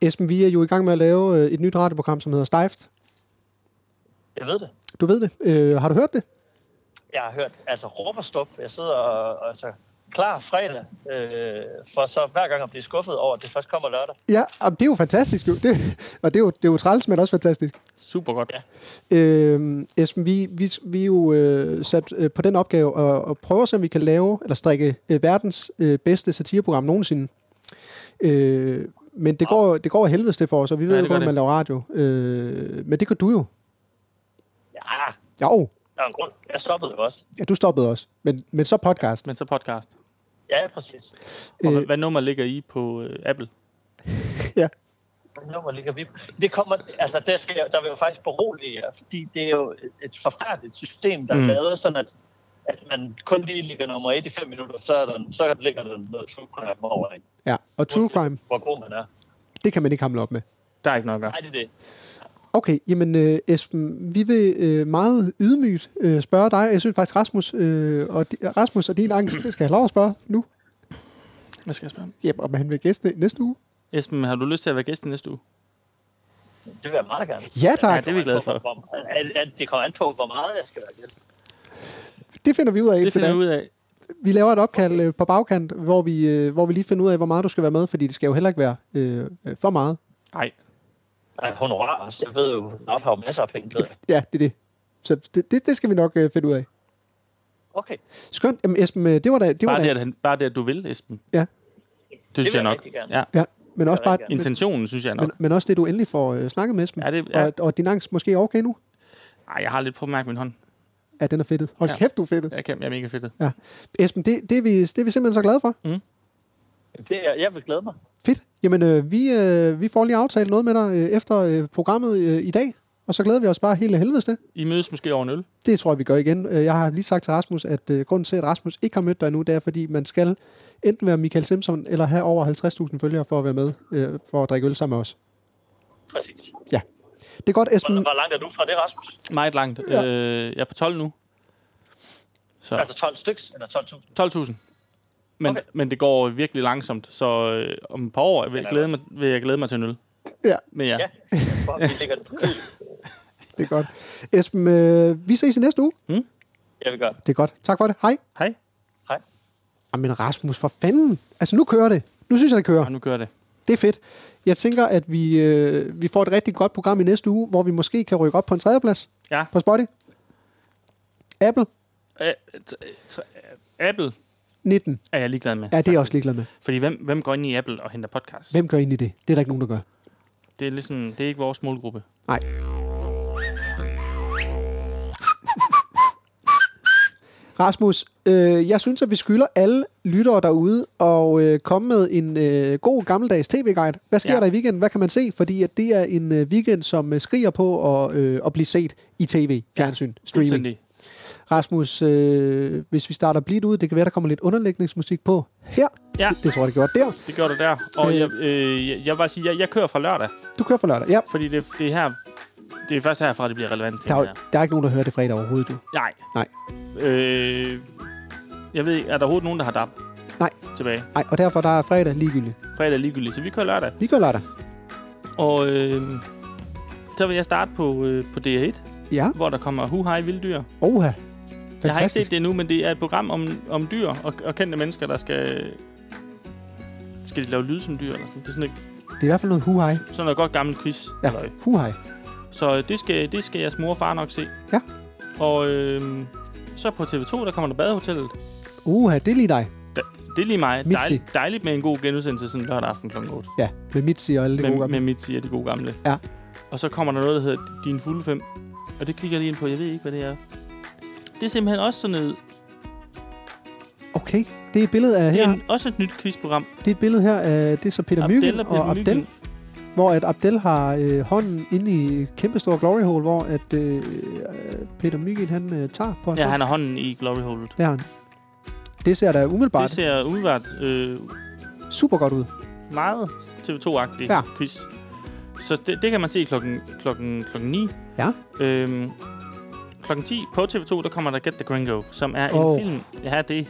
Speaker 3: Esben, vi er jo i gang med at lave øh, et nyt radioprogram, som hedder Stejft.
Speaker 6: Jeg ved det.
Speaker 3: Du ved det. Øh, har du hørt det?
Speaker 6: Jeg har hørt, altså råb og stop. Jeg sidder og, og altså, klar fredag, øh, for så hver gang at blive skuffet over, at det først kommer lørdag.
Speaker 3: Ja, og det er jo fantastisk. Jo. Det, og det er jo, det er jo træls, men også fantastisk.
Speaker 2: Super godt. Ja.
Speaker 3: Øh, Esben, vi, vi, vi er jo øh, sat øh, på den opgave at, at prøve at se, om vi kan lave eller strikke øh, verdens øh, bedste satireprogram nogensinde. Øh, men det går, det går af helvedes det for os, og vi ved
Speaker 2: Ja,
Speaker 3: ja, jo
Speaker 2: det gør
Speaker 3: godt, at man
Speaker 2: det.
Speaker 3: laver radio. Øh, men det gør du jo.
Speaker 6: Ja,
Speaker 3: Jo,
Speaker 6: der er en grund. Jeg stoppede jo også.
Speaker 3: ja, du stoppede også. Men, men så podcast.
Speaker 2: Men så podcast.
Speaker 6: Ja, præcis.
Speaker 2: Og
Speaker 3: Øh.
Speaker 2: øh. hvad nummer ligger I på øh, Apple?
Speaker 3: Ja.
Speaker 6: Hvad Nummer ligger vi. på? Det kommer, altså der, skal jeg, der vil jeg faktisk berolige jer, fordi det er jo et forfærdeligt system, der mm.
Speaker 2: Mm.
Speaker 6: er lavet sådan, at, at man kun lige ligger nummer et i fem minutter, så, er der, så ligger der noget true crime over en.
Speaker 3: ja. Og true crime,
Speaker 6: Hvor god man er.
Speaker 3: det kan man ikke hamle op med.
Speaker 2: Der er ikke noget at gøre.
Speaker 6: Nej, det er det.
Speaker 3: Okay, jamen øh, Esben, vi vil øh, meget ydmygt øh, spørge dig. Jeg synes faktisk, Rasmus, øh, og di- Rasmus og din angst skal have lov at spørge nu.
Speaker 2: Hvad skal jeg spørge om?
Speaker 3: Ja, om han vil gæste næste uge.
Speaker 2: Esben, har du lyst til at være gæst i næste uge?
Speaker 6: Det vil jeg meget gerne.
Speaker 3: Ja tak,
Speaker 2: Ja, det er vi glade for.
Speaker 6: Hvor- at- at Det kommer an på, hvor meget jeg skal være gæst.
Speaker 3: det finder vi ud af
Speaker 2: Det
Speaker 3: indtil
Speaker 2: finder
Speaker 3: da.
Speaker 2: jeg ud af.
Speaker 3: Vi laver et opkald øh, på bagkant, hvor vi, øh, hvor vi lige finder ud af, hvor meget du skal være med, fordi det skal jo heller ikke være øh, øh, for meget.
Speaker 2: Nej,
Speaker 6: Der er honorar også. Jeg ved jo, Loud har jo masser af penge. Ved jeg.
Speaker 3: Ja, det er det. Så det, det, det skal vi nok øh, finde ud af.
Speaker 6: Okay,
Speaker 3: Skønt. Jamen Esben, øh, det var da... Det var
Speaker 2: bare det,
Speaker 3: da
Speaker 2: at, han, bare det, at du vil, Esben.
Speaker 3: ja,
Speaker 2: Det, synes
Speaker 6: vil
Speaker 2: jeg
Speaker 6: jeg
Speaker 2: nok.
Speaker 6: rigtig gerne.
Speaker 2: Ja.
Speaker 3: ja, men også
Speaker 6: vil
Speaker 3: bare...
Speaker 6: jeg gerne.
Speaker 2: Intentionen, synes jeg nok.
Speaker 3: Men, men også det, du endelig får øh, snakket med Esben.
Speaker 2: Ja, det- ja.
Speaker 3: Og, og din angst måske er okay nu?
Speaker 2: Ej, jeg har lidt på at mærke min hånd.
Speaker 3: Ja, den er fedtet. Hold ja.
Speaker 2: Ja.
Speaker 3: kæft, du er fedtet.
Speaker 2: Jeg, kan, jeg er mega fedtet.
Speaker 3: Ja. Esben, det, det, er vi, det er vi simpelthen så glade for.
Speaker 6: det er, jeg vil glæde mig.
Speaker 3: Fedt. Jamen, øh, vi, øh, vi får lige aftalt noget med dig øh, efter øh, programmet øh, i dag, og så glæder vi os bare helt af helvedes det.
Speaker 2: I mødes måske over en øl.
Speaker 3: Det tror jeg, vi gør igen. Øh, Jeg har lige sagt til Rasmus, at øh, grunden til, at Rasmus ikke har mødt dig nu, det er, fordi man skal enten være Michael Simpson eller have over 50.000 følgere for at være med øh, for at drikke øl sammen med os.
Speaker 6: Præcis.
Speaker 3: Ja. Det er godt,
Speaker 6: Hvor,
Speaker 3: Esben.
Speaker 6: hvor langt er du fra det, Rasmus?
Speaker 2: Meget langt. Ja. Øh, jeg er på 12 nu. Så
Speaker 6: Altså 12 styks, eller 12.000?
Speaker 2: 12.000. Men,
Speaker 6: Okay.
Speaker 2: okay. men det går virkelig langsomt, så øh, om et par år vil jeg, glæde mig, vil jeg glæde mig til en øl.
Speaker 3: Ja,
Speaker 2: Men ja,
Speaker 6: Ja.
Speaker 2: ja.
Speaker 6: Hvor vi ligger den på køl.
Speaker 3: det er godt. Esben, øh, vi ses i næste uge.
Speaker 6: Jeg vil gøre.
Speaker 3: Det er godt. Tak for det. Hej.
Speaker 2: hej.
Speaker 6: Hej.
Speaker 3: Jamen Rasmus, for fanden. Altså, nu kører det. Nu synes jeg, det kører.
Speaker 2: Og nu kører det.
Speaker 3: Det er fedt. Jeg tænker, at vi, øh, vi får et rigtig godt program i næste uge, hvor vi måske kan rykke op på en tredjeplads
Speaker 2: Ja.
Speaker 3: på Spotify. Apple
Speaker 2: Æ, t- t- Apple
Speaker 3: 19.
Speaker 2: er jeg ligeglad med.
Speaker 3: Ja, det er jeg også ligeglad med.
Speaker 2: Fordi hvem, hvem går ind i Apple og henter podcast?
Speaker 3: Hvem gør egentlig det? Det er der ikke nogen, der gør.
Speaker 2: Det er ligesom, det er ikke vores målgruppe.
Speaker 3: Nej. Rasmus, øh, jeg synes, at vi skylder alle lyttere derude og øh, komme med en øh, god gammeldags tv-guide. Hvad sker ja.
Speaker 2: Ja.
Speaker 3: der i weekenden? Hvad kan man se? Fordi at det er en øh, weekend, som øh, skriger på at, øh, at blive set i tv, fjernsyn, ja, streaming.
Speaker 2: Fuldstændig.
Speaker 3: Rasmus, øh, hvis vi starter blidt ud, det kan være, der kommer lidt underlægningsmusik på her.
Speaker 2: Ja.
Speaker 3: Det tror jeg, det gjorde der.
Speaker 2: Det gjorde du der. Og
Speaker 3: Øh.
Speaker 2: jeg, øh, jeg, jeg vil bare sige, jeg, jeg kører fra lørdag,
Speaker 3: Du kører for lørdag. Ja,
Speaker 2: fordi det, det er her, det er først herfra, det bliver relevant til.
Speaker 3: Der er,
Speaker 2: her.
Speaker 3: jo- der er ikke nogen, der hører det fredag overhovedet, du.
Speaker 2: Nej.
Speaker 3: Nej.
Speaker 2: Øh, jeg ved ikke, er der overhovedet nogen, der har DAB
Speaker 3: Nej,
Speaker 2: tilbage?
Speaker 3: nej, og derfor der er fredag ligegyldigt.
Speaker 2: Fredag er ligegyldigt, så vi kører lørdag.
Speaker 3: Vi kører lørdag.
Speaker 2: Og øh, så vil jeg starte på, øh, på DR1,
Speaker 3: Ja,
Speaker 2: hvor der kommer Hu Hej Vilddyr.
Speaker 3: oha.
Speaker 2: Jeg har ikke
Speaker 3: Fantastisk.
Speaker 2: set det endnu, men det er et program om, om dyr og, og kendte mennesker, der skal... Skal de lave lyde som dyr eller sådan? Det er sådan, et,
Speaker 3: Det er i hvert fald noget huhej.
Speaker 2: sådan noget godt gammelt quiz.
Speaker 3: Ja,
Speaker 2: halløj.
Speaker 3: huhej.
Speaker 2: Så øh, det skal, det skal jeres mor og far nok se.
Speaker 3: Ja.
Speaker 2: Og øh, så på TV2, der kommer der Badehotellet.
Speaker 3: Uha, det er lige dig.
Speaker 2: Det er lige mig.
Speaker 3: Mitzi.
Speaker 2: Dejligt, dejligt med en god genudsendelse sådan lørdag aften kl. 8.
Speaker 3: Ja, med Mitzi og alle det
Speaker 2: Med,
Speaker 3: gode
Speaker 2: med
Speaker 3: med,
Speaker 2: Mitzi og de gode gamle.
Speaker 3: Ja.
Speaker 2: Og så kommer der noget, der hedder Din fulde fem. Og det klikker jeg lige ind på. Jeg ved ikke, hvad det er. Det er simpelthen også sådan noget...
Speaker 3: Okay, det er et billede af
Speaker 2: Det
Speaker 3: her.
Speaker 2: er en, også et nyt quizprogram.
Speaker 3: Det er et billede her af, det er så Peter Myggen
Speaker 2: Abdel
Speaker 3: og
Speaker 2: Peter Mygind.
Speaker 3: Abdel, hvor at Abdel har øh, hånden inde i et kæmpestor glory hole, hvor at øh, Peter Myggen han øh, tager på hans
Speaker 2: Ja,
Speaker 3: hånd.
Speaker 2: han har hånden i Glory Hole.
Speaker 3: Det har han. Det ser da
Speaker 2: Det
Speaker 3: umiddelbart
Speaker 2: ser umiddelbart øh,
Speaker 3: super godt ud.
Speaker 2: meget TV2-agtig
Speaker 3: Ja.
Speaker 2: ja. quiz. Så det, det kan man se klokken, klokken, klokken 9.
Speaker 3: Ja.
Speaker 2: Øhm, klokken 10 på TV2, der kommer der Get the Gringo, som er
Speaker 3: Åh.
Speaker 2: en film... Ja, det,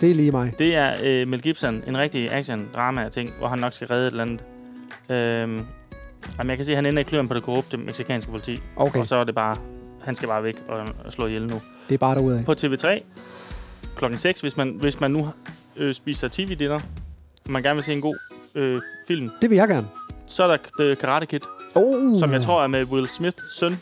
Speaker 3: Det er lige mig.
Speaker 2: det er øh, Mel Gibson, en rigtig action-drama-ting, hvor han nok skal redde et eller andet. Øhm, jamen, jeg kan se, at han ender i kløerne på det korrupte meksikanske politi.
Speaker 3: Okay,
Speaker 2: Og så er det bare... Han skal bare væk og, og slå ihjel nu.
Speaker 3: det er bare derudad.
Speaker 2: på TV3 klokken 6, hvis man, hvis man nu øh, spiser tv-dinner, og man gerne vil se en god øh, film,
Speaker 3: Det vil jeg gerne.
Speaker 2: så er der The Karate Kid,
Speaker 3: Oh.
Speaker 2: som jeg tror er med Will Smiths søn.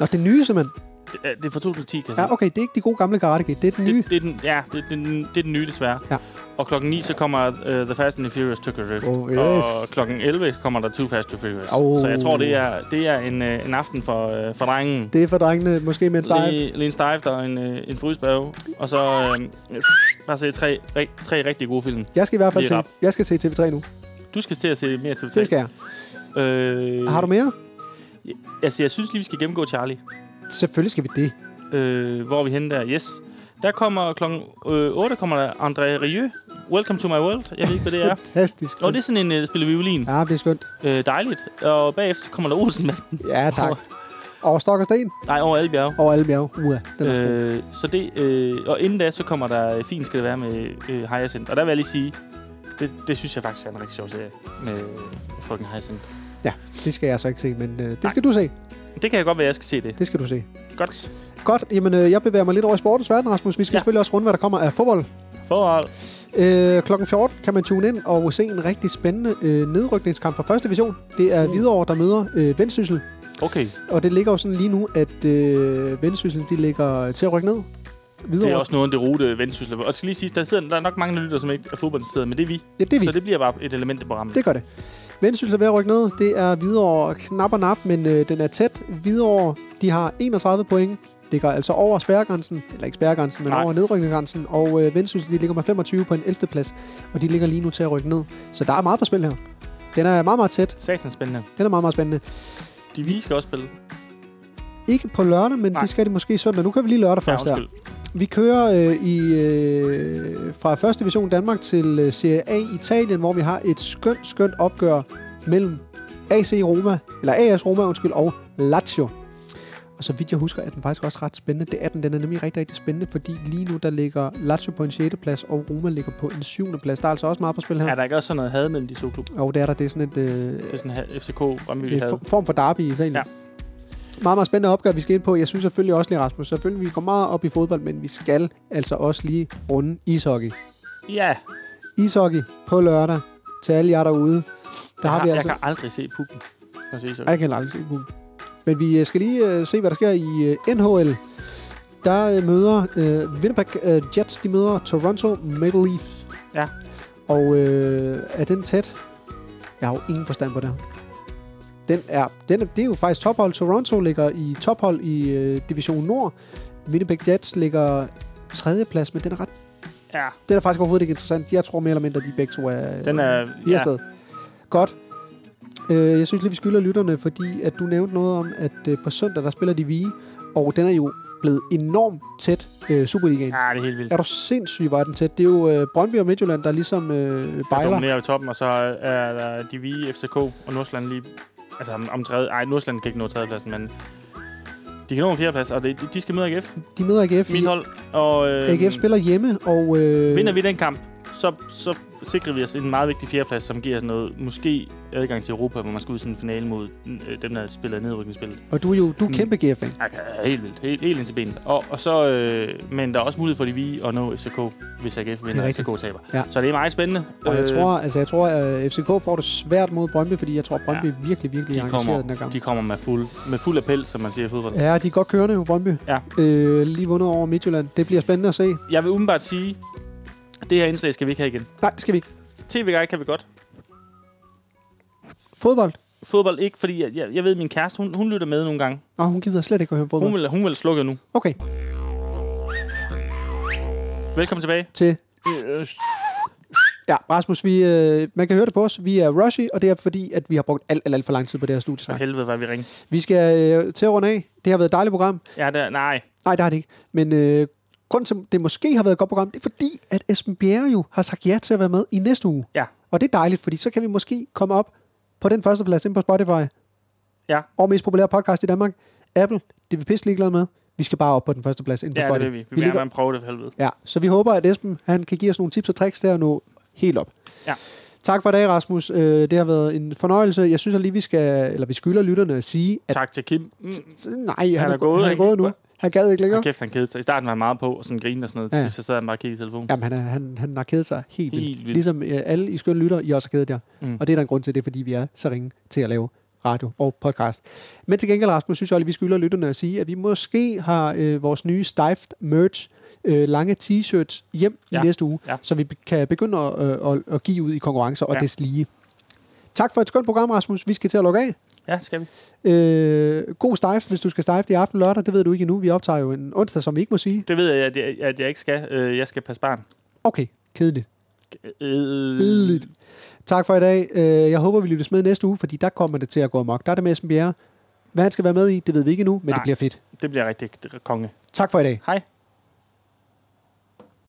Speaker 3: Nå, det nye simpelthen.
Speaker 2: Det er, det er fra 2010, kan jeg
Speaker 3: Ja,
Speaker 2: sige.
Speaker 3: okay, det er ikke de gode gamle Karate Kid. Det er den nye.
Speaker 2: Altså- det, det er den, ja, det, det, er den, det er den nye, desværre.
Speaker 3: Ja.
Speaker 2: Og klokken 9, så kommer uh, The Fast and the Furious Tokyo Drift.
Speaker 3: Oh, yes.
Speaker 2: Og klokken 11 kommer der Too Fast to Furious.
Speaker 3: Oh.
Speaker 2: Så jeg tror, det er, det er en, øh, en aften for, øh, for drengen.
Speaker 3: Det er for drengene, måske med en stejl.
Speaker 2: Lige, lige en stejft og en, øh, en frysbørge. Og så øh, bare se tre, rig, tre rigtig gode film.
Speaker 3: Jeg skal i hvert fald
Speaker 2: Lige
Speaker 3: til,
Speaker 2: rap.
Speaker 3: jeg skal til TV3 nu.
Speaker 2: Du skal til at se mere TV3.
Speaker 3: Det skal jeg.
Speaker 2: Øh,
Speaker 3: Har du mere?
Speaker 2: Altså, jeg synes lige, vi skal gennemgå Charlie.
Speaker 3: Selvfølgelig skal vi det.
Speaker 2: Øh, hvor er vi henne der? Yes. Der kommer klokken øh, 8, kommer der André Rieu. Welcome to my world. Jeg ved ikke, hvad det er.
Speaker 3: Fantastisk.
Speaker 2: Og det er sådan en, øh, der spiller violin.
Speaker 3: Ja, det er skønt.
Speaker 2: Øh, dejligt. Og bagefter så kommer der Olsen.
Speaker 3: Ja, tak. Over stok og sten,
Speaker 2: Nej, over alle bjerge.
Speaker 3: over alle bjerge. Uha, den er øh.
Speaker 2: Øh, så det, øh, og inden da, så kommer der øh, Fint skal det være med øh, Hyacinth. Og der vil jeg lige sige, det, det synes jeg faktisk er en rigtig sjov serie med øh, fucking Hyacinth.
Speaker 3: Ja, det skal jeg så ikke se, men øh, det skal du se.
Speaker 2: Det kan jeg godt være, jeg skal se det.
Speaker 3: Det skal du se.
Speaker 2: Godt.
Speaker 3: Godt, jamen øh, jeg bevæger mig lidt over i sportens verden, Rasmus. Vi skal ja.
Speaker 2: Ja.
Speaker 3: selvfølgelig også runde, hvad der kommer af fodbold.
Speaker 2: Forhold.
Speaker 3: Øh, klokken 14 kan man tune ind og se en rigtig spændende øh, nedrykningskamp fra første division. Det er Hvidovre, der møder øh, Vendsyssel.
Speaker 2: Okay.
Speaker 3: Og det ligger jo sådan lige nu, at øh, Vendsyssel de ligger til at rykke ned. Hvidovre.
Speaker 2: Det er også noget af det rute, Vendsyssel. Og jeg skal lige sige, der, sidder, der er nok mange, der lytter, som ikke er fodboldinteresseret, men det er vi.
Speaker 3: ja, det er vi.
Speaker 2: Så det bliver bare et element i programmet.
Speaker 3: Det gør det. Vendsyssel er ved at rykke ned. Det er Hvidovre knap og nap, men øh, den er tæt. Hvidovre, de har 31 point. Det går altså over spærregrænsen, eller ikke spærregrænsen, men Nej.
Speaker 2: Nej.
Speaker 3: over nedrykningsgrænsen. Og øh, Vendsyssel, de ligger med 25 på en 11. plads, og de ligger lige nu til at rykke ned. Så der er meget på spil her. Den er meget, meget tæt.
Speaker 2: Satan spændende.
Speaker 3: Den er meget, meget spændende.
Speaker 2: De vi skal også spille.
Speaker 3: Ikke på lørdag, men Nej.
Speaker 2: Nej.
Speaker 3: det skal de måske søndag. Nu kan vi lige lørdag
Speaker 2: Ja,
Speaker 3: først der.
Speaker 2: undskyld.
Speaker 3: Vi kører øh, i, øh, fra 1. division Danmark til øh, Serie A Italien, hvor vi har et skønt, skønt opgør mellem AC Roma, eller AS Roma, undskyld, og Lazio. Og så vidt jeg husker, er den faktisk også ret spændende. Det er den. Den er nemlig rigtig, rigtig spændende, fordi lige nu der ligger Lazio på en 6. plads, og Roma ligger på en 7. plads. Der er altså også meget på spil her.
Speaker 2: Er der ikke også sådan noget had mellem de to klubber?
Speaker 3: Og det er der. Det er sådan et, øh,
Speaker 2: Det er sådan her FCK Brøndby
Speaker 3: en
Speaker 2: havde.
Speaker 3: for- form for derby i Italien. Ja.
Speaker 2: Ja.
Speaker 3: Meget, meget spændende opgave, vi skal ind på. Jeg synes selvfølgelig også lige, Rasmus, selvfølgelig vi går meget op i fodbold, men vi skal altså også lige runde ishockey.
Speaker 2: Ja,
Speaker 3: Ishockey på lørdag til alle jer derude. Der
Speaker 2: jeg,
Speaker 3: har vi
Speaker 2: jeg
Speaker 3: altså...
Speaker 2: kan aldrig se puppen. Når jeg,
Speaker 3: Jeg kan aldrig se Google. Men vi øh, skal lige øh, se, hvad der sker i øh, NHL. Der øh, møder øh, Winnipeg øh, Jets, de møder Toronto Maple Leafs.
Speaker 2: Ja.
Speaker 3: Og øh, er den tæt? Jeg har jo ingen forstand på det her. Den er, den er, det er jo faktisk tophold. Toronto ligger i tophold i øh, Division Nord. Winnipeg Jets ligger tredjeplads, men den er, ret,
Speaker 2: ja,
Speaker 3: den er faktisk overhovedet ikke interessant. Jeg tror mere eller mindre, at de begge to er...
Speaker 2: den er...
Speaker 3: I ja.
Speaker 2: Ja,
Speaker 3: afsted. Godt. Øh, jeg synes lige, vi skylder lytterne, fordi at du nævnte noget om, at øh, på søndag, der spiller de Vige, og den er jo blevet enormt tæt øh, Superligaen. Ja.
Speaker 2: ja, Ah, det er helt vildt.
Speaker 3: Er du sindssyg, var den tæt? Det er jo øh, Brøndby og Midtjylland, der ligesom øh,
Speaker 2: Der
Speaker 3: bejler.
Speaker 2: dominerer i toppen, og så er der de vi FCK og Nordsjælland lige Altså om, om tredje... Ej, Nordsjælland kan ikke nå tredjepladsen, men... De kan nå en fjerdeplads, og det- de, de skal møde AGF,
Speaker 3: De møder AGF.
Speaker 2: mit hold. Og øh,
Speaker 3: AGF spiller hjemme, og... Øh,
Speaker 2: vinder vi den kamp, så, så sikrer vi os en meget vigtig fjerdeplads, som giver os noget, måske adgang til Europa, hvor man skal ud i sådan en finale mod øh, dem, der spiller nedrykningsspillet.
Speaker 3: Og du er jo du er
Speaker 2: Mm.
Speaker 3: kæmpe GF-fan.
Speaker 2: Jeg kan- helt vildt. Helt, helt ind til benet. Og, og så, øh, men der er også mulighed for, at vi og nå FCK, hvis AGF vinder, og
Speaker 3: rigtigt.
Speaker 2: FCK taber.
Speaker 3: Ja.
Speaker 2: Så det er meget spændende.
Speaker 3: Og jeg
Speaker 2: Øh,
Speaker 3: tror, altså, jeg tror at FCK får det svært mod Brøndby, fordi jeg tror, Brøndby ja, virkelig, virkelig er
Speaker 2: de
Speaker 3: engageret i den
Speaker 2: kommer,
Speaker 3: her kamp.
Speaker 2: de kommer med fuld, med fuld appel, som man siger i fodbold. Ja.
Speaker 3: Ja, de er godt kørende jo, Brøndby.
Speaker 2: Ja.
Speaker 3: Øh, lige vundet over Midtjylland. Det bliver spændende at se.
Speaker 2: Jeg vil umiddelbart sige, at det her indslag skal vi ikke have igen.
Speaker 3: Nej, skal vi ikke.
Speaker 2: TV-guide kan vi godt.
Speaker 3: Fodbold?
Speaker 2: Fodbold ikke, fordi jeg, jeg, jeg ved, at min kæreste, hun, hun lytter med nogle gange.
Speaker 3: Nå, hun gider slet ikke at høre
Speaker 2: Hun
Speaker 3: fodbold.
Speaker 2: vil, hun vil slukke nu.
Speaker 3: Okay,
Speaker 2: Velkommen tilbage.
Speaker 3: til...
Speaker 2: Øh,
Speaker 3: Ja, Rasmus, vi, øh, man kan høre det på os. Vi er rushy, og det er fordi, at vi har brugt alt, alt, alt for lang tid på det her
Speaker 2: For
Speaker 3: studiesnak.
Speaker 2: helvede, var vi ringe.
Speaker 3: Vi skal øh, til at runde af. Det har været et dejligt program.
Speaker 2: Ja, der, nej.
Speaker 3: Nej, det har det ikke. Men øh, grunden til, at det måske har været et godt program, det er fordi, at Esben Bjerre jo har sagt ja til at være med i næste uge.
Speaker 2: Ja.
Speaker 3: Og det er dejligt, fordi så kan vi måske komme op på den første plads inde på Spotify
Speaker 2: Ja,
Speaker 3: og mest populære podcast i Danmark. Apple, det er vi pisse ligeglade med. Vi skal bare op på den første plads inde på
Speaker 2: ja det
Speaker 3: Spotify.
Speaker 2: vil vi. Vi vil
Speaker 3: ligger-
Speaker 2: gerne prøve det for helvede.
Speaker 3: Ja, så vi håber, at Esben han kan give os nogle tips og tricks der og nå helt op.
Speaker 2: Ja.
Speaker 3: Tak for i dag, Rasmus. Øh, Det har været en fornøjelse. Jeg synes at lige, vi skal, eller vi skylder lytterne at sige, at
Speaker 2: Tak til Kim. Mm.
Speaker 3: nej, han,
Speaker 2: er gået,
Speaker 3: han er
Speaker 2: ikke?
Speaker 3: gået nu. Han gad ikke længere.
Speaker 2: Hold kæft, han kedede sig. I starten var han meget på og sådan grinede og sådan noget.
Speaker 3: Ja.
Speaker 2: Ja. Så sad han bare og kiggede i telefonen.
Speaker 3: Jamen, han, er, han, han har kedet sig helt vildt.
Speaker 2: Helt vildt.
Speaker 3: Ligesom øh, alle i skønne lytter, I også har kedet jer. Mm.
Speaker 2: Mm.
Speaker 3: Og det er der en grund til, det er, fordi vi er så ringe til at lave radio og podcast. Men til gengæld, Rasmus, synes jeg, at vi skylder lytterne at sige, at vi måske har øh, vores nye Stift merch, øh, lange t-shirts hjem ja.
Speaker 2: Ja.
Speaker 3: i næste uge, ja.
Speaker 2: Ja.
Speaker 3: så vi be- kan begynde at, øh, at, at give ud i konkurrencer og ja.
Speaker 2: Ja.
Speaker 3: deslige. Tak for et skønt program, Rasmus. Vi skal til at lukke af.
Speaker 2: Ja, skal vi.
Speaker 3: Øh, god Stift, hvis du skal Stift i aften lørdag. Det ved du ikke endnu. Vi optager jo en onsdag, som vi ikke må sige.
Speaker 2: Det ved jeg, at jeg, at jeg ikke skal. Øh, Jeg skal passe barn.
Speaker 3: Okay, kedeligt.
Speaker 2: Øh,
Speaker 3: Kedeligt. Tak for i dag. Øh, Jeg håber, vi lyttes med næste uge, fordi der kommer det til at gå amok. Der er det med Esben Bjerre. Hvad han skal være med i, det ved vi ikke endnu, men Nej. det
Speaker 2: Nej.
Speaker 3: bliver fedt.
Speaker 2: det bliver rigtig konge.
Speaker 3: Tak for i dag.
Speaker 2: Hej.